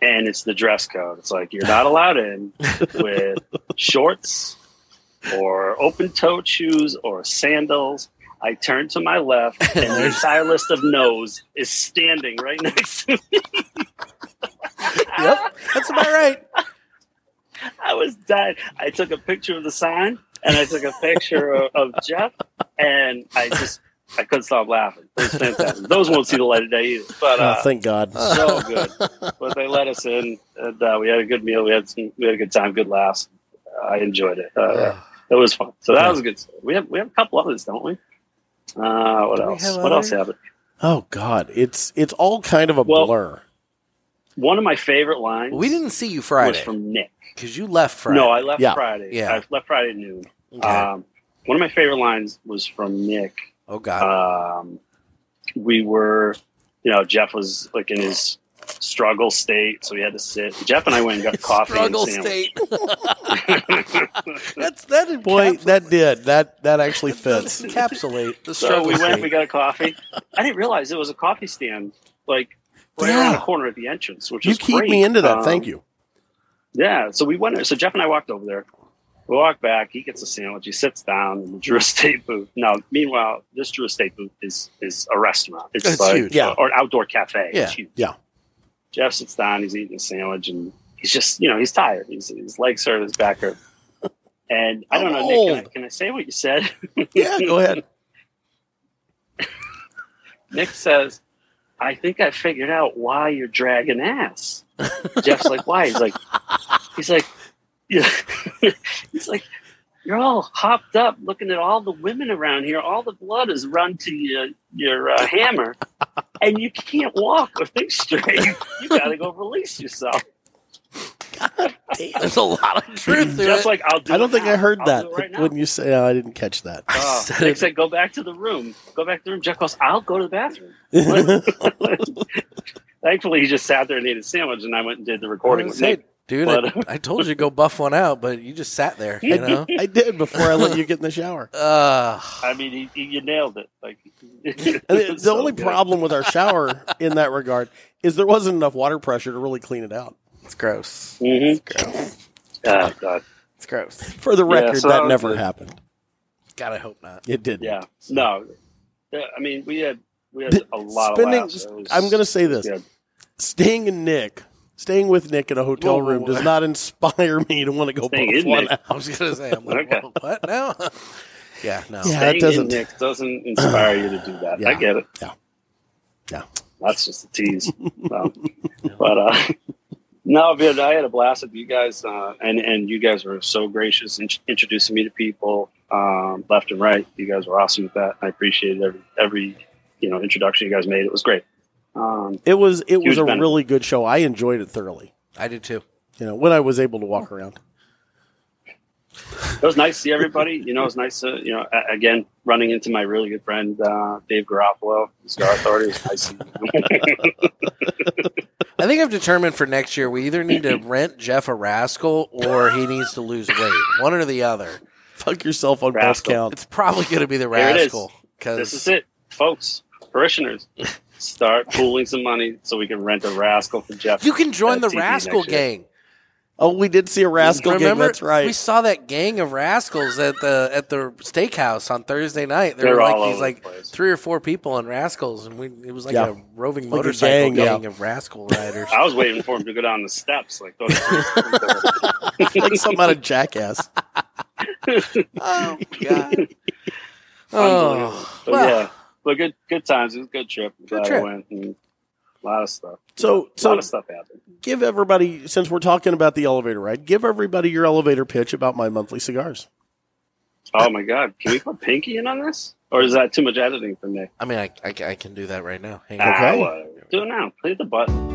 D: and it's the dress code. It's like you're not allowed in with shorts or open-toed shoes or sandals. I turn to my left, and the entire list of no's is standing right next to me.
B: Yep, that's about right.
D: I was dying. I took a picture of the sign and I took a picture of, of Jeff, and I just I couldn't stop laughing. It was fantastic. Those won't see the light of day either, but
C: Oh,
D: uh,
C: thank God.
D: so good. But they let us in, and uh, we had a good meal. We had some, we had a good time, good laughs. I enjoyed it. Uh, it was fun. So that was a good. We have we have a couple others, don't we? Uh, what
B: Do we
D: else?
B: have
D: What else
B: others?
D: happened?
C: Oh God, it's it's all kind of a
D: Well,
C: blur.
D: One of my favorite lines
B: We didn't see you
D: was
B: Friday
D: from Nick.
B: because you left Friday.
D: No, I left
C: Yeah.
D: Friday.
B: Yeah.
D: I left Friday at noon.
B: Okay.
D: Um, one of my favorite lines was from Nick.
B: oh God.
C: Uh,
D: Um, we were, you know, Jeff was like in his struggle state, so we had to sit. Jeff and I went and
C: <laughs>
D: got coffee.
B: Struggle
D: and sandwich.
B: state. That's that.
C: Boy,
B: encapsulates-
C: that did that that <laughs> actually fits.
B: encapsulate the
D: <laughs> <laughs> So
B: struggle
D: we
B: state.
D: went, we got a coffee. I didn't realize it was a coffee stand, like right
B: Yeah.
D: around the corner at the entrance, which
C: you
D: is
C: keep
D: great.
C: me into that.
D: Um,
C: Thank <laughs> you.
D: Yeah, so we went. So Jeff and I walked over there. We walk back. He gets a sandwich. He sits down in the Drew <laughs> Estate booth. Now, meanwhile, this Drew Estate booth is is a restaurant. It's,
B: It's
D: like,
B: huge.
C: Yeah.
D: or an outdoor cafe.
B: Yeah.
D: It's huge.
C: Yeah.
D: Jeff sits down. He's eating a sandwich, and he's just you know he's tired. He's, his legs hurt. His back hurt. And I don't
C: I'm
D: know, Nick. Can I,
C: old.
D: can I say what you said?
C: Yeah, go ahead.
D: Nick says, I think I figured out why you're dragging ass. Jeff's like, why? He's like, he's like, <laughs> yeah. he's like, you're all hopped up looking at all the women around here. All the blood has run to your, your uh, hammer, and you can't walk or think straight. You got to go
C: <laughs>
D: release yourself.
B: There's a lot of truth to
D: Jeff's
B: it.
D: like, I'll do
C: <laughs> I don't
D: it
C: think
D: now.
C: I heard
D: I'll
C: that
D: do it right now."
C: when you say oh, I didn't catch that.
B: I
D: Oh,
B: said
D: Nick
B: it.
D: said, go back to the room. Go back to the room. Jeff goes, I'll go to the
B: <laughs>
D: bathroom. <laughs> Thankfully, he just sat there and ate his sandwich, and I went and did the recording with
B: Hey,
D: Nick.
B: dude,
D: but-
B: I, I told you to go buff one out, but you just sat there.
D: <laughs>
B: You know.
C: I did before I let you get in the shower.
B: Uh,
D: I mean, he, he, you nailed it. Like <laughs>
C: And the the
D: so
C: only
D: good.
C: problem with our
D: <laughs>
C: shower in that regard is there wasn't enough water pressure to really clean it out.
B: it's gross.
D: Mhm.
B: It's gross.
D: Oh, God.
B: It's gross.
C: For the
D: Yeah,
C: record,
D: so that
C: that
D: was
C: never
D: it.
C: happened.
B: God, I hope not.
C: It did.
D: Yeah. No. Yeah, I mean, we had we had
C: The-
D: a lot
C: spending-
D: of laughs. It was-
C: I'm going to say this:
D: yeah.
C: staying in Nick, staying with Nick in a hotel
B: Whoa, whoa,
C: room
B: whoa.
C: does not inspire me to want to go
D: Staying
C: buff
D: in
C: one
D: Nick.
C: out.
B: I was gonna say, I'm like,
D: Okay.
B: what now? <laughs> yeah, no.
C: Yeah,
D: Staying
C: that doesn't.
D: in Nick doesn't inspire you to do that. I
C: Yeah.
D: get it.
C: Yeah. Yeah.
D: That's just a
C: <laughs>
D: tease. No. But uh, no, man, I had a blast with you guys, uh, and and you guys were so gracious in introducing me to people um, left and right. You guys were awesome with that. I appreciated every every you know introduction you guys made. It was great. Um,
C: It was. It was
D: Huge
C: a
D: benefit.
C: really good show. I enjoyed it thoroughly.
B: I did too.
C: You know, when I was able to walk
D: Oh.
C: around. <laughs>
D: it was nice to see everybody. You know, it was nice to you know a- again running into my really good friend uh, Dave Garofalo, Star Authority. It was nice. to see him.
B: I think I've determined for next year we either need to <clears throat> rent Jeff a rascal or he needs to lose weight. One or the other.
C: Fuck yourself on both
D: Rascal.
C: counts.
B: It's probably going to be the
D: There it is.
B: rascal. Cause
D: this is it, folks.
B: <laughs>
D: parishioners. Start pooling some money so we can rent a rascal for Jeff.
B: You can join
D: at
B: the
D: TV
B: Rascal
D: next year.
B: Gang.
C: Oh, we did see a rascal gang.
B: Remember,
C: That's right.
B: We
C: <laughs>
B: saw that gang of rascals at the at the steakhouse on Thursday night. There
D: They're
B: were
D: all
B: like these
D: over
B: like
D: the place.
B: three or four people in rascals, and we it was like
C: Yeah.
B: a roving
C: Like a
B: motorcycle
C: gang,
B: gang,
C: yeah.
B: of rascal
D: <laughs>
B: riders.
D: I was waiting for him to go down the steps. Like,
B: <laughs>
D: those
C: like something out of Jackass.
B: oh god!
D: Unbelievable.
B: <laughs> Oh
D: <laughs> But
B: well,
D: yeah, but good good times. It was a good trip. I'm
B: Good
D: Glad
B: trip.
D: I went. And a lot of stuff.
C: So,
D: A lot
C: so
D: of stuff happened.
C: give everybody since we're talking about the elevator ride, give everybody your elevator pitch about my monthly cigars.
D: Oh my god! Can we put Pinky in on this, or is that too much editing for me?
B: I mean, I, I I can do that right now. Hang on.
C: Okay.
D: Ah, whatever. do it now. Play the button.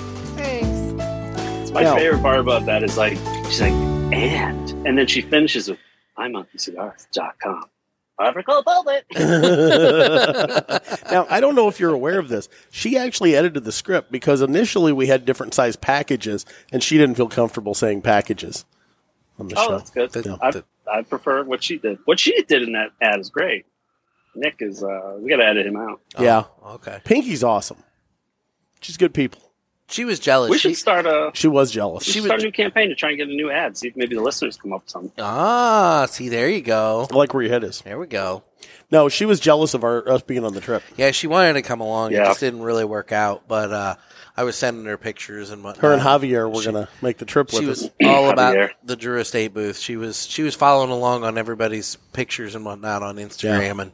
D: It's my
C: Yeah.
D: favorite part about that is like she's like and, and then she finishes with I'm on cigars.com. Offer code Velvet.
C: now, I don't know if you're aware of this. She actually edited the script because initially we had different size packages, and she didn't feel comfortable saying packages on the
D: Oh,
C: show.
D: that's good.
B: The-
D: I,
B: the-
D: I prefer what she did. What she did in that ad is great. Nick is uh we gotta edit him out.
C: Yeah,
B: Oh, okay.
C: Pinky's awesome. She's good people.
B: She was jealous.
D: We
B: She-
D: should start a
C: She was jealous.
D: we should start a new campaign to try and get a new ad, see if maybe the listeners come up with something.
B: Ah, see, there you go.
C: I like where your head is.
B: There we go.
C: No, she was jealous of our us being on the trip.
B: Yeah, she wanted to come along. It
D: Yeah.
B: just didn't really work out. But uh, I was sending her pictures and whatnot.
C: Her and Javier were gonna make the trip with
B: She
C: us.
B: was all about
D: Javier.
B: the Drew Estate booth. She was she was following along on everybody's pictures and whatnot on Instagram, and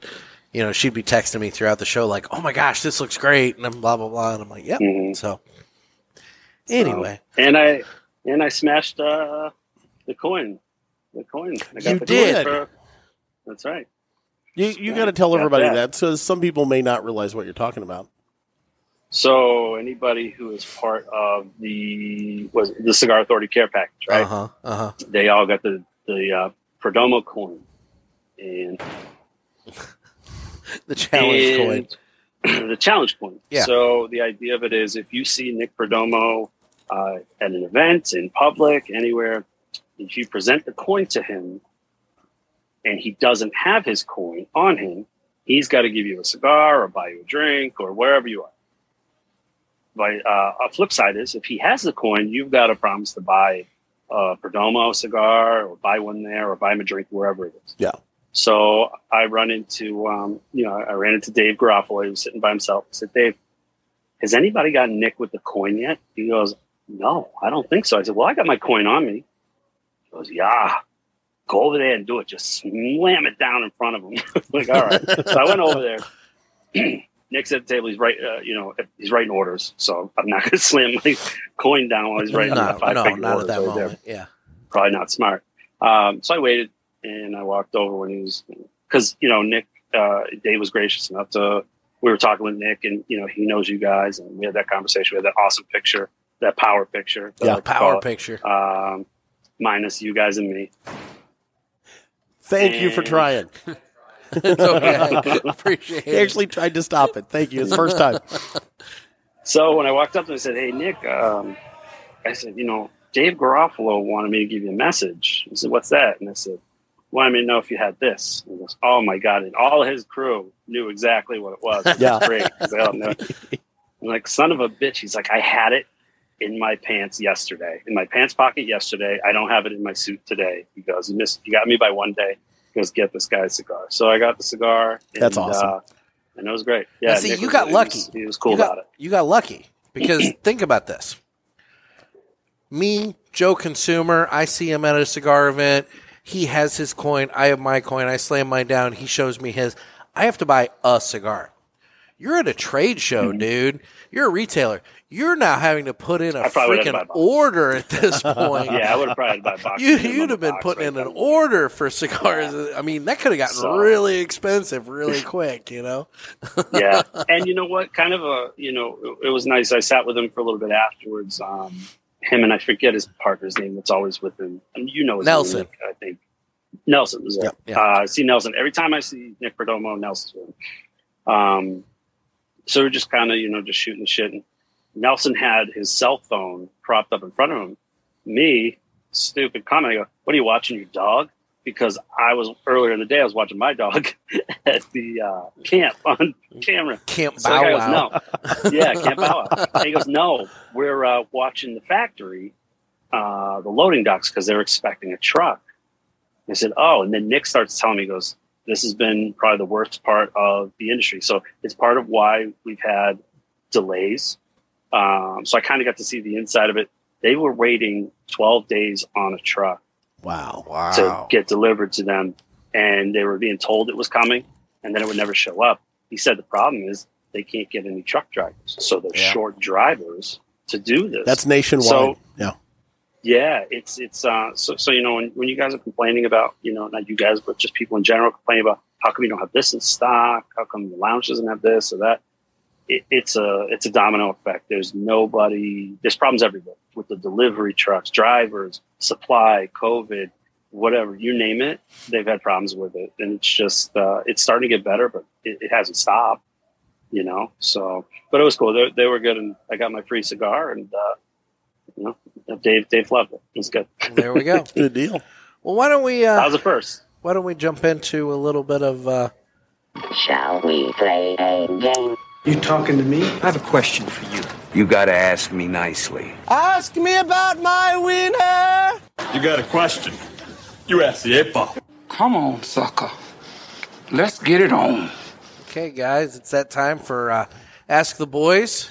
B: you know she'd be texting me throughout the show like, "Oh my gosh, this looks great," and then blah blah blah, and I'm like, "Yep."
D: Mhm.
B: So anyway,
D: And I and I smashed uh the coin. The coin. I
B: You
D: the
B: did.
D: for- that's right.
C: You you got to tell
D: Got
C: everybody
D: that.
C: that, so some people may not realize what you're talking about.
D: So anybody who is part of the was it the Cigar Authority Care Package, right?
B: uh huh, uh huh.
D: They all got the the uh, Perdomo coin and
B: The challenge coin.
D: coin, <clears throat> the challenge coin.
B: Yeah.
D: So the idea of it is, if you see Nick Perdomo uh, at an event in public, anywhere, if you present the coin to him, and he doesn't have his coin on him, he's got to give you a cigar or buy you a drink or wherever you are. But uh, a flip side is, if he has the coin, you've got to promise to buy a Perdomo cigar or buy one there or buy him a drink wherever it is.
C: Yeah.
D: So I run into, um, you know, I ran into Dave Garofalo. He was sitting by himself. I said, Dave, has anybody got Nick with the coin yet? He goes, No, I don't think so. I said, Well, I got my coin on me. He goes, Yeah, go over there and do it. Just slam it down in front of him. <laughs> like, all right. So I went over there. <clears throat> Nick's at the table. He's right, uh, you know, he's writing orders. So I'm not going to <laughs> slam my coin down while he's writing
B: no,
D: that five
B: no,
D: figure
B: not at
D: orders
B: that
D: right there
B: moment. Yeah.
D: probably not smart. Um, so I waited and I walked over when he was, because, you know, Nick, uh, Dave was gracious enough to, we were talking with Nick and, you know, he knows you guys and we had that conversation. We had that awesome picture, that power picture. that I
C: Yeah,
D: like to
B: Power
D: call it,
B: picture.
D: Um, minus you guys and me.
C: Thank you for
D: Mm.
C: trying.
B: <laughs> It's okay. Appreciate
C: He
B: it.
C: actually tried to stop it. Thank you. It's the first time.
D: So when I walked up to him, I said, Hey, Nick, um, I said, you know, Dave Garofalo wanted me to give you a message. He said, What's that? And I said, Wanted me to know if you had this. And he goes, Oh my God. And all his crew knew exactly what it was. It was
C: Yeah.
D: Great. He's like,
B: <laughs>
D: "Oh, no." I'm like, Son of a bitch. He's like, I had it in my pants yesterday, in my pants pocket yesterday. I don't have it in my suit today. He goes, You missed, you got me by one day. He goes, Get this guy a cigar. So I got the cigar. And,
C: That's awesome.
D: Uh, and it was great.
B: Now,
D: Yeah.
B: see,
D: Nick
B: you
D: was-
B: got
D: he was-
B: lucky.
D: He was cool
B: you got,
D: about it.
B: You got lucky <clears throat> because think about this. Me, Joe Consumer, I see him at a cigar event. He has his coin. I have my coin. I slam mine down. He shows me his. I have to buy a cigar. You're at a trade show, dude. You're a retailer. You're now having to put in a
D: I probably would've
B: freaking
D: bought a box.
B: order at <laughs> this point.
D: Yeah, I would have probably bought boxes.
B: You,
D: of them
B: you'd
D: on
B: have
D: the
B: been
D: box
B: putting
D: right
B: in an
D: then.
B: order for cigars. I mean, that could have gotten
D: So-
B: really expensive <laughs> really quick, you know?
D: yeah <laughs> and you know what kind of a you know it, it was nice i sat with him for a little bit afterwards um him and i forget his partner's name that's always with him and you know his
B: Nelson.
D: name, Nick, i think nelson was it
C: Yep,
B: yeah.
D: Uh, i see nelson every time i see nick perdomo nelson's with him um so we're just kind of you know just shooting the shit and nelson had his cell phone propped up in front of him me stupid comment i go what are you watching your dog because I was earlier in the day, I was watching my dog <laughs> at the uh, camp on camera,
B: Camp
D: so
B: Bow
D: the
B: Wow.
D: guy goes, no. Yeah, Camp Bow Wow. And he goes, no, we're uh, watching the factory, uh, the loading docks, because they're expecting a truck. I said, oh. And then Nick starts telling me, he goes, this has been probably the worst part of the industry. So it's part of why we've had delays. Um, so I kind of got to see the inside of it. They were waiting 12 days on a truck
C: Wow.
D: to
B: Wow.
D: get delivered to them and they were being told it was coming and then it would never show up he said the problem is they can't get any truck drivers so they're
B: Yeah.
D: short drivers to do this
C: That's nationwide.
D: So-
C: yeah.
D: yeah it's it's uh so, so you know when, when you guys are complaining about you know not you guys but just people in general complaining about how come you don't have this in stock how come the lounge doesn't have this or that it, it's a it's a domino effect there's nobody there's problems everywhere with the delivery trucks drivers supply covid whatever you name it they've had problems with it and it's just uh, it's starting to get better but it, it hasn't stopped you know so but it was cool they, they were good and i got my free cigar and uh, you know dave dave loved it it was <laughs> good
B: There we go.
C: Good deal.
B: Well, why don't we
D: <laughs> that
B: uh,
D: was the first
B: why don't we jump into a little bit of uh,
F: Shall we play a game?
G: You talking to me? I have a question for you.
H: You gotta ask me nicely.
G: Ask me about my winner.
I: You got a question? You ask the eight ball.
J: Come on, sucker. Let's get it on.
B: Okay, guys, it's that time for uh, Ask the Boys.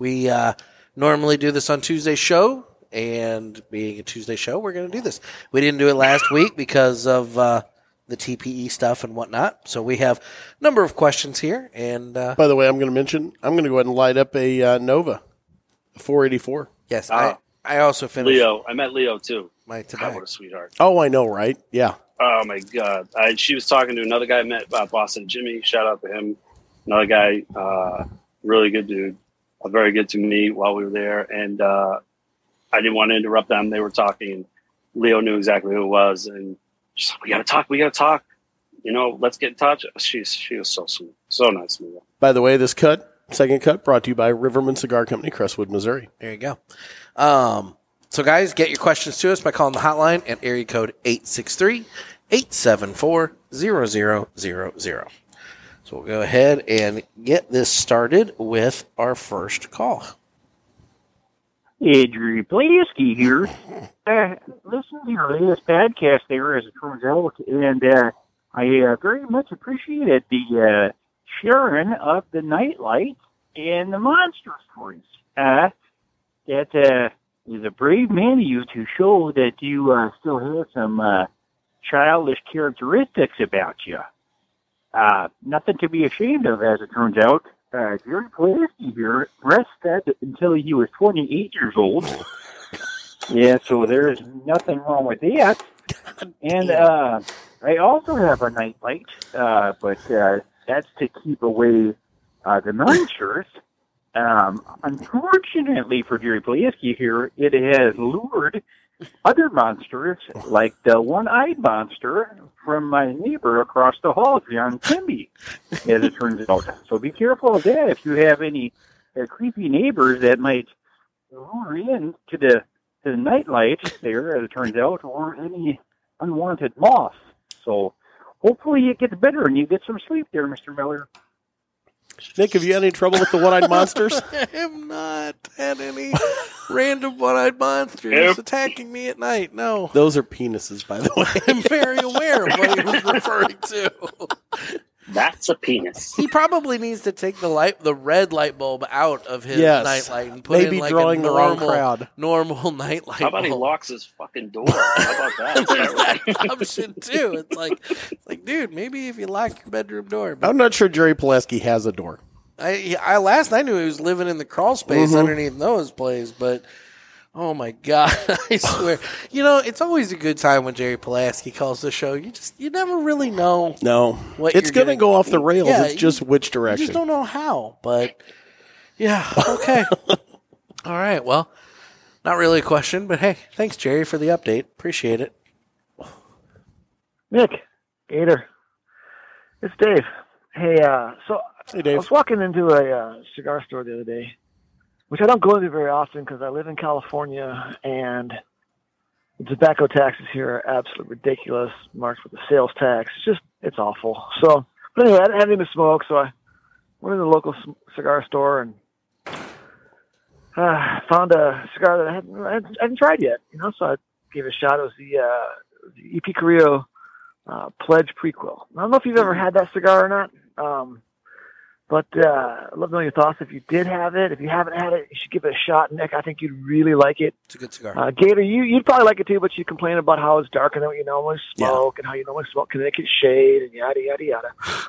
B: We uh, normally do this on Tuesday show, and being a Tuesday show, we're going to do this. We didn't do it last week because of uh, the TPE stuff and whatnot. So we have a number of questions here, and uh,
C: By the way, I'm going to mention, I'm going to go ahead and light up a uh, Nova 484.
B: yes,
D: Ah.
B: I, I also finished
D: leo i met leo too
B: my
D: God, what
B: tobacco.
D: a sweetheart
C: Oh, I know, right? Yeah.
D: Oh my god! I, she was talking to another guy I met uh, Boston Jimmy. Shout out to him. Another guy, uh, really good dude, uh, very good to me while we were there. And uh, I didn't want to interrupt them. They were talking. And Leo knew exactly who it was, and she's like, "We got to talk. We got to talk. You know, let's get in touch." She's she was so sweet, so nice, Leo.
C: By the way, this cut, second cut, brought to you by Riverman Cigar Company, Crestwood, Missouri.
B: There you go. Um, so, guys, get your questions to us by calling the hotline at area code 863 874 0000. So, we'll go ahead and get this started with our first call.
K: Adrian Plasky here. <laughs> Uh, listen to your latest podcast there as it turns out, and uh, I uh, very much appreciated the uh, sharing of the nightlight and the monster stories. Uh, that uh, is a brave man of you to show that you uh, still have some uh, childish characteristics about you. Uh, nothing to be ashamed of, as it turns out. Uh, Jerry Plasky here breastfed until he was 28 years old. <laughs> yeah, so there's nothing wrong with that. And uh, I also have a nightlight, uh, but uh, that's to keep away uh, the munchers. Um, unfortunately for Jerry Plasky here, it has lured other monsters, like the one-eyed monster from my neighbor across the hall, John Timby, as it turns out. So be careful of that if you have any uh, creepy neighbors that might lure in to the to the nightlight there, as it turns out, or any unwanted moth. So hopefully it gets better and you get some sleep there, Mr. Miller.
C: Nick, have you had any trouble with the
B: <laughs>
C: one eyed monsters?
B: I have not had any random one eyed monsters
D: Nope.
B: attacking me at night. No.
C: Those are penises, by the way.
B: I'm very aware of what he <laughs> was referring to.
D: That's a penis.
B: He probably needs to take the light, the red light bulb out of his
C: Yes.
B: nightlight and put
C: Maybe
B: in like
C: drawing
B: a
C: the wrong
B: normal,
C: crowd.
B: normal <laughs> nightlight.
D: How about he
B: bulb.
D: <laughs> locks his fucking door? How about
B: There's
D: that?
B: that option too. It's like, it's like, dude, maybe if you lock your bedroom door. But
C: I'm not sure Jerry Pulaski has a door.
B: I, I last I knew he was living in the crawl space
C: Mm-hmm.
L: Mhm.
B: underneath Noah's place, but oh my god, <laughs> I swear, you know it's always a good time when Jerry Pulaski calls the show. You just you never really know.
C: No,
B: What
C: it's
B: you're
C: going to
B: gonna-
C: go off the rails.
B: Yeah,
C: it's
B: you-
C: just which
B: You
C: direction.
B: just don't know how, but yeah,
C: <laughs>
B: okay, all right. Well, not really a question, but hey, thanks Jerry for the update. Appreciate it.
K: Nick, Gator, it's Dave. Hey, uh, so
C: hey,
K: I was walking into a uh, cigar store the other day, which I don't go into very often because I live in California and the tobacco taxes here are absolutely ridiculous, marked with a sales tax. It's just, it's awful. So, but anyway, I didn't have anything to smoke, so I went to the local c- cigar store and uh, found a cigar that I hadn't, I hadn't, I hadn't tried yet, you know, so I gave it a shot. It was the, uh, the EP Carrillo uh, Pledge prequel. I don't know if you've ever had that cigar or not, um, but uh, I'd love to know your thoughts. If you did have it, if you haven't had it, you should give it a shot, Nick. I think you'd really like it.
B: It's a good cigar.
K: Uh, Gator, you, you'd probably like it too, but you complain about how it's darker than what you normally smoke and how you normally smoke Connecticut shade and yada, yada, yada.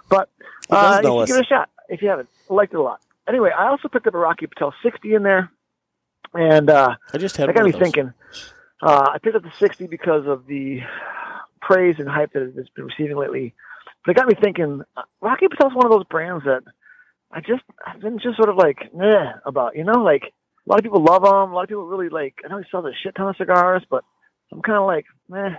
K: But
C: He does
K: uh, you
C: know
K: should
C: us.
K: give it a shot if you haven't. I liked it a lot. Anyway, I also picked up a Rocky Patel 60 in there. And uh,
C: I just had
K: that got
C: one
K: me
C: of those.
K: thinking. Uh, I picked up the 60 because of the praise and hype that it's been receiving lately. But it got me thinking. uh, Rocky Patel's one of those brands that I just I've been just sort of like meh about. You know, like a lot of people love them. A lot of people really like. I know he sells a shit ton of cigars, but I'm kind of like meh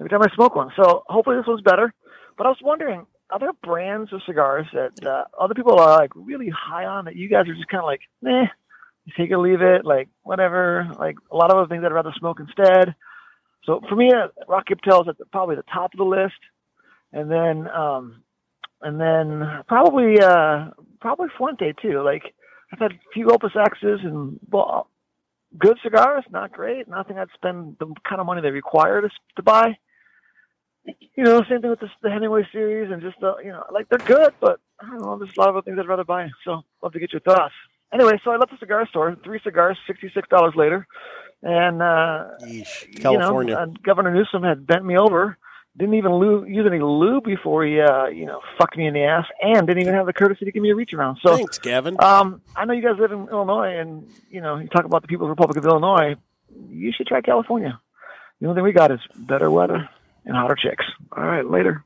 K: every time I smoke one. So hopefully this one's better. But I was wondering, are there brands of cigars that uh, other people are like really high on that you guys are just kind of like meh you take it, or leave it, like whatever. Like a lot of other things I'd rather smoke instead. So for me, uh, Rocky Patel is at the, probably the top of the list, and then um, and then probably uh, probably Fuente too. Like I've had a few Opus X's and well, good cigars, not great. Nothing I'd spend the kind of money they require to, s- to buy. You know, same thing with this, the Hemingway series and just the, you know, like they're good, but I don't know. There's a lot of other things I'd rather buy. So love to get your thoughts. Anyway, so I left the cigar store. Three cigars, sixty-six dollars later, and uh,
C: California.
K: You know, uh, Governor Newsom had bent me over. Didn't even lube, use any lube before he, uh, you know, fucked me in the ass, and didn't even have the courtesy to give me a reach around. So
C: Thanks, Gavin.
K: Um, I know you guys live in Illinois, and you know, you talk about the People's Republic of Illinois. You should try California. The only thing we got is better weather and hotter chicks. All right, later.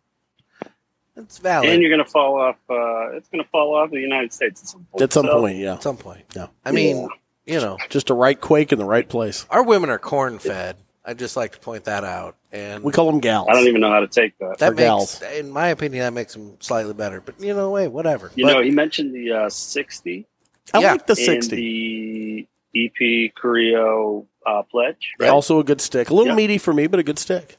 B: It's valid.
D: And you're going to fall off. Uh, it's going to fall off the United States at some point.
C: At some
D: So,
C: point, yeah. At
B: some point,
C: yeah.
B: I mean, you know,
C: just the right quake in the right place.
B: our women are corn fed. I'd just like to point that out. And
C: We call them gals.
D: I don't even know how to take that.
B: that makes, in my opinion, that makes them slightly better. But you know, hey, whatever.
D: You
B: But-
D: know, he mentioned the uh, 60.
B: I Yeah. like the
D: And
B: 60.
D: the EP Creo uh, Pledge. right?
C: Also a good stick. A little
D: Yeah.
C: meaty for me, but a good stick.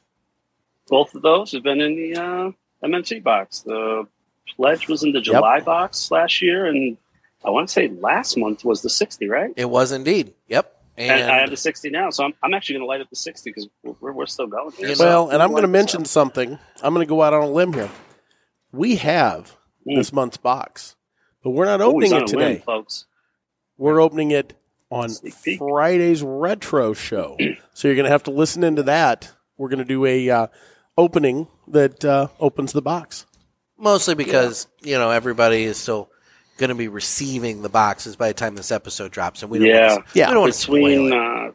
D: Both of those have been in the uh, MMC box. The Pledge was in the July box last year, and I want to say last month was the 60, right?
B: it was indeed. Yep.
D: And, I have the 60 now, so I'm, I'm actually going to light up the 60 because we're, we're still going here. so-
C: Well, and I'm going to mention something. I'm going to go out on a limb here. We have
D: Mm.
C: this month's box, but we're not opening
D: Always on
C: it
D: Oh, a whim,
C: today.
D: folks.
C: We're opening it on Friday's retro
D: <clears throat>
C: show. so you're going to have to listen into that. We're going to do a uh, opening that uh, opens the box.
B: Mostly because you know everybody is still going to be receiving the boxes by the time this episode drops, and we don't
D: yeah,
B: want to, we don't want to spoil it.
D: between uh,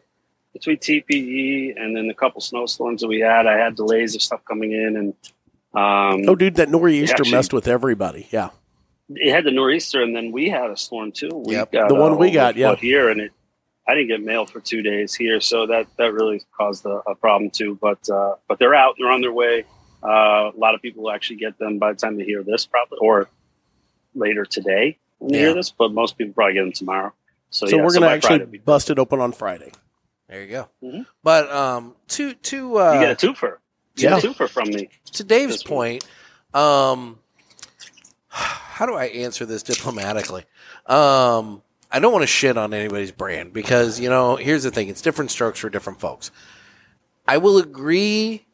D: between TPE and then the couple snowstorms that we had, I had delays of stuff coming in, and um,
C: Oh, dude, that nor'easter
D: actually-
C: messed with everybody. Yeah.
D: it had the nor'easter, and then we had a storm too. We
C: Yep.
D: got
C: The one
D: uh,
C: we got, yeah.
D: overflood here, and it I didn't get mail for two days here, so that that really caused a, a problem too. But uh, but they're out, they're on their way. Uh, a lot of people will actually get them by the time they hear this, probably or later today when they
C: Yeah.
D: hear this. But most people probably get them tomorrow. So,
C: So,
D: yeah,
C: we're
D: so
C: going to
D: by
C: actually
D: Friday, we-
C: bust it open on Friday.
B: There you go. But um, to to uh,
D: Mm-hmm. you get a twofer. You get a twofer from me.
B: to Dave's point, um, how do I answer this diplomatically? Um, I don't want to shit on anybody's brand because you know here's the thing: it's different strokes for different folks. I will agree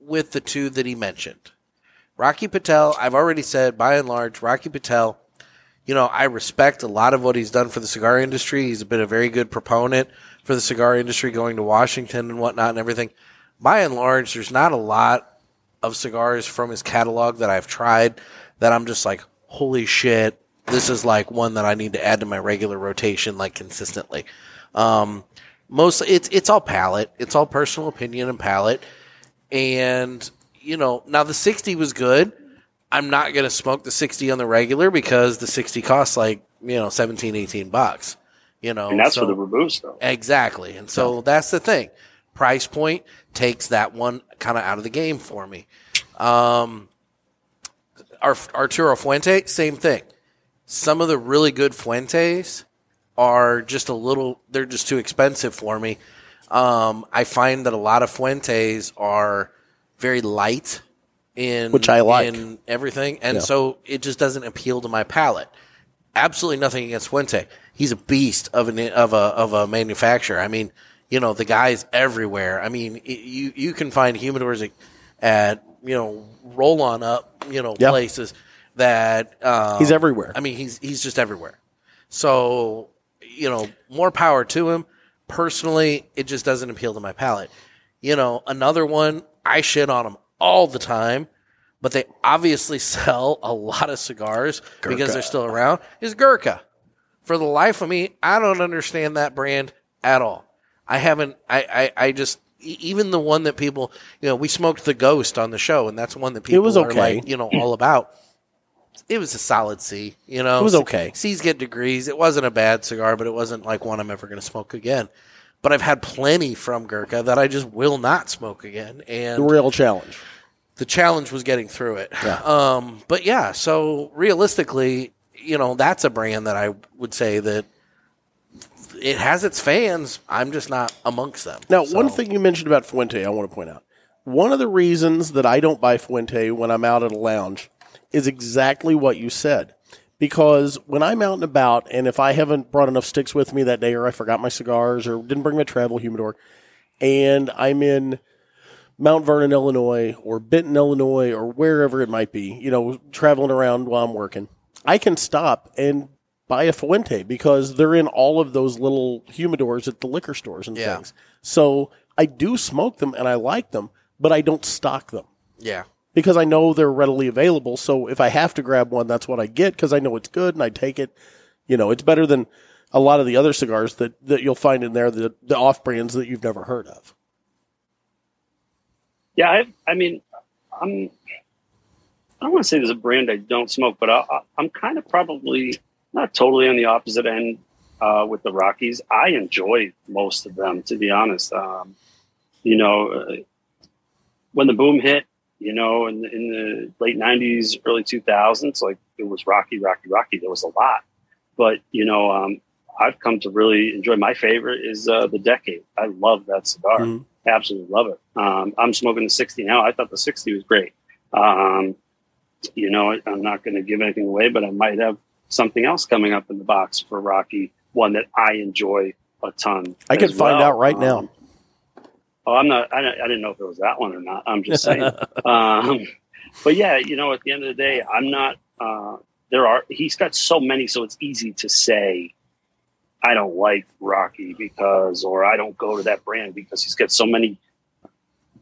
B: with the two that he mentioned. Rocky Patel, I've already said by and large, Rocky Patel, you know, I respect a lot of what he's done for the cigar industry. He's been a very good proponent for the cigar industry going to Washington and whatnot and everything. By and large, there's not a lot of cigars from his catalog that I've tried that I'm just like, holy shit, this is like one that I need to add to my regular rotation like consistently. Um, mostly it's it's all palate, it's all personal opinion and palate. And you know, now the 60 was good. I'm not going to smoke the 60 on the regular because the 60 costs like, you know, 17 18 bucks, you know.
D: and that's
B: so-
D: for the removes though.
B: Exactly. And so that's the thing. Price point takes that one kind of out of the game for me. Um, Ar- Arturo Fuente, same thing. Some of the really good Fuentes are just a little, they're just too expensive for me. Um, I find that a lot of Fuentes are very light in
C: Which I like.
B: in everything, and
C: Yeah.
B: so it just doesn't appeal to my palate absolutely nothing against Fuente. He's a beast of an of a of a manufacturer. I mean, you know, the guy's everywhere. I mean, it, you you can find humidors at, at you know roll on up you know
C: Yeah.
B: places that um,
C: He's everywhere.
B: I mean, he's he's just everywhere. So you know, more power to him. Personally, it just doesn't appeal to my palate. You know, another one I shit on him all the time, but they obviously <laughs> sell a lot of cigars because
L: Gurkha.
B: they're still around. Is Gurkha? For the life of me, I don't understand that brand at all. I haven't. I I, I just e- even the one that people you know we smoked the Ghost on the show, and that's one that people
C: was
B: are
C: okay.
B: like you know all about. It was a solid C, you know.
C: It was okay.
B: C's get degrees. It wasn't a bad cigar, but it wasn't like one I'm ever going to smoke again. But I've had plenty from Gurkha that I just will not smoke again. And
C: The real challenge.
B: the challenge was getting through it.
C: Yeah.
B: <laughs> Um, but yeah, so realistically, you know, that's a brand that I would say that it has its fans. I'm just not amongst them.
C: Now, one thing you mentioned about Fuente, I want to point out. One of the reasons that I don't buy Fuente when I'm out at a lounge is exactly what you said. Because when I'm out and about, and if I haven't brought enough sticks with me that day, or I forgot my cigars, or didn't bring my travel humidor, and I'm in Mount Vernon, Illinois, or Benton, Illinois, or wherever it might be, you know, traveling around while I'm working, I can stop and buy a Fuente because they're in all of those little humidors at the liquor stores and
B: Yeah.
C: things. So I do smoke them and I like them, but I don't stock them
B: Yeah.
C: because I know they're readily available. So if I have to grab one, that's what I get because I know it's good and I take it. You know, it's better than a lot of the other cigars that, that you'll find in there, the, the off brands that you've never heard of.
D: Yeah, I, I mean, I'm. I don't want to say there's a brand I don't smoke, but I, I, I'm kind of probably not totally on the opposite end uh, with the Rockies. I enjoy most of them, to be honest. Um, you know, uh, when the boom hit, you know, in the, in the late '90s, early 2000s, like it was Rocky, Rocky, Rocky. There was a lot, but you know, um, I've come to really enjoy. My favorite is uh, the Decade. I love that cigar
C: Mm-hmm.
D: absolutely love it. Um, I'm smoking the 60 now. I thought the 60 was great. Um, you know, I- I'm not going to give anything away, but I might have something else coming up in the box for Rocky, one that I enjoy a ton.
C: I can
D: as
C: find
D: well.
C: out right
D: Um,
C: now.
D: Oh, I'm not. I, don't- I didn't know if it was that one or not. I'm
C: <laughs>
D: just saying. um, but yeah, you know, at the end of the day, I'm not. Uh, there are. He's got so many, so it's easy to say, I don't like Rocky because, or I don't go to that brand because he's got so many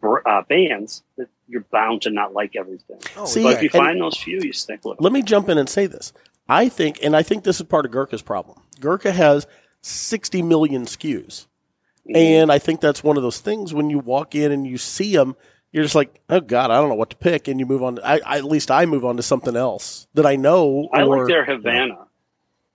D: br- uh, bands that you're bound to not like everything.
B: Oh,
C: See,
D: but if you
C: and-
D: find those few, you stick with them.
C: Let me jump in and say this. I think, and I think this is part of Gurkha's problem. Gurkha has 60 million SKUs. And I think that's one of those things when you walk in and you see them, you're just like, oh God, I don't know what to pick. And you move on. I, I- at least I move on to something else that I know.
D: I
C: or,
D: like their Havana,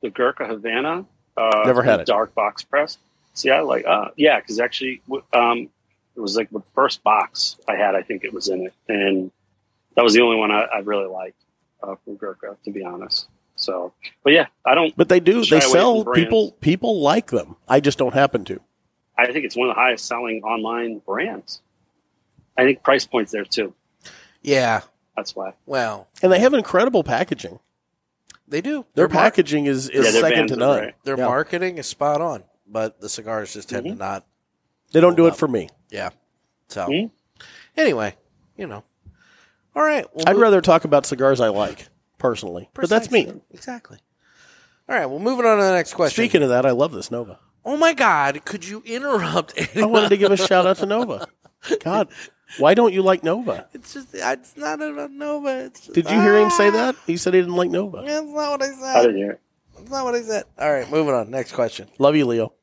D: the Gurkha Havana. Uh,
C: Never had
D: the
C: it.
D: Dark box press. See, I like. Uh, yeah, because actually, w- um, it was like the first box I had. I think it was in it, and that was the only one I, I really liked uh, from Gurkha, to be honest. So, but yeah, I don't.
C: But they do.
D: shy
C: They
D: away
C: sell
D: from brands.
C: people. People like them. I just don't happen to.
D: I think it's one of the highest selling online brands. I think price points there too.
B: Yeah.
D: That's why.
B: Well,
C: And they have incredible packaging.
B: they do.
C: Their,
B: market-
C: packaging is, is second to none.
B: Their
C: Yeah. Mm-hmm.
B: marketing is spot on, but the cigars just tend to not.
C: They don't do it for me.
B: Yeah. So
C: Hmm?
B: anyway, you know. All right. Well,
C: I'd
B: mo-
C: rather talk about cigars I like personally, but that's me.
B: Precisely. Exactly. All right. Well, moving on to the next question.
C: Speaking of that, I love this Nova.
B: Oh my God! Could you interrupt?
C: I wanted to give a shout out to Nova. God, Why don't you like Nova?
B: It's just it's not about Nova. It's just, ah,
C: Did you hear him say that? He said he didn't like Nova.
B: That's not what I said.
C: I didn't hear it.
B: That's not what I said. All right, moving on. Next question.
C: Love you, Leo.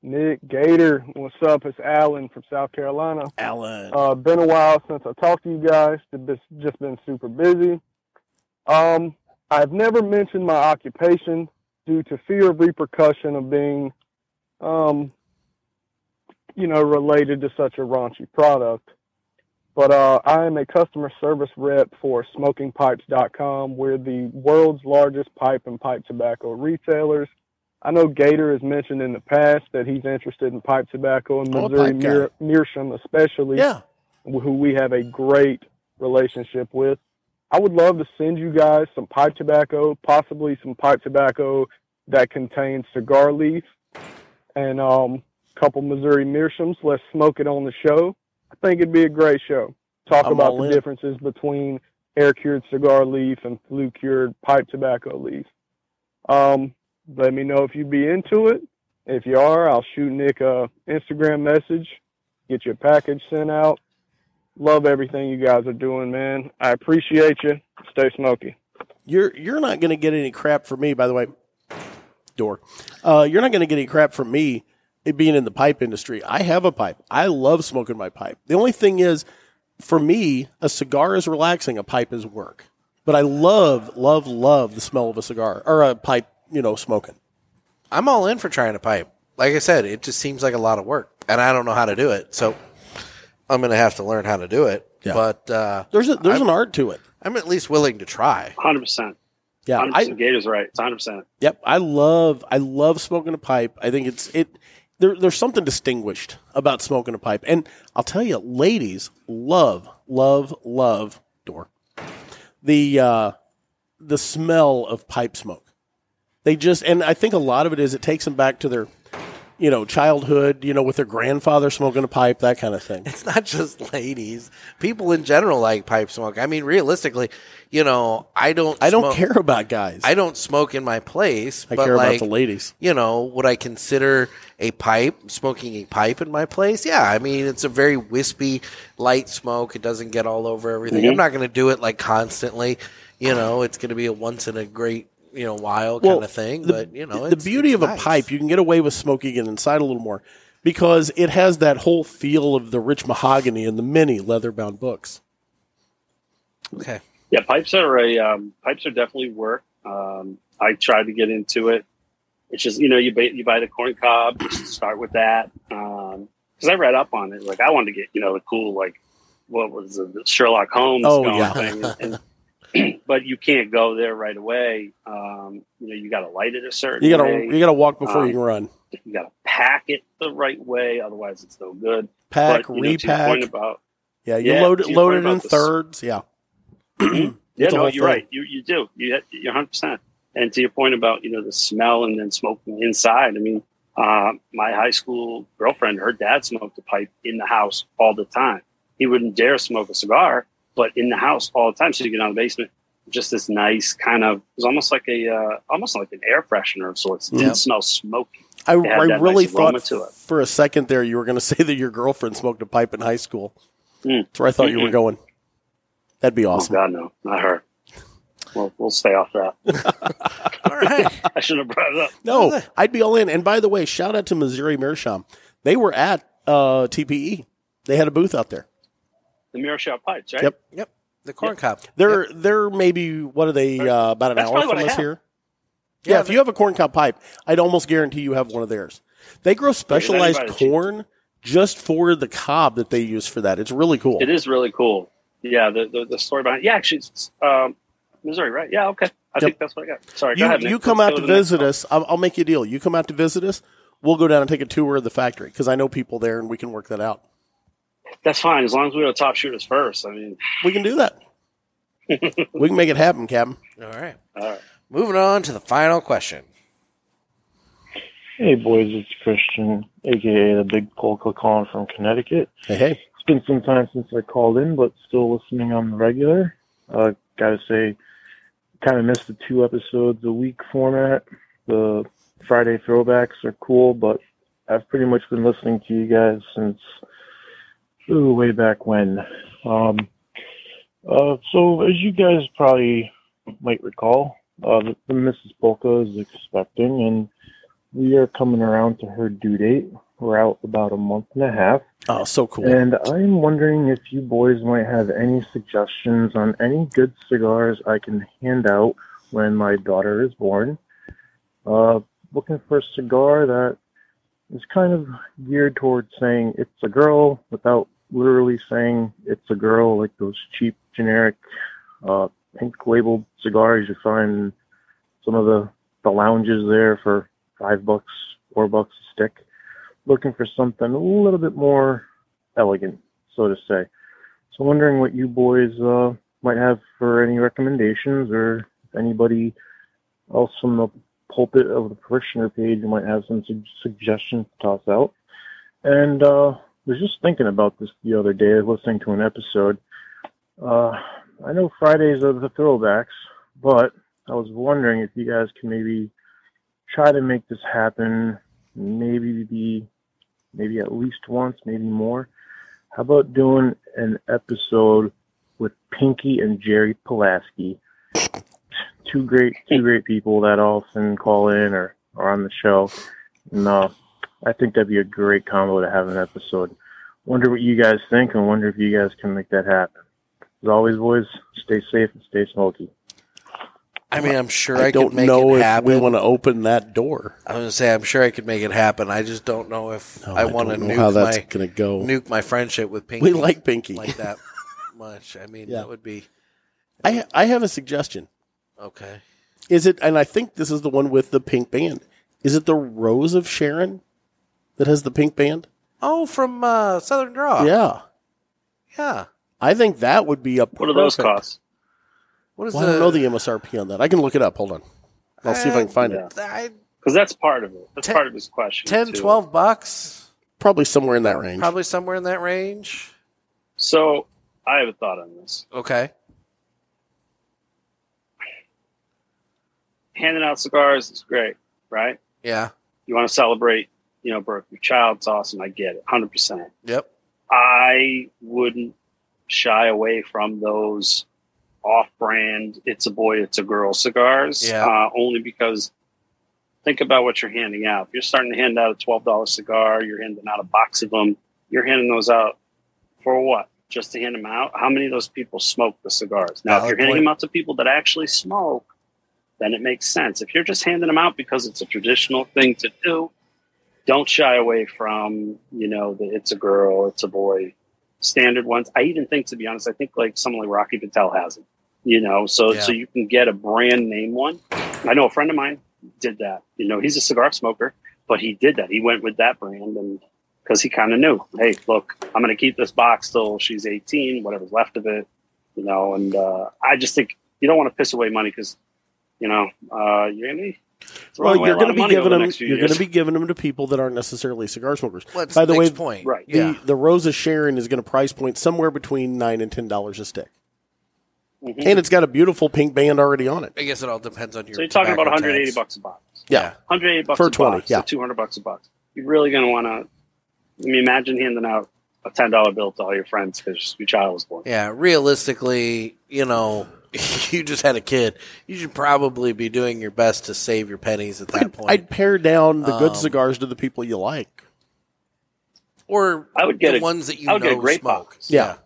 K: Nick Gator, what's up? It's Alan from South Carolina.
C: Alan,
K: uh, been a while since I talked to you guys. It's been- just been super busy. Um, I've never mentioned my occupation due to fear of repercussion of being, um, you know, related to such a raunchy product. But uh, I am a customer service rep for SmokingPipes.com. We're the world's largest pipe and pipe tobacco retailers. I know Gator has mentioned in the past that he's interested in pipe tobacco and
C: Oh,
K: Missouri
C: pipe guy.
K: Mir- Meerschaum, especially,
C: Yeah.
K: who we have a great relationship with. I would love to send you guys some pipe tobacco, possibly some pipe tobacco that contains cigar leaf and um, a couple Missouri Meerschaums. Let's smoke it on the show. I think it'd be a great show. Talk
C: I'm
K: about
C: all
K: the
C: in.
K: differences between air cured cigar leaf and flue cured pipe tobacco leaf. Um, let me know if you'd be into it. If you are, I'll shoot Nick a Instagram message, get your package sent out. Love everything you guys are doing, man. I appreciate you. Stay smoky.
C: you're you're not going to get any crap from me. By the way, door. Uh, you're not going to get any crap from me it being in the pipe industry. I have a pipe. I love smoking my pipe. The only thing is, for me, a cigar is relaxing. A pipe is work. But I love, love, love the smell of a cigar or a pipe. You know, smoking.
B: I'm all in for trying to pipe. Like I said, it just seems like a lot of work, and I don't know how to do it. So I'm going to have to learn how to do it. But uh,
C: there's a, there's an art to it.
B: I'm at least willing to try.
D: Hundred percent.
C: Yeah,
D: hundred
C: I-
D: percent. Gator's right. It's hundred percent.
C: Yep, I love I love smoking a pipe. I think it's it there, there's something distinguished about smoking a pipe. And I'll tell you, ladies love love love door. The uh the smell of pipe smoke. They just and I think a lot of it is it takes them back to their you know, childhood, you know, with their grandfather smoking a pipe, that kind of thing.
B: It's not just ladies; people in general like pipe smoke. I mean, realistically, you know, I don't.
C: I don't
B: smoke-
C: care about guys.
B: I don't smoke in my place.
C: I
B: but
C: care about
B: like,
C: the ladies.
B: You know, would I consider a pipe smoking a pipe in my place? Yeah, I mean it's a very wispy, light smoke. It doesn't get all over everything.
C: Mhm.
B: I'm not going to do it like constantly. You know, it's going to be a once in a great you know while kind of thing.
C: the-
B: but you know,
C: the
B: it's,
C: beauty
B: it's
C: of a
B: nice.
C: pipe, you can get away with smoking it inside a little more because it has that whole feel of the rich mahogany and the many leather-bound books.
B: Okay.
D: Yeah, pipes are a um, pipes are definitely work. Um, I tried to get into it. It's just you know you buy, you buy the corn cob, you should start with that because I read up on it. Like I wanted to get you know the cool like what was it, the Sherlock Holmes
C: Oh,
D: going
C: yeah.
D: thing, and, <clears throat> but you can't go there right away. Um, you know you got to light it a certain.
C: You gotta
D: way.
C: you gotta walk before
D: Um,
C: you can run.
D: You got to pack it the right way, otherwise it's no good.
C: Pack,
D: you know, to your
C: repack.
D: point about
C: Yeah, you
D: yeah,
C: load
D: to
C: it
D: your point
C: load it
D: about
C: in
D: the-
C: thirds. Yeah,
D: Yeah,
C: It's a
D: no,
C: whole
D: you're
C: thing.
D: right. You you do. You you're 100. percent And to your point about you know the smell and then smoking inside. I mean, uh, my high school girlfriend, her dad smoked a pipe in the house all the time. He wouldn't dare smoke a cigar, but in the house all the time. So you get out of the basement, just this nice kind of. It was almost like a uh, almost like an air freshener of sorts. It
C: Yeah.
D: didn't smell smoky.
C: I,
D: It had
C: I
D: that
C: really
D: nice aroma
C: thought
D: to it.
C: for a second there you were going to <laughs> say that your girlfriend smoked a pipe in high school.
D: Mm.
C: That's where I thought you were
D: Mm-mm.
C: going. That'd be awesome.
D: Oh God, no, not her. We'll, we'll stay off that. <laughs>
B: all right,
D: I shouldn't have brought it up.
C: No, I'd be all in. And by the way, shout out to Missouri Meerschaum. They were at uh, TPE. They had a booth out there.
D: the mirror shop pipes, right?
C: Yep.
B: Yep. The corn cob.
C: They're they're maybe what are they uh, about an
D: That's
C: hour
D: probably what
C: from
D: I
C: us
D: have.
C: here? Yeah, if you have a corn cob pipe, I'd almost guarantee you have one of theirs. They grow specialized
D: anybody-
C: corn just for the cob that they use for that. It's really cool.
D: It is really cool. Yeah, the the, the story behind. Yeah, actually, it's, um, Missouri, right? Yeah, okay. I think that's what I got. Sorry, go
C: you,
D: ahead, Nick.
C: you come out
D: Let's go
C: to
D: the next
C: visit
D: one.
C: us. I'll, I'll make you a deal. You come out to visit us. We'll go down and take a tour of the factory because I know people there and we can work that out.
D: That's fine as long as we don't top shooters first. I mean,
C: We can do
D: <laughs>
C: that. we can make it happen, Captain.
B: All right.
D: All right.
B: Moving on to the final question.
M: Hey boys, it's Christian, aka the Big Polka, calling from Connecticut.
C: Hey, hey.
M: It's been some time since I called in, but still listening on the regular. Uh, gotta say, kind of missed the two episodes a week format. The Friday throwbacks are cool, but I've pretty much been listening to you guys since
K: ooh, way back when. Um, uh, so, as you guys probably might recall, uh, the, the Mrs. Polka is expecting, and we are coming around to her due date. We're out about a month and a half.
C: Oh, so cool.
K: And I'm wondering if you boys might have any suggestions on any good cigars I can hand out when my daughter is born. Uh, looking for a cigar that is kind of geared towards saying it's a girl without literally saying it's a girl, like those cheap, generic, uh, pink labeled cigars you find in some of the, the lounges there for five bucks, four bucks a stick looking for something a little bit more elegant, so to say. So, wondering what you boys uh, might have for any recommendations, or if anybody else from the pulpit of the parishioner page might have some su- suggestions to toss out. And uh, was just thinking about this the other day, listening to an episode. Uh, I know Fridays are the throwbacks, but I was wondering if you guys can maybe try to make this happen maybe be maybe at least once, maybe more. How about doing an episode with Pinky and Jerry Pulaski? Two great two great people that often call in or are on the show. And uh, I think that'd be a great combo to have an episode. Wonder what you guys think and wonder if you guys can make that happen. As always, boys, stay safe and stay smoky.
B: I mean, I'm sure
C: I
B: I,
C: don't
B: could make
C: know
B: it
C: if
B: happen.
C: we want to open that door.
B: I was gonna say I'm sure I could make it happen. I just don't know if
C: No,
B: I,
C: I
B: want to
C: don't know
B: nuke
C: how that's
B: my
C: gonna go.
B: nuke my friendship with Pinky.
C: We like Pinky.
B: like that much. I mean,
C: Yeah.
B: that would be
C: <laughs> I I have a suggestion.
B: okay.
C: Is it? And I think this is the one with the pink band. Is it the Rose of Sharon that has the pink band?
B: Oh, from uh, Southern Draw.
C: Yeah,
B: yeah.
C: I think that would be a.
B: What do those
C: perfect-
B: cost? What is
C: Well, I
B: the-
C: don't know the MSRP on that. I can look it up. Hold on. I'll see if I
B: Uh,
C: can find it.
D: Because that's part of it. That's part of his question.
B: 10,
D: too.
B: 12 bucks,
C: Probably somewhere in that range.
B: probably somewhere in that range.
D: So I have a thought on this.
B: Okay.
D: Handing out cigars is great, right?
B: Yeah.
D: You want to celebrate, you know, birth of your child. It's awesome. I get it, hundred percent.
B: Yep.
D: I wouldn't shy away from those off-brand "it's a boy, it's a girl" cigars,
B: Yeah.
D: uh, only because think about what you're handing out. If you're starting to hand out a twelve-dollar cigar, you're handing out a box of them. You're handing those out for what? Just to hand them out? How many of those people smoke the cigars? Now, if
B: Valid
D: you're handing
B: point.
D: them out to people that actually smoke, then it makes sense. If you're just handing them out because it's a traditional thing to do, don't shy away from you know the it's a girl it's a boy standard ones i even think to be honest i think like someone like rocky patel has it you know so
B: Yeah.
D: so you can get a brand name one i know a friend of mine did that you know he's a cigar smoker but he did that he went with that brand and because he kind of knew hey look i'm going to keep this box till she's 18 whatever's left of it you know and uh, i just think you don't want to piss away money because you know uh, you're going to be
C: Well,
D: throwing away
C: you're
D: a lot
C: going to
D: of
C: be
D: money over
C: giving
D: the
C: them.
D: next few
C: You're going
D: years.
C: to
D: <laughs>
C: be giving them to people that aren't necessarily cigar smokers.
B: Well, that's
C: By the way,
B: Nick's point.
D: Right.
C: The,
B: Yeah.
C: the Rose of Sharon is going to price point somewhere between nine and ten dollars a stick,
D: Mhm.
C: and it's got a beautiful pink band already on it.
B: I guess it all depends on your.
D: So you're talking about
B: tobacco
D: 180
B: tax.
D: bucks a box.
C: Yeah,
D: 180 bucks
C: For
D: a
C: 20,
D: box.
C: yeah.
D: So 200 bucks a box. You're really going to want to. I mean, imagine handing out a ten dollar bill to all your friends because your child was born.
B: Yeah, realistically, you know, <laughs> you just had a kid. You should probably be doing your best to save your pennies at that point.
C: I'd pare down the
B: Um,
C: good cigars to the people you like.
B: or
D: I would get
B: the
D: a-
B: ones that you
D: I would
B: know
D: get a great
B: smoke.
C: Yeah,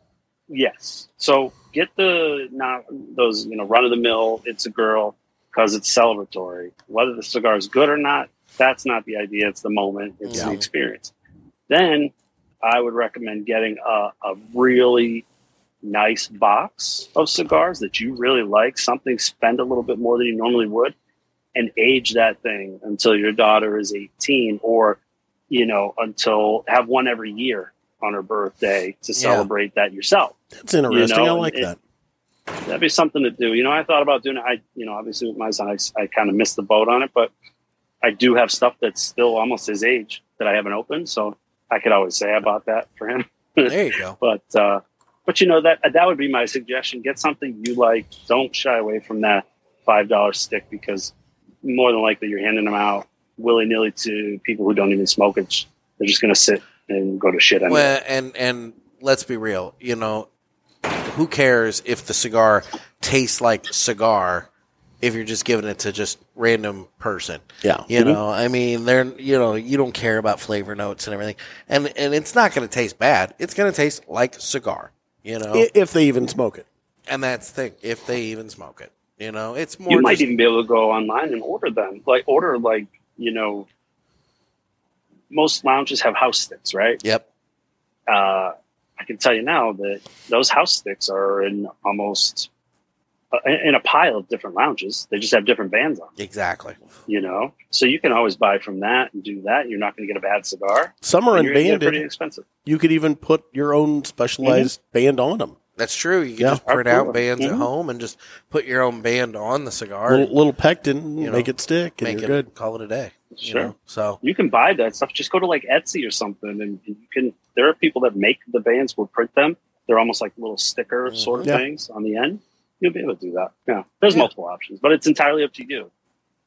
D: Yes. So get the not those you know run of the mill. It's a girl because it's celebratory. Whether the cigar is good or not, that's not the idea. It's the moment. It's the
B: Yeah.
D: experience. Then I would recommend getting a, a really nice box of cigars that you really like. Something spend a little bit more than you normally would, and age that thing until your daughter is eighteen, or you know until have one every year on her birthday to
C: Yeah.
D: celebrate that yourself.
C: that's interesting.
D: You know,
C: I like
D: it-
C: that.
D: That'd be something to do. You know, I thought about doing it. I, you know, obviously with my son, I, I kind of missed the boat on it, but I do have stuff that's still almost his age that I haven't opened. So I could always say I bought that for him. <laughs>
B: There you go.
D: but, uh, but you know, that, that would be my suggestion. Get something you like. Don't shy away from that $5 stick because more than likely you're handing them out willy nilly to people who don't even smoke it. They're just going to sit and go to shit anyway.
B: Well, and and let's be real. You know, who cares if the cigar tastes like cigar if you're just giving it to just random person?
C: Yeah.
B: You
D: Mm-hmm.
B: know, I mean, they're you know, you don't care about flavor notes and everything, and and it's not going to taste bad. It's going to taste like cigar. You know,
C: I- if they even smoke it.
B: and that's the thing. If they even smoke it, you know, it's more.
D: you might
B: just-
D: even be able to go online and order them. Like order like you know, most lounges have house sticks, right?
B: Yep.
D: Uh, I can tell you now that those house sticks are in almost uh, in a pile of different lounges. They just have different bands on. 'em,
B: Exactly.
D: You know, so you can always buy from that and do that. You're not going to get a bad cigar.
C: Some are
D: And you're gonna get
C: unbanded.
D: Pretty expensive.
C: You could even put your own specialized
B: Mm-hmm.
C: band on them.
B: That's true. You can
C: Yeah.
B: just print out
C: Absolutely.
B: bands
C: Mhm.
B: at home and just put your own band on the cigar.
C: Little, little pectin,
B: You know,
C: make it stick, and
B: make
C: you're
B: it-
C: good.
B: Call it a day. you
D: Sure.
B: know? So
D: you can buy that stuff. Just go to like Etsy or something, and and you can. There are people that make the bands, will print them. They're almost like little sticker sort of
C: Yeah.
D: things on the end. You'll be able to do that. Yeah, there's multiple options, but it's entirely up to you.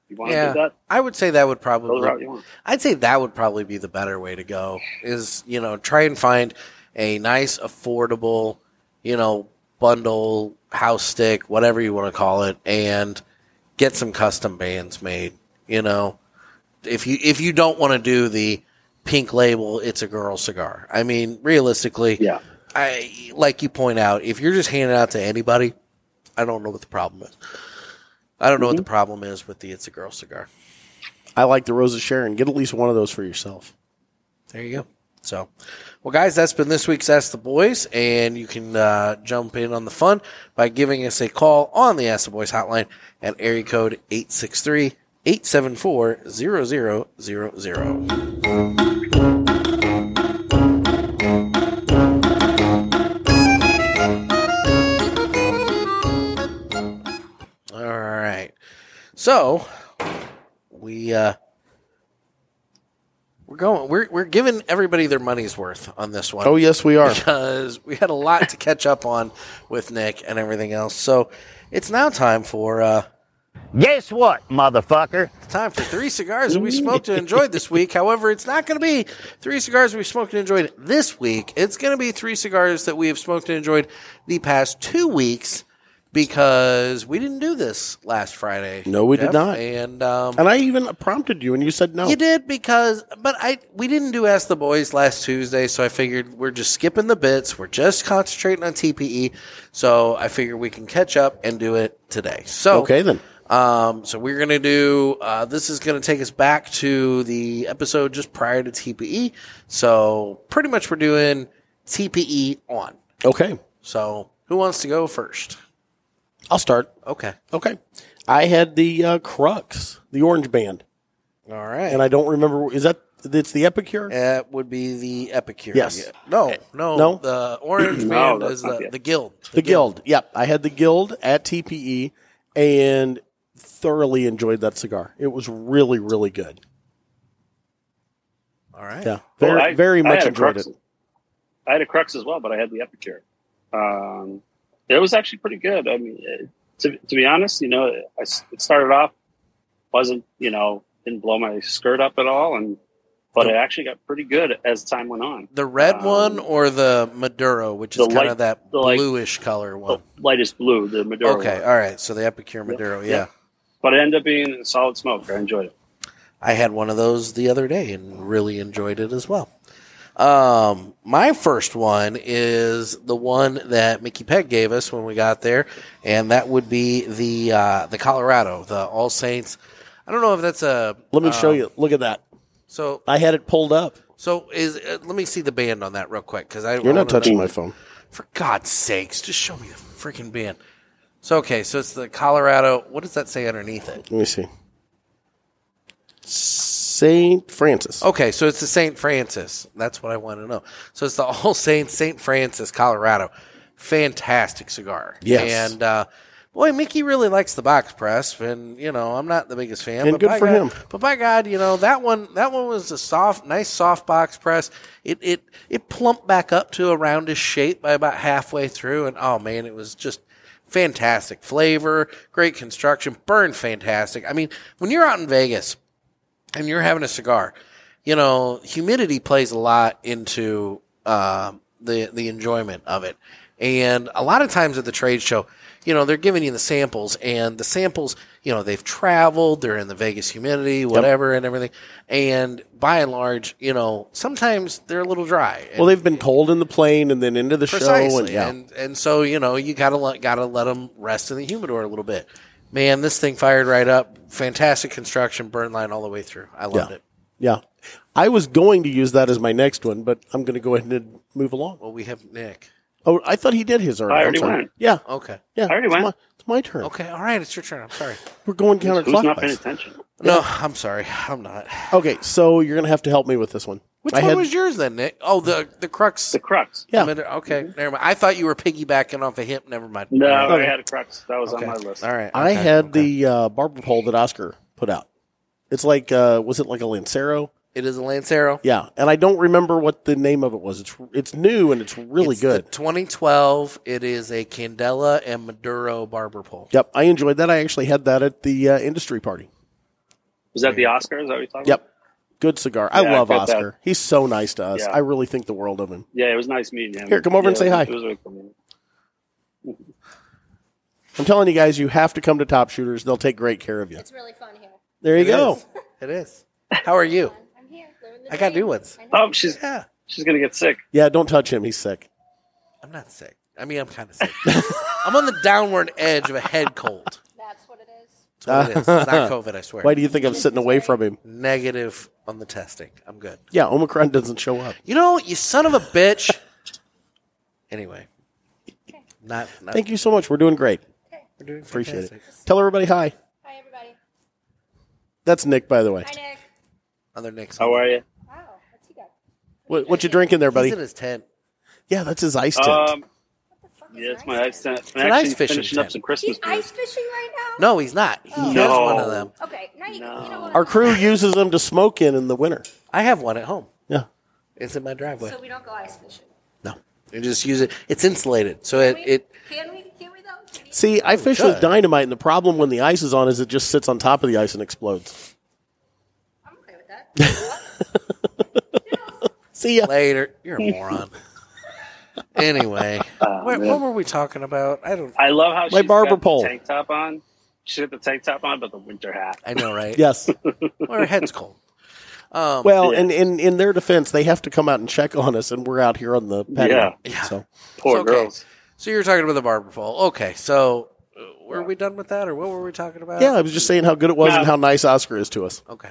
D: You want to
B: yeah,
D: do that?
B: I would say that would
D: Go the route
B: probably.
D: you want.
B: I'd say that would probably be the better way to go. Is you know try and find a nice, affordable, you know, bundle house stick, whatever you want to call it, and get some custom bands made. You know, if you if you don't want to do the pink label, it's a girl cigar. I mean, realistically,
D: yeah.
B: I like you point out, if you're just handing out to anybody, I don't know what the problem is. I don't know what the problem is with the it's a girl cigar.
C: I like the Rose of Sharon. Get at least one of those for yourself.
B: There you go. So, well, guys, that's been this week's Ask the Boys, and you can uh, jump in on the fun by giving us a call on the Ask the Boys hotline at area code 863 874 0000. All right. So, we. Uh, we're going. We're we're giving everybody their money's worth on this one.
C: Oh, yes, we are.
B: Because we had a lot to catch up on with Nick and everything else. So it's now time for. Uh, Guess what, motherfucker? It's time for three cigars that we smoked and enjoyed this week. However, it's not going to be three cigars we smoked and enjoyed this week. It's going to be three cigars that we have smoked and enjoyed the past two weeks because we didn't do this last Friday.
C: No, we did
B: Jeff.
C: not.
B: And um,
C: <laughs> And I even prompted you, and you said no.
B: you did because, but I we didn't do Ask the Boys last Tuesday, so I figured we're just skipping the bits. We're just concentrating on TPE, so I figure we can catch up and do it today. So
C: Okay, then.
B: Um, so we're gonna do. Uh, this is gonna take us back to the episode just prior to TPE. So pretty much we're doing TPE on.
C: Okay.
B: So who wants to go first?
C: I'll start.
B: Okay.
C: Okay. I had the uh, Crux, the orange band,
B: All right.
C: and I don't remember. Is that it's the Epicure?
B: That would be the Epicure.
C: Yes. Eh,
B: Yeah. No, no,
C: No?
B: The
C: <clears throat>
B: Orange
C: No,
B: Band
C: that's
B: is
C: not
B: the,
C: it.
B: the Guild.
C: The, Guild. Yep. I had the Guild at TPE and thoroughly enjoyed that cigar. It was really, really good.
B: All right.
C: Yeah.
D: Well,
C: Very,
D: I-
C: very
D: I
C: much
D: had a
C: enjoyed
D: Crux.
C: it.
D: I had a Crux as well, but I had the Epicure. Um, it was actually pretty good. I mean, it, to, to be honest, you know, I s it started off wasn't you know didn't blow my skirt up at all, and but it actually got pretty good as time went on.
B: The red one or the Maduro, which is
D: Um, the
B: kind
D: light-
B: of that
D: the light-
B: bluish color one.
D: Lightest blue, the Maduro.
B: okay,
D: one.
B: all right. So the Epicure Maduro, yeah.
D: But it ended up being a solid smoke. I enjoyed it.
B: I had one of those the other day and really enjoyed it as well. Um, my first one is the one that Mickey Peg gave us when we got there, and that would be the uh, the Colorado, the All Saints. I don't know if that's a.
C: Let me show
B: um,
C: you. Look at that.
B: So
C: I had it pulled up.
B: so is uh, let me see the band on that real quick because I
C: You're
B: I wanna
C: not touching
B: know-
C: my phone.
B: For God's sakes, just show me the freaking band. So okay, so it's the Colorado. What does that say underneath it?
C: Let me see. Saint Francis.
B: Okay, so it's the St. Francis. That's what I want to know. So it's the <laughs> All Saints St. Francis, Colorado. Fantastic cigar.
C: Yes.
B: And uh, boy, Mickey really likes the box press, and you know I'm not the biggest fan.
C: And
B: but
C: good
B: by
C: for
B: God-
C: him.
B: But by God, you know that one. That one was a soft, nice soft box press. It it it plumped back up to a roundish shape by about halfway through, and oh man, it was just fantastic flavor, great construction, burned fantastic. I mean, when you're out in Vegas and you're having a cigar, you know, humidity plays a lot into um, the the enjoyment of it. And a lot of times at the trade show, you know, they're giving you the samples, and the samples, you know, they've traveled, they're in the Vegas humidity, whatever, and everything. And by and large, you know, sometimes they're a little dry.
C: Well, they've been cold in the plane and then into the show, and
B: Precisely.
C: yeah,
B: and, and so you know you gotta let, gotta let them rest in the humidor a little bit. Man, this thing fired right up. Fantastic construction, burn line all the way through. I loved
C: Yeah.
B: it.
C: yeah. I was going to use that as my next one, but I'm going to go ahead and move along.
B: Well, we have Nick.
C: Oh, I thought he did his already.
B: I
C: I'm
B: already
C: sorry.
B: went.
C: Yeah.
B: Okay.
C: Yeah.
B: I already
C: it's
B: went.
C: My, it's my turn.
B: Okay, all right, it's your turn. I'm sorry.
C: We're going counterclockwise.
B: Who's not paying attention? <laughs> No, I'm sorry. I'm not.
C: Okay, so you're going to have to help me with this one.
B: Which
C: I
B: one
C: had-
B: was yours then, Nick? Oh, the the crux. The
D: crux.
C: Yeah.
B: Okay. Never mind. I thought you were piggybacking off a hip. Never mind.
D: No,
B: Okay.
D: I had a crux. That was
B: Okay.
D: on my list.
B: All right.
C: I
B: okay.
C: had the uh, barber pole that Oscar put out. It's like, uh, was it like a Lancero?
B: It is a Lancero.
C: Yeah, and I don't remember what the name of it was. It's it's new and it's really
B: It's
C: good.
B: The 2012. It is a Candela and Maduro barber pole.
C: yep, I enjoyed that. I actually had that at the uh, industry party.
D: Was that the Oscar? Is that what you're talking about?
C: Yep, good cigar. I
D: Yeah, I
C: love
D: got that.
C: Oscar. He's so nice to us.
D: Yeah.
C: I really think the world of him.
D: Yeah, it was nice meeting him.
C: Here, come over and
D: Yeah,
C: say
D: it was-
C: hi.
D: it was really cool.
C: I'm telling you guys, you have to come to Top Shooters. They'll take great care of you. It's
F: really fun here.
C: There you
B: It
C: go.
B: is. It is. How are you?
F: I'm here. Living the
B: I got
F: dream.
B: new ones.
D: Oh, she's
B: yeah.
D: she's gonna get sick.
C: Yeah, don't touch him. He's sick.
B: I'm not sick. I mean, I'm kind of <laughs> sick. I'm on the downward edge of a head cold. That's what it is. That's what it is. It's not COVID. I swear.
C: Why do you think I'm sitting away from him?
B: negative on the testing? I'm good.
C: Yeah, Omicron doesn't show up.
B: You know, you son of a bitch. <laughs> anyway, not, not
C: Thank you so much. We're doing great.
B: We're doing
C: Appreciate it.
B: fantastic.
C: Tell everybody hi. Hi, everybody. That's Nick, by the way.
B: Other Nick's.
D: How are you?
C: What, what you drinking there, buddy?
B: He's in his tent.
C: Yeah, that's his ice tent.
D: Um, yeah, it's my ice tent.
B: an
D: I'm
B: ice
D: actually
B: fishing
D: finishing up
B: tent.
D: some Christmas.
F: He's ice fishing right now.
B: No, he's not. He
F: Oh.
B: has
D: No.
B: one of them.
F: Okay, now you, you know what?
C: Our crew uses them to smoke in in the winter.
B: I have one at home.
C: Yeah.
B: It's in my driveway.
F: So we don't go ice fishing.
B: no, you just use it. It's insulated, so it, it
F: Can we? Can we though? Can you-
C: See, I
B: Oh,
C: fish
B: good.
C: with dynamite, and the problem when the ice is on is it just sits on top of the ice and explodes. See ya
B: later. You're a
F: <laughs>
B: moron. anyway, what, what were we talking about? I don't.
D: I love how
C: My
D: she's
C: barber
D: got the
C: pole.
D: tank top on. She got the tank top on, but the winter hat.
B: I know, right? <laughs>
C: Yes.
B: Well, her head's
C: <laughs>
B: cold. Um,
C: Well, and in, in their defense, they have to come out and check on us, and we're out here on the patio.
B: Yeah.
C: So
D: Poor
B: It's okay.
D: girls.
B: So you were talking about the barber pole. Okay, so uh, were we done with that, or what were we talking about?
C: yeah, I was just saying how good it was and how nice Oscar is to us.
B: Okay.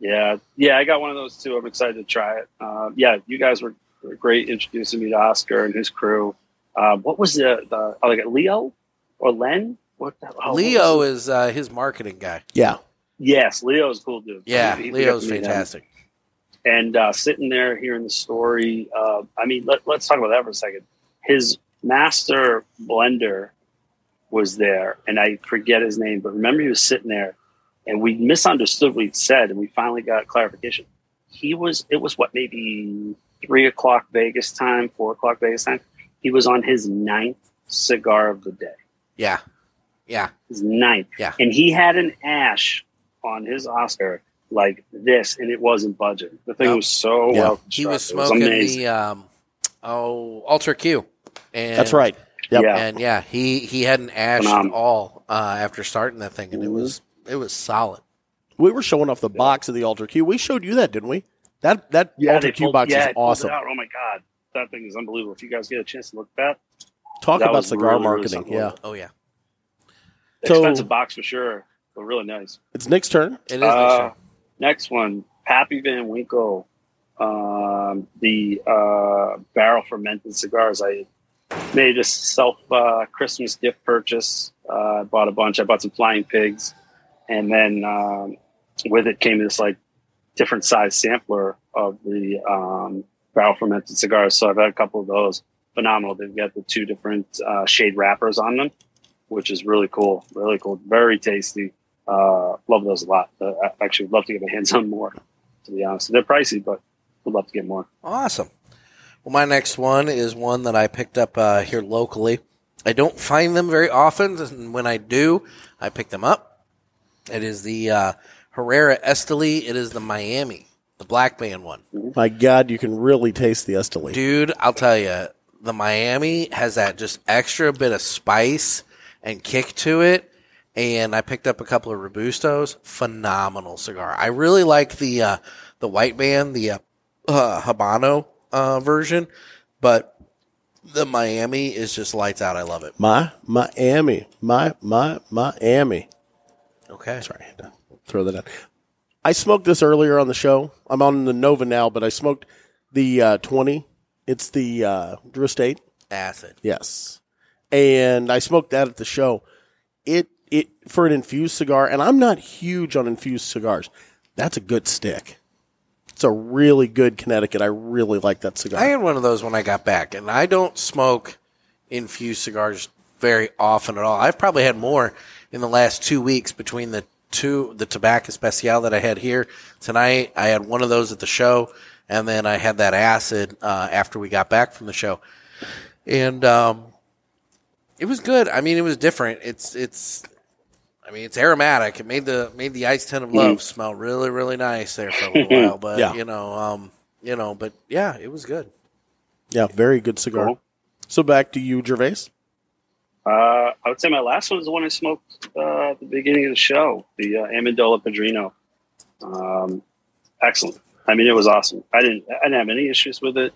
D: Yeah, yeah, I got one of those too. I'm excited to try it. Uh, yeah, you guys were, were great introducing me to Oscar and his crew. Um, what was the, the oh, like Leo or Len? What the, oh, what
B: Leo
D: was it?
B: is uh, his marketing guy.
C: Yeah.
D: yes, Leo's a cool dude.
B: Yeah,
D: He- he- we got
B: Leo's
D: to meet him.
B: fantastic.
D: And uh, sitting there hearing the story, uh, I mean, let, let's talk about that for a second. His master blender was there, and I forget his name, but remember he was sitting there, and we misunderstood what he said, and we finally got clarification. He was, it was what, maybe three o'clock Vegas time, four o'clock Vegas time. He was on his ninth cigar of the day,
B: Yeah, yeah,
D: his ninth.
B: yeah.
D: And he had an ash on his Oscar like this, and it wasn't budget. The thing
B: Yep.
D: was so
C: Yeah.
D: well
B: He was
D: constructed. It
B: smoking
D: amazing.
B: the um, oh Ultra Q. And,
C: That's right. Yep.
D: Yeah.
B: And yeah, he he hadn't ashed at
D: Phenomenal. Mm-hmm.
B: all uh, after starting that thing, and it was it was solid.
C: We were showing off the box of the Alter Q. We showed you that, didn't we? That that
D: Yeah,
C: Alter
D: they
C: Q
D: pulled-
C: box
D: yeah,
C: is
D: they pulled it
C: awesome.
D: out. Oh my god, that thing is unbelievable. If you guys get a chance to look at that,
C: Talk
D: That
C: about
D: was
C: cigar
D: really, really
C: marketing.
D: something.
C: yeah.
B: Oh yeah,
C: So-
D: expensive box for sure, but really nice.
C: It's Nick's turn.
B: it is.
D: Uh, next one, Pappy Van Winkle, um, the uh, barrel fermented cigars. I made a self uh, Christmas gift purchase. Uh, I bought a bunch. I bought some flying pigs, and then um, with it came this like different size sampler of the um, barrel fermented cigars. So I've had a couple of those. Phenomenal. They've got the two different uh, shade wrappers on them, which is really cool. Really cool. Very tasty. Uh, love those a lot. Uh, I actually would love to get my hands on more, to be honest. They're pricey, but would love to get more.
B: Awesome. Well, my next one is one that I picked up uh, here locally. I don't find them very often, and when I do, I pick them up. It is the uh, Herrera Esteli. It is the Miami. the black man one.
C: My God, you can really taste the Esteli.
B: Dude, I'll tell you, the Miami has that just extra bit of spice and kick to it. And I picked up a couple of Robustos. Phenomenal cigar. I really like the uh, the white band, the uh, uh, Habano uh, version, but the Miami is just lights out. I love it.
C: My Miami, my my Miami.
B: Okay.
C: Sorry, I had to throw that out. I smoked this earlier on the show. I'm on the Nova now, but I smoked the uh, 20. It's the uh, Drew Estate.
B: Acid.
C: Yes, and I smoked that at the show. It it for an infused cigar, and I'm not huge on infused cigars. That's a good stick. It's a really good Connecticut. I really like that cigar.
B: I had one of those when I got back, and I don't smoke infused cigars very often at all. I've probably had more in the last two weeks between the two the tobacco especial that I had here tonight. I had one of those at the show, and then I had that acid uh, after we got back from the show, and um, it was good. I mean, it was different. It's it's. I mean, it's aromatic. It made the made the ice tin of love smell really, really nice there for a little while. But
C: Yeah.
B: you know, um, you know, but yeah, it was good.
C: Yeah, very good cigar.
B: Cool.
C: So back to you, Gervais.
D: Uh, I would say my last one is the one I smoked uh, at the beginning of the show, the uh, Amendola Padrino. Um, excellent. I mean, it was awesome. I didn't, I didn't have any issues with it.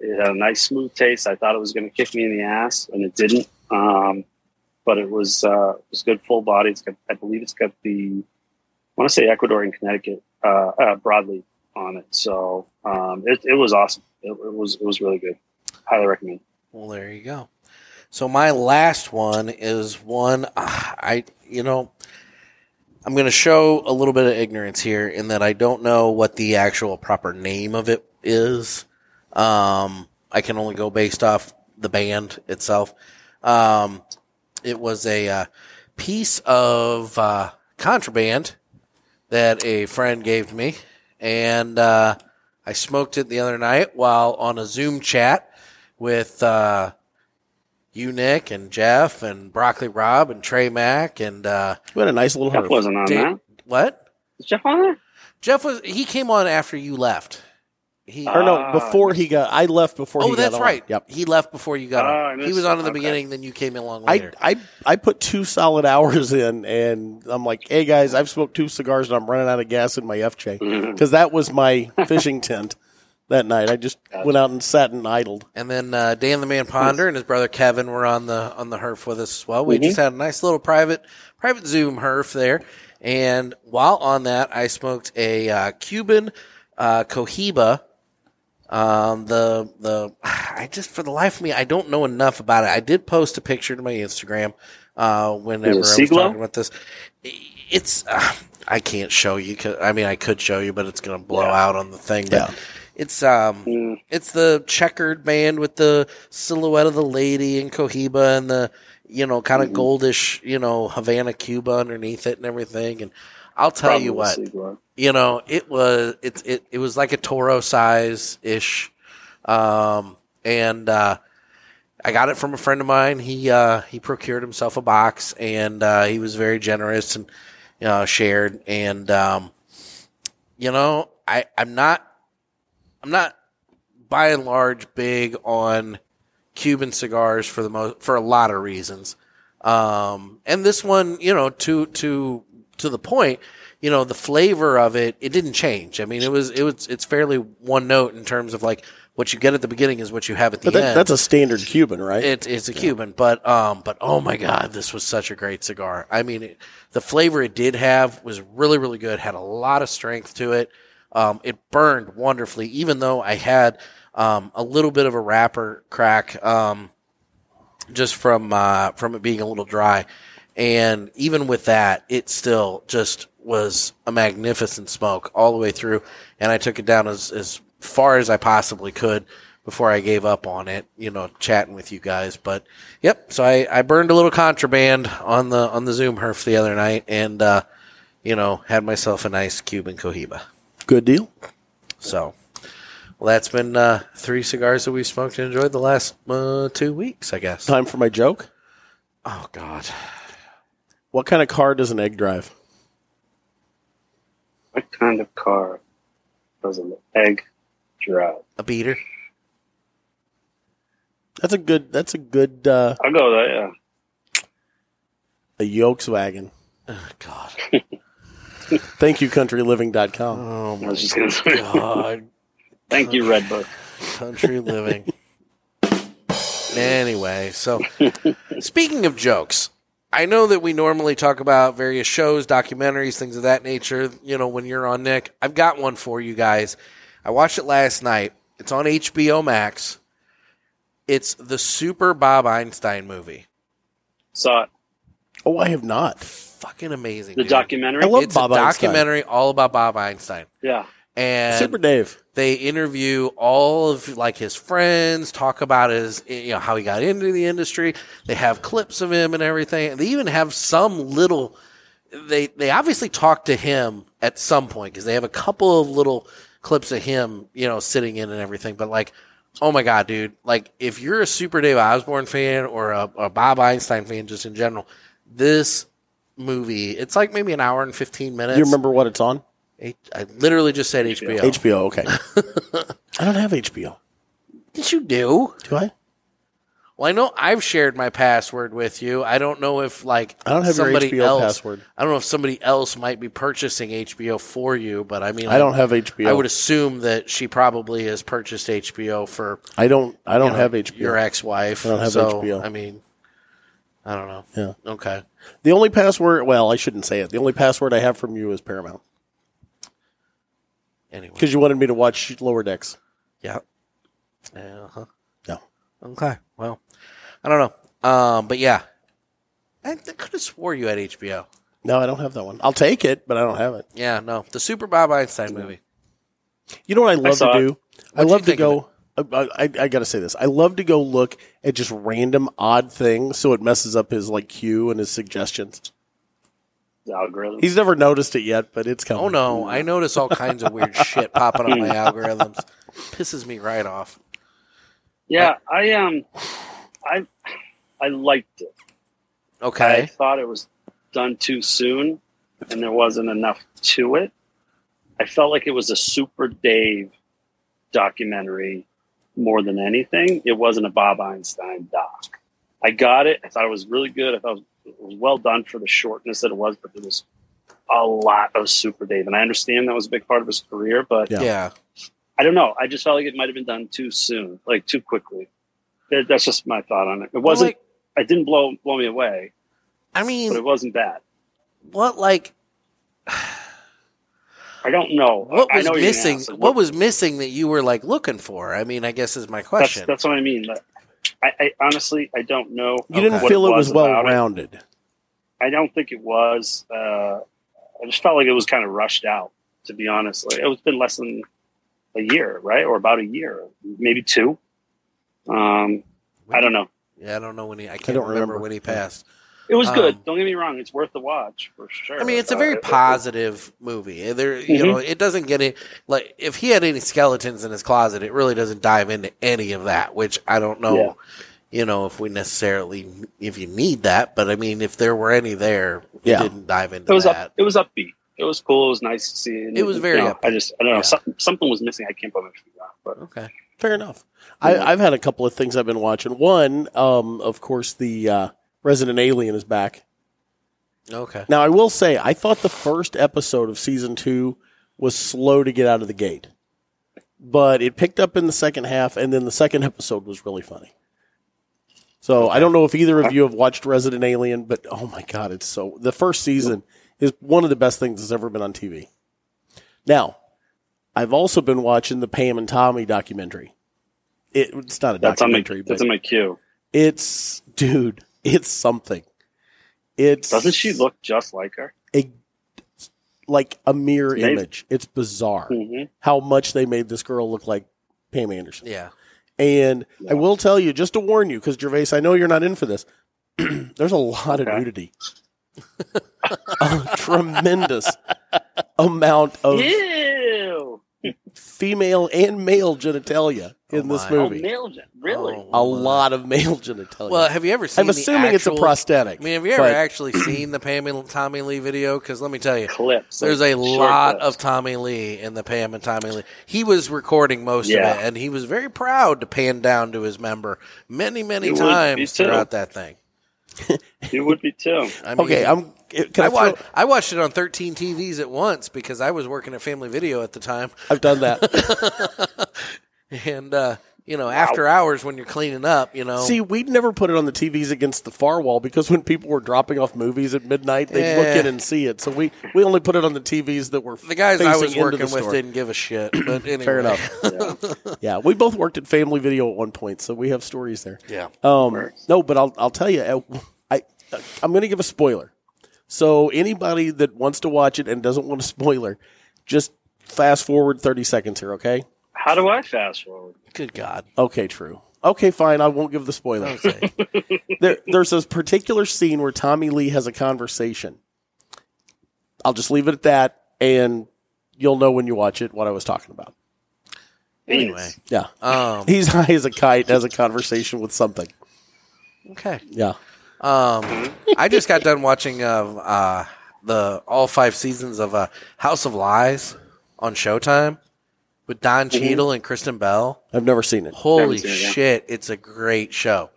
D: It had a nice, smooth taste. I thought it was going to kick me in the ass, and it didn't. Um, but it was uh, it was good, full body. It's got, I believe, it's got the, I want to say Ecuador and Connecticut uh, uh, broadleaf on it. So um, it, it was awesome. It, it was it was really good. Highly recommend.
B: Well, there you go. So my last one is one ah, I you know I'm going to show a little bit of ignorance here in that I don't know what the actual proper name of it is. Um, I can only go based off the band itself. Um, it was a uh, piece of uh, contraband that a friend gave me, and uh, I smoked it the other night while on a Zoom chat with uh, you, Nick, and Jeff, and Broccoli Rob, and Trey Mack, and uh,
C: We had a nice little
D: Jeff
C: herb.
D: wasn't on
B: Dave-
D: that.
B: What?
D: Is Jeff on there?
B: Jeff was he came on after you left. He
C: or no, before he got, I left before. he
B: Oh,
C: got
B: that's
C: on.
B: right.
C: Yep.
B: He left before you got
D: Oh, I
B: on. He
D: missed
B: was
D: it.
B: on in the
D: Okay.
B: beginning, then you came along
C: I,
B: later.
C: I I put two solid <laughs> hours in, and I'm like, hey guys, I've smoked two cigars, and I'm running out of gas in my FJ because that was my fishing tent that night. I just went out and sat and idled.
B: and then uh, Dan the Man Ponder and his brother Kevin were on the on the herf with us as well. We just had a nice little private private Zoom herf there, and while on that, I smoked a uh, Cuban uh, Cohiba. Um, the the <sighs> I just for the life of me, I don't know enough about it. I did post a picture to my Instagram uh, whenever I was
D: Siglo?
B: talking about this. It's <sighs> uh, I can't show you. 'cause- I mean, I could show you, but it's gonna blow out on the thing. But It's um,
D: Mm-hmm. Hmm.
B: it's the checkered band with the silhouette of the lady in Cohiba and the you know kind of goldish you know Havana Cuba underneath it and everything. And I'll tell you what,
D: Probably Siglo.
B: you know, it was it it, it was like a Toro size ish, um, and uh, I got it from a friend of mine. He uh, he procured himself a box, and uh, he was very generous and uh, shared. And um, you know, I I'm not I'm not by and large big on Cuban cigars for the most for a lot of reasons. Um, and this one, you know, to to to the point, you know, the flavor of it it didn't change. I mean, it was it was it's fairly one note in terms of like what you get at the beginning is what you have at the
C: But that,
B: end.
C: that's a standard Cuban, right?
B: It, it's a Cuban, but um, but oh my god, this was such a great cigar. I mean, it, the flavor it did have was really really good. Had a lot of strength to it. Um, it burned wonderfully, even though I had um, a little bit of a wrapper crack um, just from uh, from it being a little dry. And even with that, it still just was a magnificent smoke all the way through. And I took it down as, as far as I possibly could before I gave up on it, you know, chatting with you guys. But yep, so I, I burned a little contraband on the on the Zoom herf the other night and uh, you know, had myself a nice Cuban cohiba.
C: Good deal.
B: So well, that's been uh, three cigars that we smoked and enjoyed the last uh, two weeks, I guess.
C: Time for my joke.
B: Oh God,
C: What kind of car does an egg drive?
D: What kind of car? Those are the egg drop.
B: A beater.
C: That's a good. That's a good. Uh,
D: I'll go with that, yeah.
C: A Yolks wagon. God. Thank you, countryliving.com.
B: Oh
D: I was just going to God. <laughs> Thank you, Red Book.
B: <laughs> Country living. anyway, so speaking of jokes, I know that we normally talk about various shows, documentaries, things of that nature. You know, when you're on Nick, I've got one for you guys. I watched it last night. It's on HBO Max. It's the Super Bob Einstein movie.
D: Saw it.
C: Oh, I have not.
B: Fucking amazing.
D: The
B: dude.
D: documentary? I love
B: it's
D: Bob
B: a
D: Einstein.
B: documentary all about Bob Einstein.
D: Yeah.
B: And
C: Super Dave.
B: they interview all of like his friends, talk about his you know how he got into the industry. They have clips of him and everything. They even have some little they they obviously talk to him at some point because they have a couple of little clips of him, you know, sitting in and everything. But like, oh my god, dude! Like, if you're a Super Dave Osborne fan or a, a Bob Einstein fan, just in general, this movie it's like maybe an hour and fifteen
C: Do
B: minutes.
C: you remember what it's on?
B: H- I literally just said HBO.
C: HBO.
B: <laughs>
C: Okay. I don't have HBO.
B: Yes, you do.
C: Do I?
B: Well, I know I've shared my password with you. I don't know if like
C: I don't have your
B: somebody
C: HBO
B: else,
C: password.
B: I don't know if somebody else might be purchasing HBO for you, but I mean,
C: I don't have HBO.
B: I would assume that she probably has purchased HBO for
C: I don't. I don't
B: you know,
C: have HBO.
B: Your ex-wife.
C: I don't have
B: so,
C: HBO.
B: I mean, I don't know.
C: Yeah.
B: Okay.
C: The only password. Well, I shouldn't say it. The only password I have from you is Paramount.
B: Anyway.
C: Because you wanted me to watch Lower Decks.
B: Yeah. Uh-huh.
C: No.
B: Okay. Well, I don't know. Um, but yeah, I, could have swore you had HBO.
C: No, I don't have that one. I'll take it, but I don't have it.
B: Yeah. No, the Super Bob Einstein movie.
C: You know what I love
B: saw
C: to
B: it.
C: do?
B: What'd you
C: I love to
B: think of
C: go. I, I, I got to say this. I love to go look at just random odd things, so it messes up his like cue and his suggestions.
D: The algorithm.
C: He's never noticed it yet, but it's coming.
B: Oh no, I notice all kinds of weird shit popping on
D: Hmm.
B: my algorithms. Pisses me right off.
D: yeah, I um, I I liked it. I
B: Okay.
D: thought it was done too soon, and there wasn't enough to it. I felt like it was a Super Dave documentary more than anything. It wasn't a Bob Einstein doc. I got it. I thought it was really good. I thought it was well done for the shortness that it was, but there was a lot of Super Dave, and I understand that was a big part of his career. But
B: Yeah.
D: I don't know. I just felt like it might have been done too soon, like too quickly. That- That's just my thought on it. It wasn't.
B: like-
D: it didn't blow blow me away,
B: I
D: but
B: mean,
D: it wasn't bad.
B: what like
D: I don't know.
B: what
D: I
B: was
D: know you're gonna
B: missing?
D: ask, like,
B: what, was missing that you were like looking for? I mean, I guess is my
D: that's,
B: question.
D: that's what I mean. Like, I, I honestly I don't know.
C: You didn't
D: what
C: feel it was, well
D: about
C: rounded.
D: I don't think it was. Uh, I just felt like it was kind of rushed out. To be honest, like, it's been less than a year, right, or about a year, maybe two. Um, I don't know.
B: yeah, I don't know when he. I can't
C: don't
B: remember,
C: remember.
B: when he passed.
D: It was
B: Um,
D: good. Don't get me wrong; it's worth the watch for sure.
B: I mean, it's a
D: Uh,
B: very
D: <laughs> it- it-
B: positive movie. Eh, There, you
D: Mhm.
C: Mm-hmm.
B: know, it doesn't get any like if he had any skeletons in his closet, it really doesn't dive into any of that. Which I don't know,
D: Yeah.
B: you know, if we necessarily if you need that, but I mean, if there were any there, he
C: Yeah.
B: didn't dive into
D: it was
B: that.
D: up. It was upbeat. It was cool. It was nice to see. And
B: It was very
D: You know, I
B: upbeat.
D: just I don't know
B: Yeah.
D: something something was missing. I can't put my finger on. it, But
B: Okay,
C: Fair enough. I, I've had a couple of things I've been watching. One, um, of course, the uh, Resident Alien is back.
B: okay,
C: Now, I will say, I thought the first episode of season two was slow to get out of the gate, but it picked up in the second half, and then the second <laughs> episode was really funny. So I don't know if either of you have watched Resident Alien, but oh my god, it's so the first season is one of the best things that's ever been on TV. Now, I've also been watching the Pam and Tommy documentary. It, it's not a
D: that's on my
C: documentary,
D: that's
C: but
D: on my queue.
C: it's dude, it's something. It's
D: Doesn't she look just like her?
C: a like a mirror
D: Amazing.
C: image. It's bizarre
B: Mm-hmm.
D: hmm
C: how much they made this girl look like Pam Anderson.
B: yeah,
C: And I will tell you, just to warn you, because Gervais, I know you're not in for this. <clears throat> there's a lot of
D: Okay.
C: nudity, <laughs> a tremendous amount of
D: Ew.
C: female and male genitalia in this
B: my.
C: movie.
B: Oh, male
D: gen- really?
B: Oh,
C: a lot of male genitalia.
B: Well, have you ever seen?
C: I'm
B: the
C: assuming it's a
B: actual-
C: prosthetic.
B: I mean, have you ever
C: but-
B: actually seen the Pam and Tommy Lee video? Because let me tell you,
D: clips.
B: There's a
D: like, short
B: lot
D: clips.
B: of Tommy Lee in the Pam and Tommy Lee. He was recording most
D: Yeah.
B: of it, and he was very proud to pan down to his member many, many
D: He would be
B: times
D: too.
B: throughout that thing.
D: It would
B: <laughs>
D: be too.
B: I mean,
C: okay, I'm. Can I,
B: I, wa-
C: throw-
B: I watched it on 13 TVs at once because I was working at Family Video at the time. <laughs>
C: I've done that.
B: and, uh, you know, after hours when you're cleaning up, you know.
C: See, we'd never put it on the TVs against the far wall because when people were dropping off movies at midnight, they'd look
B: Yeah.
C: in and see it. So we, we only put it on the TVs that were
B: the guys I
C: facing
B: was
C: into
B: working
C: the
B: with
C: store.
B: didn't give a shit. But anyway.
C: <clears throat> Fair enough.
B: <laughs>
C: yeah, we both worked at Family Video at one point, so we have stories there.
B: Yeah.
C: Um, no, but I'll I'll tell you, uh, I, I I'm going to give a spoiler. So anybody that wants to watch it and doesn't want a spoiler, just fast forward 30 seconds here, okay?
D: How do I fast forward?
B: Good God. <laughs>
C: Okay, true. Okay, fine. I won't give the
B: Oh,
C: spoiler. there, there's this particular scene where Tommy Lee has a conversation. I'll just leave it at that, and you'll know when you watch it what I was talking about.
B: Anyway.
C: Yeah.
B: Um,
C: He's <laughs> high as a kite, has a conversation with something.
B: Okay.
C: Yeah.
B: Um, I just got done watching uh, uh, the all five seasons of uh, House of Lies on Showtime with Don Cheadle and Kristen Bell.
C: I've never Mm-hmm. seen it.
B: Holy
C: shit.
B: shit! It's a great show.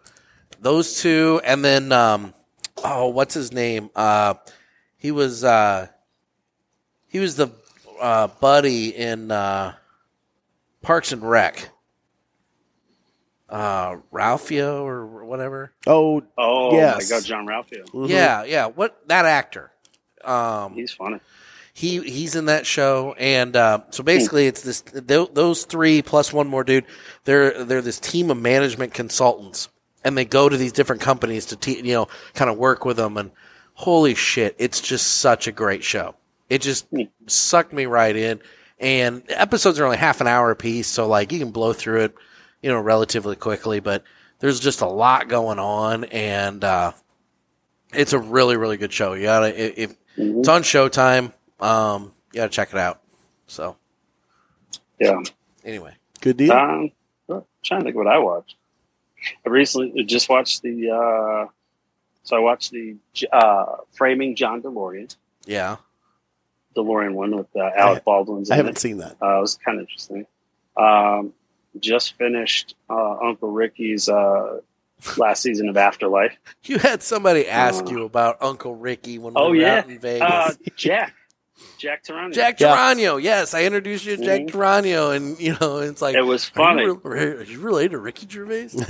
B: Those two, and then um, oh, what's his name? Uh, he was uh, he was the uh, buddy in uh, Parks and Rec. Uh, Ralphio or whatever.
C: Oh,
D: Oh
B: Yes.
D: my God, John Ralphio.
C: Mm-hmm.
B: Yeah, yeah. What that actor? Um,
D: he's funny.
B: He he's in that show, and uh, so basically, it's this th- those three plus one more dude. They're they're this team of management consultants, and they go to these different companies to te- you know kind of work with them. And holy shit, it's just such a great show. It just sucked me right in. And episodes are only half an hour a piece, so like you can blow through it, you know, relatively quickly. But there's just a lot going on, and uh, it's a really really good show. You gotta i- if it's on Showtime, um, you gotta check it out. So
D: Yeah.
B: anyway,
C: Good deal.
D: Um, I'm trying to think what I watched. I recently just watched the. Uh, so I watched the uh, Framing John DeLorean,
B: yeah,
D: DeLorean one with uh, Alec Baldwin's.
C: I
D: in
C: haven't
D: it.
C: seen that.
D: Uh, it was kind of interesting. Um, just finished uh, Uncle Ricky's uh, last season of Afterlife.
B: you had somebody ask you about Uncle Ricky when we
D: Uh. Oh
B: were
D: yeah,
B: out in Vegas.
D: uh, Jack, Jack Tarani.
B: Jack
D: Yeah. Mm-hmm.
B: Tarano, yes, I introduced you to Jack Tarano, and you know it's like
D: It was
B: are you
D: funny.
B: re- Are you, related to Ricky
D: <laughs>
B: Gervais?
D: and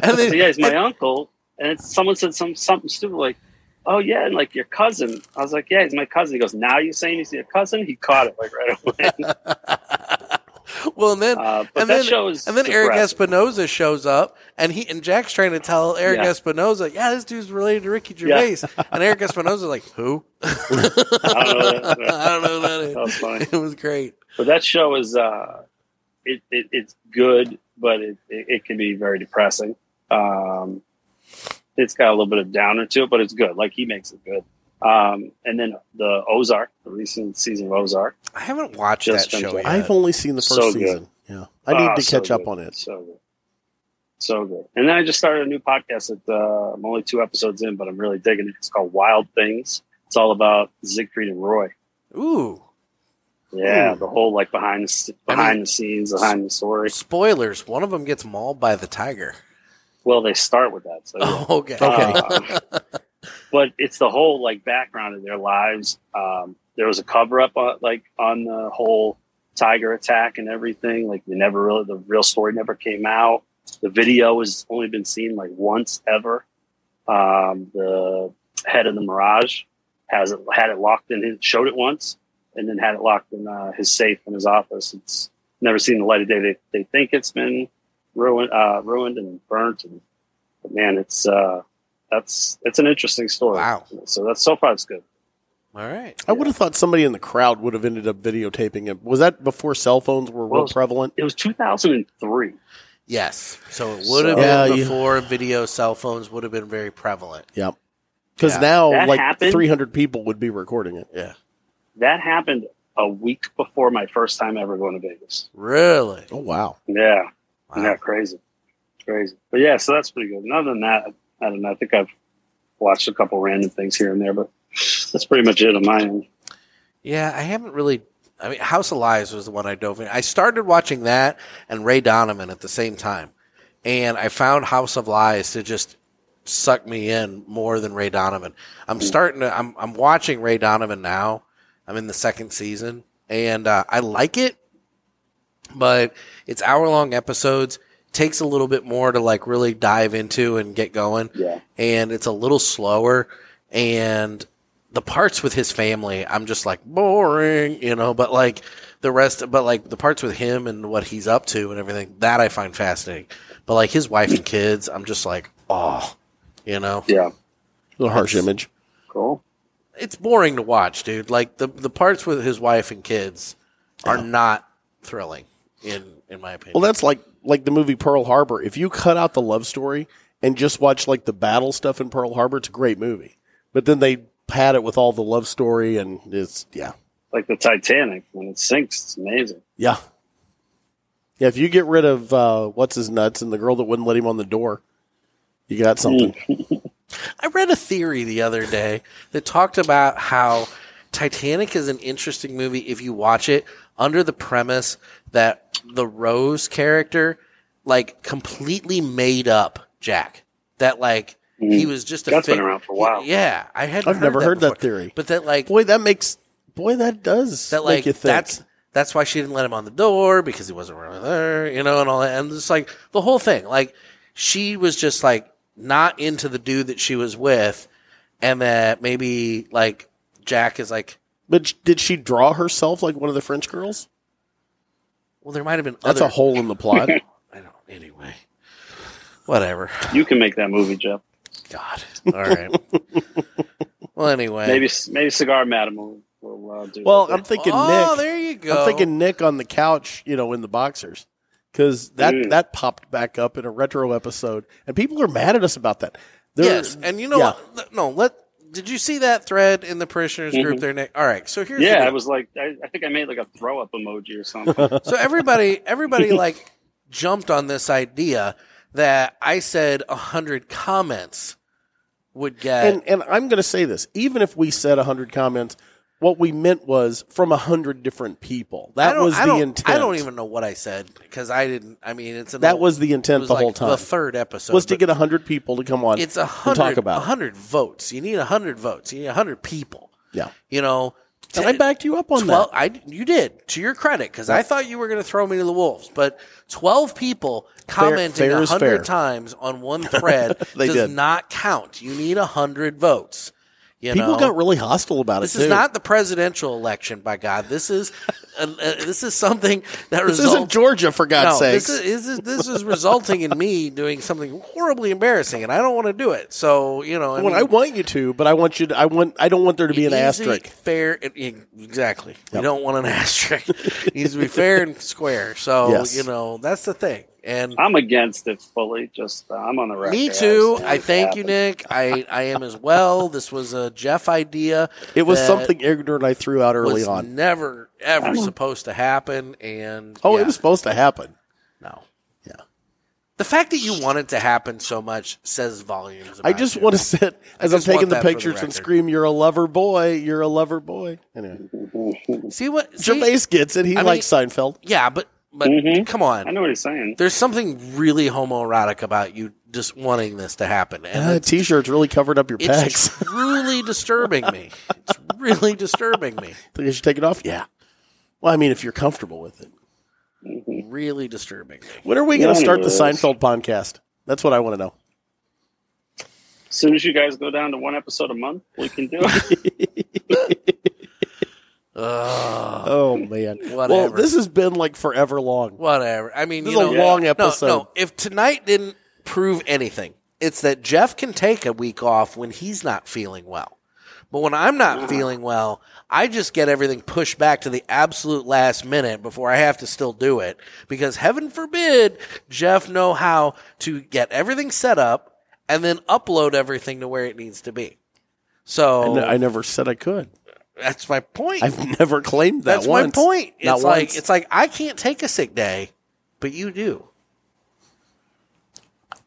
B: And then-
D: yeah, he's my
B: and-
D: uncle. And it's, someone said some something stupid like, "Oh yeah," and like your cousin. I was like, "Yeah, he's my cousin." He goes, "Now you're saying he's your cousin?" He caught it like right
B: <laughs>
D: away.
B: <laughs>
D: Uh,
B: well, and then
D: but
B: and
D: that
B: then
D: show is
B: and then Eric
D: depressing.
B: Espinoza shows up, and he and Jack's trying to tell Eric
D: Yeah.
B: Espinoza, yeah, this dude's related to Ricky
D: Yeah.
B: Gervais, and Eric Espinoza's like, who?
D: <laughs> I don't know. That,
B: <laughs> I don't know that is.
D: That was funny.
B: It was great.
D: But that show is uh, it, it it's good, but it, it it can be very depressing. Um, it's got a little bit of downer to it, but it's good. Like he makes it good. Um, and then the Ozark, the recent season of Ozark.
B: I haven't watched
D: Just
B: that show
D: finished
B: yet.
D: up.
C: I've only seen the first
D: So good.
C: season. Yeah. I need
D: Ah,
C: to
D: so
C: catch up
D: good.
C: on it.
D: So good. So good. And then I just started a new podcast that uh, I'm only two episodes in, but I'm really digging it. It's called Wild Things. It's all about Siegfried and Roy.
B: Ooh,
D: Yeah,
B: Ooh.
C: Hmm.
D: the whole like behind the s- behind the scenes, behind the story.
B: spoilers! One of them gets mauled by the tiger.
D: Well, they start with that. So
C: <laughs>
D: Oh, yeah.
B: <laughs> Okay. Um,
D: Uh, <laughs> but it's the whole like background of their lives. Um, there was a cover up on, like on the whole tiger attack and everything. Like they never really the real story never came out. The video has only been seen like once ever. Um, the head of the Mirage has it had it locked in his showed it once and then had it locked in uh, his safe in his office. It's never seen the light of day. They, they think it's been ruined, uh, ruined and burnt. And but man, it's uh, that's it's an interesting story. Wow. So that's so far it's good.
B: All right.
C: I would have thought somebody in the crowd would have ended up videotaping it. Was that before cell phones were
D: Well,
C: real prevalent?
D: It was 2003.
B: Yes. So it would have
C: So- Yeah,
B: been
C: you-
B: before video cell phones would have been very prevalent.
C: Yep. Because
B: Yeah.
C: now,
D: That
C: like
D: happened?
C: 300 people would be recording it.
B: Yeah.
D: That happened a week before my first time ever going to Vegas.
B: Really?
C: Oh wow.
D: Yeah. Yeah, crazy. Crazy. But yeah, so that's pretty good. And Other than that, I don't know. I think I've watched a couple random things here and there, but that's pretty much it on my end.
B: Yeah, I haven't really. I mean, House of Lies was the one I dove in. I started watching that and Ray Donovan at the same time, and I found House of Lies to just suck me in more than Ray Donovan. I'm starting to. I'm I'm watching Ray Donovan now. I'm in the second season, and uh, I like it, but it's hour long episodes. Takes a little bit more to like really dive into and get going.
D: Yeah.
B: And it's a little slower, and the parts with his family, I'm just like boring, you know, but like the rest, but like the parts with him and what he's up to and everything that I find fascinating. But like his wife and kids, I'm just like, oh, you know,
D: yeah,
C: a harsh image.
D: Cool.
B: It's boring to watch, dude. Like the the parts with his wife and kids are not thrilling, in in my opinion.
C: Well, that's like like the movie Pearl Harbor. If you cut out the love story and just watch like the battle stuff in Pearl Harbor, it's a great movie. But then they pad it with all the love story, and it's yeah,
D: Like the Titanic, when it sinks, it's amazing.
C: yeah, yeah. If you get rid of uh, what's his nuts and the girl that wouldn't let him on the door, you got something.
B: Mm. I read a theory the other day that talked about how Titanic is an interesting movie if you watch it under the premise that the Rose character like completely made up Jack. That like he was just a
C: Mm. That's been
B: fig-
C: around for a while.
B: Yeah, I had.
C: I've never heard that theory.
B: But that like
C: boy, that makes boy that does
B: that
C: make
B: like
C: you think.
B: that's that's why she didn't let him on the door because he wasn't really there, you know, and all that. And just like the whole thing, like she was just like not into the dude that she was with, and that maybe like Jack is like,
C: but sh- did she draw herself like one of the French girls?
B: well, there might have been
C: That's
B: other-
C: a hole in
B: <laughs>
C: the plot.
B: Whatever. <laughs>
D: You can make that movie, Jeff.
B: God. All
C: <laughs>
B: right. well, anyway,
D: Maybe maybe Cigar Madam will, will uh, do
C: Well,
D: it.
C: I'm thinking
B: Oh,
C: Nick. I'm thinking Nick on the couch, you know, in the boxers. Because that,
B: Mm.
C: that popped back up in a retro episode, and people are mad at us about that.
B: yes, and you know
C: yeah.
B: what? Th- No, let. Did you see that thread in the parishioners group
C: Mm-hmm.
D: Mhm.
B: there, Nick? All right, so here's the
D: yeah,
B: deal.
D: I was like, I, I think I made like a throw up emoji
B: <laughs>
D: or something.
B: so everybody
C: <laughs>
B: everybody like jumped on this idea that I said a hundred comments would get
C: And and I'm going to say this: even if we said hundred comments, what we meant was from hundred different people.
B: I
C: That
B: don't-
C: was
B: I
C: the
B: don't-
C: intent.
B: I don't even know what I said because I didn't. I mean, it's an
C: That
B: old-
C: was the intent
B: it was
C: the
B: like
C: whole time.
B: The third episode
C: was to
B: but
C: get hundred people to come on.
B: It's a
C: and
B: hundred.
C: talk about. it.
B: hundred votes. You need a hundred votes. You need a hundred people.
C: Yeah,
B: You know.
C: And I backed you up on
B: that. I you did to your credit because I
C: Yep.
B: thought you were going to throw me to the wolves. But twelve people commenting
C: fair
B: a
C: is fair.
B: hundred times on
C: <laughs>
B: one thread
C: They
B: does
C: did.
B: not count. You need a hundred votes. You
C: people
B: know?
C: got really hostile about
B: This
C: it.
B: is
C: too.
B: not the presidential election, by God. This is uh, uh, this is something that
C: This
B: results.
C: isn't Georgia, for God's
B: no,
C: sake.
B: this is, this is this is resulting in me doing something horribly embarrassing, and I don't want to do it. So you know, I,
C: When
B: mean,
C: I want you to, but I want you to. I want. I don't want there to be an
B: easy,
C: asterisk.
B: fair, and- e, exactly. You don't want an <laughs> asterisk. it needs to be fair and square. So
D: Yes.
B: you know, that's the thing. And
D: I'm against it fully. Just uh, I'm on the record.
B: me
D: I
B: too.
D: understand
B: I
D: it
B: thank you,
D: happened.
B: Nick. I I am as well. This was a Jeff idea.
C: It was
B: that
C: something ignorant I threw out early
B: was
C: on.
B: Never ever supposed to happen, and
C: Oh,
B: yeah.
C: it was supposed to happen.
B: The fact that you want it to happen so much says volumes. About
C: I just want to sit
B: I
C: as I'm
B: just want
C: taking the
B: that for the
C: pictures and
B: record.
C: scream, "You're a lover boy! You're a lover boy!" Anyway,
B: see what
C: Gervais gets it. He
B: I mean-
C: likes Seinfeld.
B: Yeah, but but come on. I
D: Mm-hmm. know what he's saying.
B: There's something really homoerotic about you just wanting this to happen, and
C: Uh,
B: it's,
C: t-shirts really covered up your <laughs>
B: it's
C: pecs.
B: truly disturbing me. It's really disturbing me.
C: Think I should take it off? Yeah. Well, I mean, if you're comfortable with it.
B: Really disturbing. Me.
C: When are we going to start the
D: Anyways.
C: Seinfeld podcast? That's what I want to know.
D: As soon as you guys go down to one episode a month, we can do
B: <laughs>
D: it. <laughs>
C: oh man. Well,
B: whatever.
C: this has been like forever long.
B: Whatever. I mean,
C: This
B: you
C: is a
B: know-
C: long
B: No,
C: episode.
B: No, if tonight didn't prove anything, it's that Jeff can take a week off when he's not feeling well. But when I'm not feeling well, I just get everything pushed back to the absolute last minute before I have to still do it because heaven forbid Jeff know how to get everything set up and then upload everything to where it needs to be.
C: I
B: So
C: ne- I never said I could.
B: That's my point.
C: I've <laughs> never claimed that
B: That's
C: once.
B: my point. It's
C: Not
B: like
C: once.
B: it's like I can't take a sick day, but you do.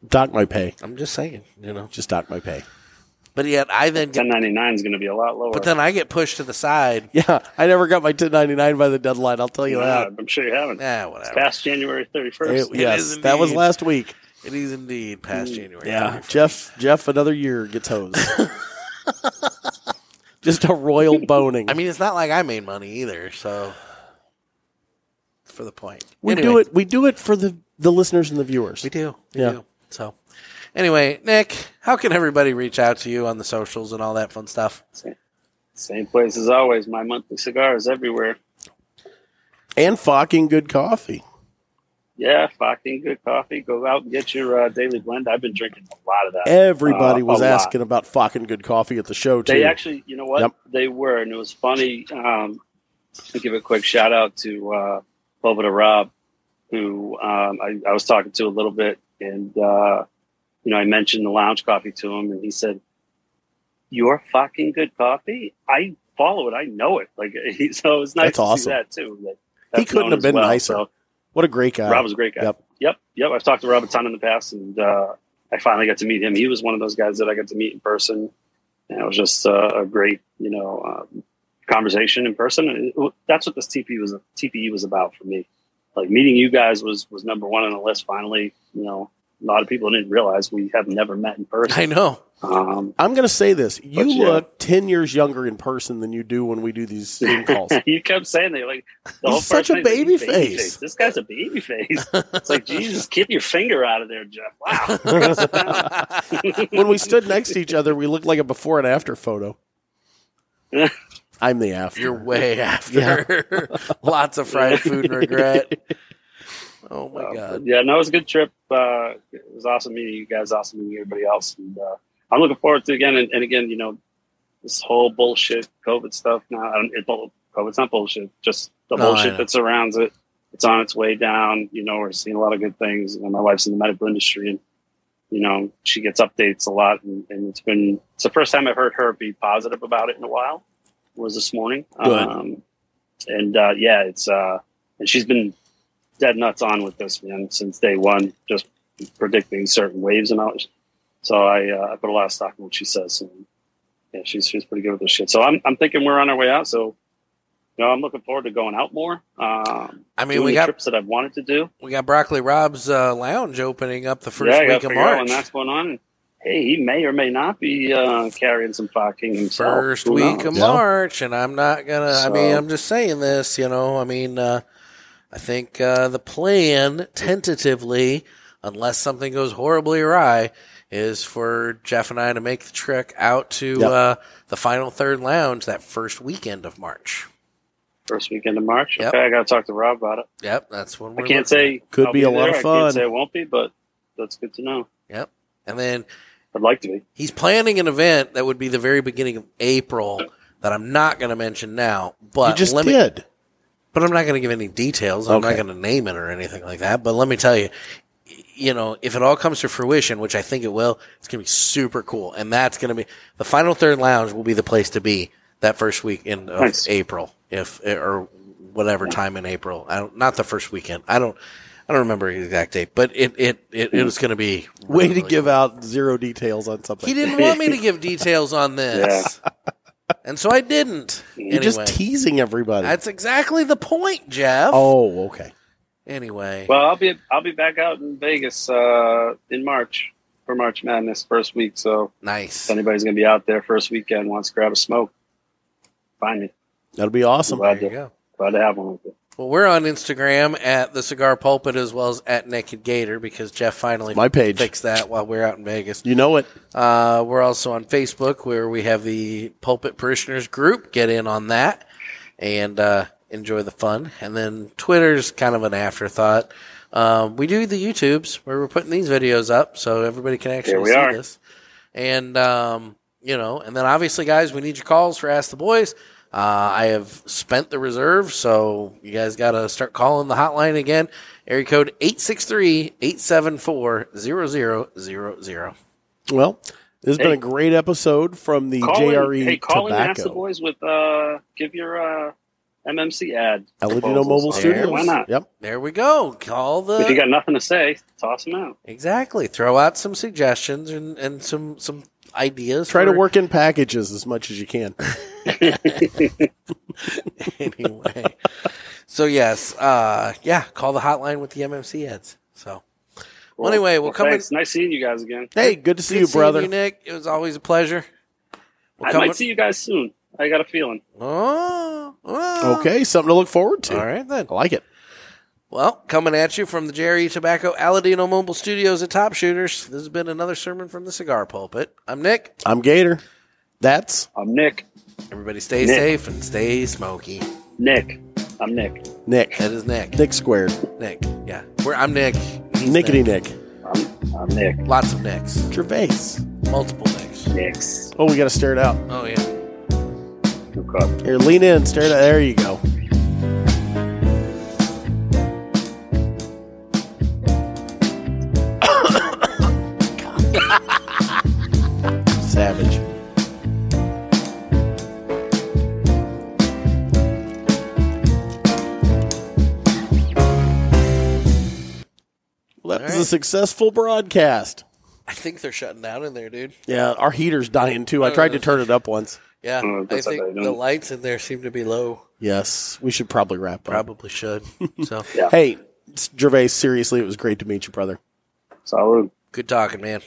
C: dock my pay.
B: I'm just saying, you know.
C: Just dock my pay.
B: But yet I then get,
D: 1099 is going to be a lot lower.
B: but then I get pushed to the side.
C: <laughs> Yeah, I never got my 1099 by the deadline. I'll tell you
D: Nah,
C: that.
D: I'm sure you haven't.
B: Yeah, whatever.
D: It's past January 31st.
C: It- yes, that was
B: indeed.
C: last week.
B: It is indeed past January.
C: Mm, Yeah, Jeff. Jeff, another year gets
D: <laughs>
C: hosed. Just a royal
D: <laughs>
C: boning.
B: I mean, it's not like I made money either, so for the point.
C: we
B: Anyway,
C: do it. We do it for the the listeners and the viewers.
B: We do. We
C: Yeah.
B: do. So anyway, Nick, how can everybody reach out to you on the socials and all that fun stuff? <laughs>
D: Same place as always. My monthly cigar is everywhere.
C: And fucking good coffee.
D: Yeah, fucking good coffee. Go out and get your uh, daily blend. I've been drinking a lot of that.
C: Everybody
D: Uh,
C: was
D: a lot.
C: asking about fucking good coffee at the show too.
D: They actually, you know what?
C: Yep.
D: They were, and it was funny. Um, to give a quick shout out to uh, Bubba to Rob, who um, I, I was talking to a little bit, and uh, you know, I mentioned the lounge coffee to him, and he said, "Your fucking good coffee. I follow it. I know it. Like <laughs> he, so, it's nice
C: That's
D: to
C: awesome.
D: see that too. Like,
C: he
D: that's
C: couldn't
D: known
C: have
D: as
C: been
D: well,
C: nicer.
D: so-
C: What a great guy.
D: Rob was a great guy.
C: Yep.
D: Yep. yep, I've talked to Rob a ton in the past, and uh, I finally got to meet him. He was one of those guys that I got to meet in person, and it was just uh, a great, you know, um, conversation in person. And it- that's what this TPE was TPE was about for me. Like meeting you guys was was number one on the list. Finally, you know, a lot of people didn't realize we have never met in person.
B: I know. <laughs>
D: Um, <laughs>
C: I'm going to say this. You
D: But, yeah.
C: look 10 years younger in person than you do when we do these Zoom calls.
D: you kept saying that, like the whole
C: He's such
D: first
C: a
D: night, like,
C: baby
D: he's
C: face.
D: This guy's a baby face.
C: <laughs>
D: it's like Jesus, get your finger out of there, Jeff. Wow.
C: when we stood next to each other, we looked like a before and
B: <laughs>
C: after photo. I'm the after.
B: You're
D: <laughs>
B: way after. <laughs> Lots of fried food and
D: <laughs>
B: regret. Oh my
D: But
B: god.
D: Uh, yeah, no, it was a good trip. Uh, it was awesome meeting you guys. Awesome meeting everybody else. And uh, I'm looking forward to it again and, and again. You know, this whole bullshit COVID stuff. Now, I don't, it, well, COVID's not bullshit. Just the
B: No, I
D: bullshit
B: know.
D: that surrounds it. It's on its way down. You know, we're seeing a lot of good things. You know, my wife's in the medical industry, and you know, she gets updates a lot. And, and it's been it's the first time I've heard her be positive about it in a while. Was this morning.
C: Good.
D: Um, and uh, yeah, it's uh, and she's been dead nuts on with this man since day one, just predicting certain waves and all. So I, uh, I put a lot of stock in what she says, and yeah, she's she's pretty good with this shit. So I'm I'm thinking we're on our way out. So you know, I'm looking forward to going out more. Um,
B: I mean,
D: doing
B: we
D: the
B: got-
D: trips that I've wanted to do.
B: We got Broccoli Rob's uh, lounge opening up the first
D: yeah, I gotta
B: week of
D: figure out when
B: March.
D: that's going on. And, hey, he may or may not be uh, carrying some fucking himself.
B: First
D: Who
B: week
D: knows?
B: of March, and I'm not gonna. I mean,
D: So-
B: I'm just saying this. You know, I mean, uh, I think uh, the plan, tentatively, unless something goes horribly awry, is for Jeff and I to make the trek out to
C: Yep.
B: uh, the final third lounge that first weekend of March.
D: First weekend of March.
B: Yep.
D: Okay, I gotta talk to Rob about it.
B: Yep, that's when
D: I
B: we're
D: can't
B: looking at.
D: say
C: Could be a lot
D: there.
C: of
D: I
C: fun.
D: can't say it won't be, but that's good to know.
B: Yep, and then
D: I'd like to be.
B: He's planning an event that would be the very beginning of April that I'm not going to mention now, but
C: you just
B: let me,
C: did.
B: but I'm not going to give any details. I'm
C: Okay.
B: not going to name it or anything like that. But let me tell you, you know, if it all comes to fruition, which I think it will, it's going to be super cool. And that's going to be the final third lounge will be the place to be that first weekend of
D: Nice.
B: April, if or whatever time in April. I don't, not the first weekend. I don't, I don't remember the exact date, but it it it, it was going to be
C: Way
B: really
C: to give out zero details on something.
B: he didn't
C: <laughs>
B: want me to give details on this. And so I didn't.
C: You're
B: Anyway,
C: just teasing everybody.
B: that's exactly the point, Jeff.
C: oh, okay.
B: Anyway,
D: Well, I'll be I'll be back out in Vegas uh, in March for March Madness first week. So
B: nice.
D: if anybody's gonna be out there first weekend, wants to grab a smoke, find me.
C: That'll be awesome.
D: Glad
B: There you
D: to,
B: go.
D: glad to have one with you.
B: Well, we're on Instagram at the Cigar Pulpit as well as at Naked Gator because Jeff finally
C: My page.
B: fixed that while we're out in Vegas.
C: You know it.
B: Uh, we're also on Facebook where we have the Pulpit Parishioners group. Get in on that and uh, enjoy the fun. And then Twitter's kind of an afterthought. Um, we do the YouTubes where we're putting these videos up so everybody can
D: Here
B: actually
D: we
B: see
D: are.
B: this. And, um, you know, and then obviously, guys, we need your calls for Ask the Boys. Uh, I have spent the reserve, so you guys got to start calling the hotline again. Area code 863 874 0000.
C: Well, This has been a great episode from the
D: Call in-
C: JRE
D: hey, call in Ask the
C: E Tobacco.
D: Boys with uh, give your uh, MMC ad.
C: Aladino
D: proposals
C: Mobile
D: on
C: Studios.
D: there. Why not?
C: Yep.
B: There we go. Call the.
D: If you got nothing to say, toss them out.
B: Exactly. Throw out some suggestions and, and some some ideas.
C: Try
B: <laughs>
C: to
B: for-
C: work in packages as much as
B: <laughs>
C: you can.
B: anyway. So yes, uh, yeah, call the hotline with the MMC ads. So well, anyway, we'll, come.
D: thanks. Nice seeing you guys again.
C: Hey, good to see
B: Good
C: you,
B: seeing
C: brother.
B: you, Nick. It was always a pleasure. We'll
D: I
B: come
D: might
B: in-
D: see you guys soon. I got a feeling.
B: Oh, oh.
C: okay, something to look forward to.
B: All right then.
C: I like it.
B: Well, coming at you from the Jerry Tobacco Aladino Mobile Studios at Top Shooters. This has been another sermon from the cigar pulpit. I'm Nick.
C: I'm Gator. That's
D: I'm Nick.
B: Everybody stay
D: Nick.
B: safe and stay smoky.
D: Nick. I'm Nick.
C: Nick.
B: That is Nick.
C: Nick squared.
B: Nick. Yeah. We're, I'm Nick. He's
C: Nickety Nick.
D: I'm, I'm Nick.
B: Lots of Nicks.
C: Gervais.
B: Multiple Nicks.
D: Nicks.
C: Oh, we got to stare it out.
B: Oh, yeah.
C: Here, lean in. Stare it out. There you go. <coughs> Savage. Well, that was a successful broadcast.
B: I think they're shutting down in there, dude.
C: Yeah, our heater's dying too. I tried to turn it up once.
B: Yeah.
D: Oh,
B: I
D: that's
B: think
D: okay,
B: the
D: don't-
B: lights in there seem to be low.
C: Yes, we should probably wrap up.
B: Probably
D: <laughs>
B: should. So
D: Yeah.
C: Hey, Gervais, seriously, it was great to meet you, brother.
D: Salud.
B: good talking, man.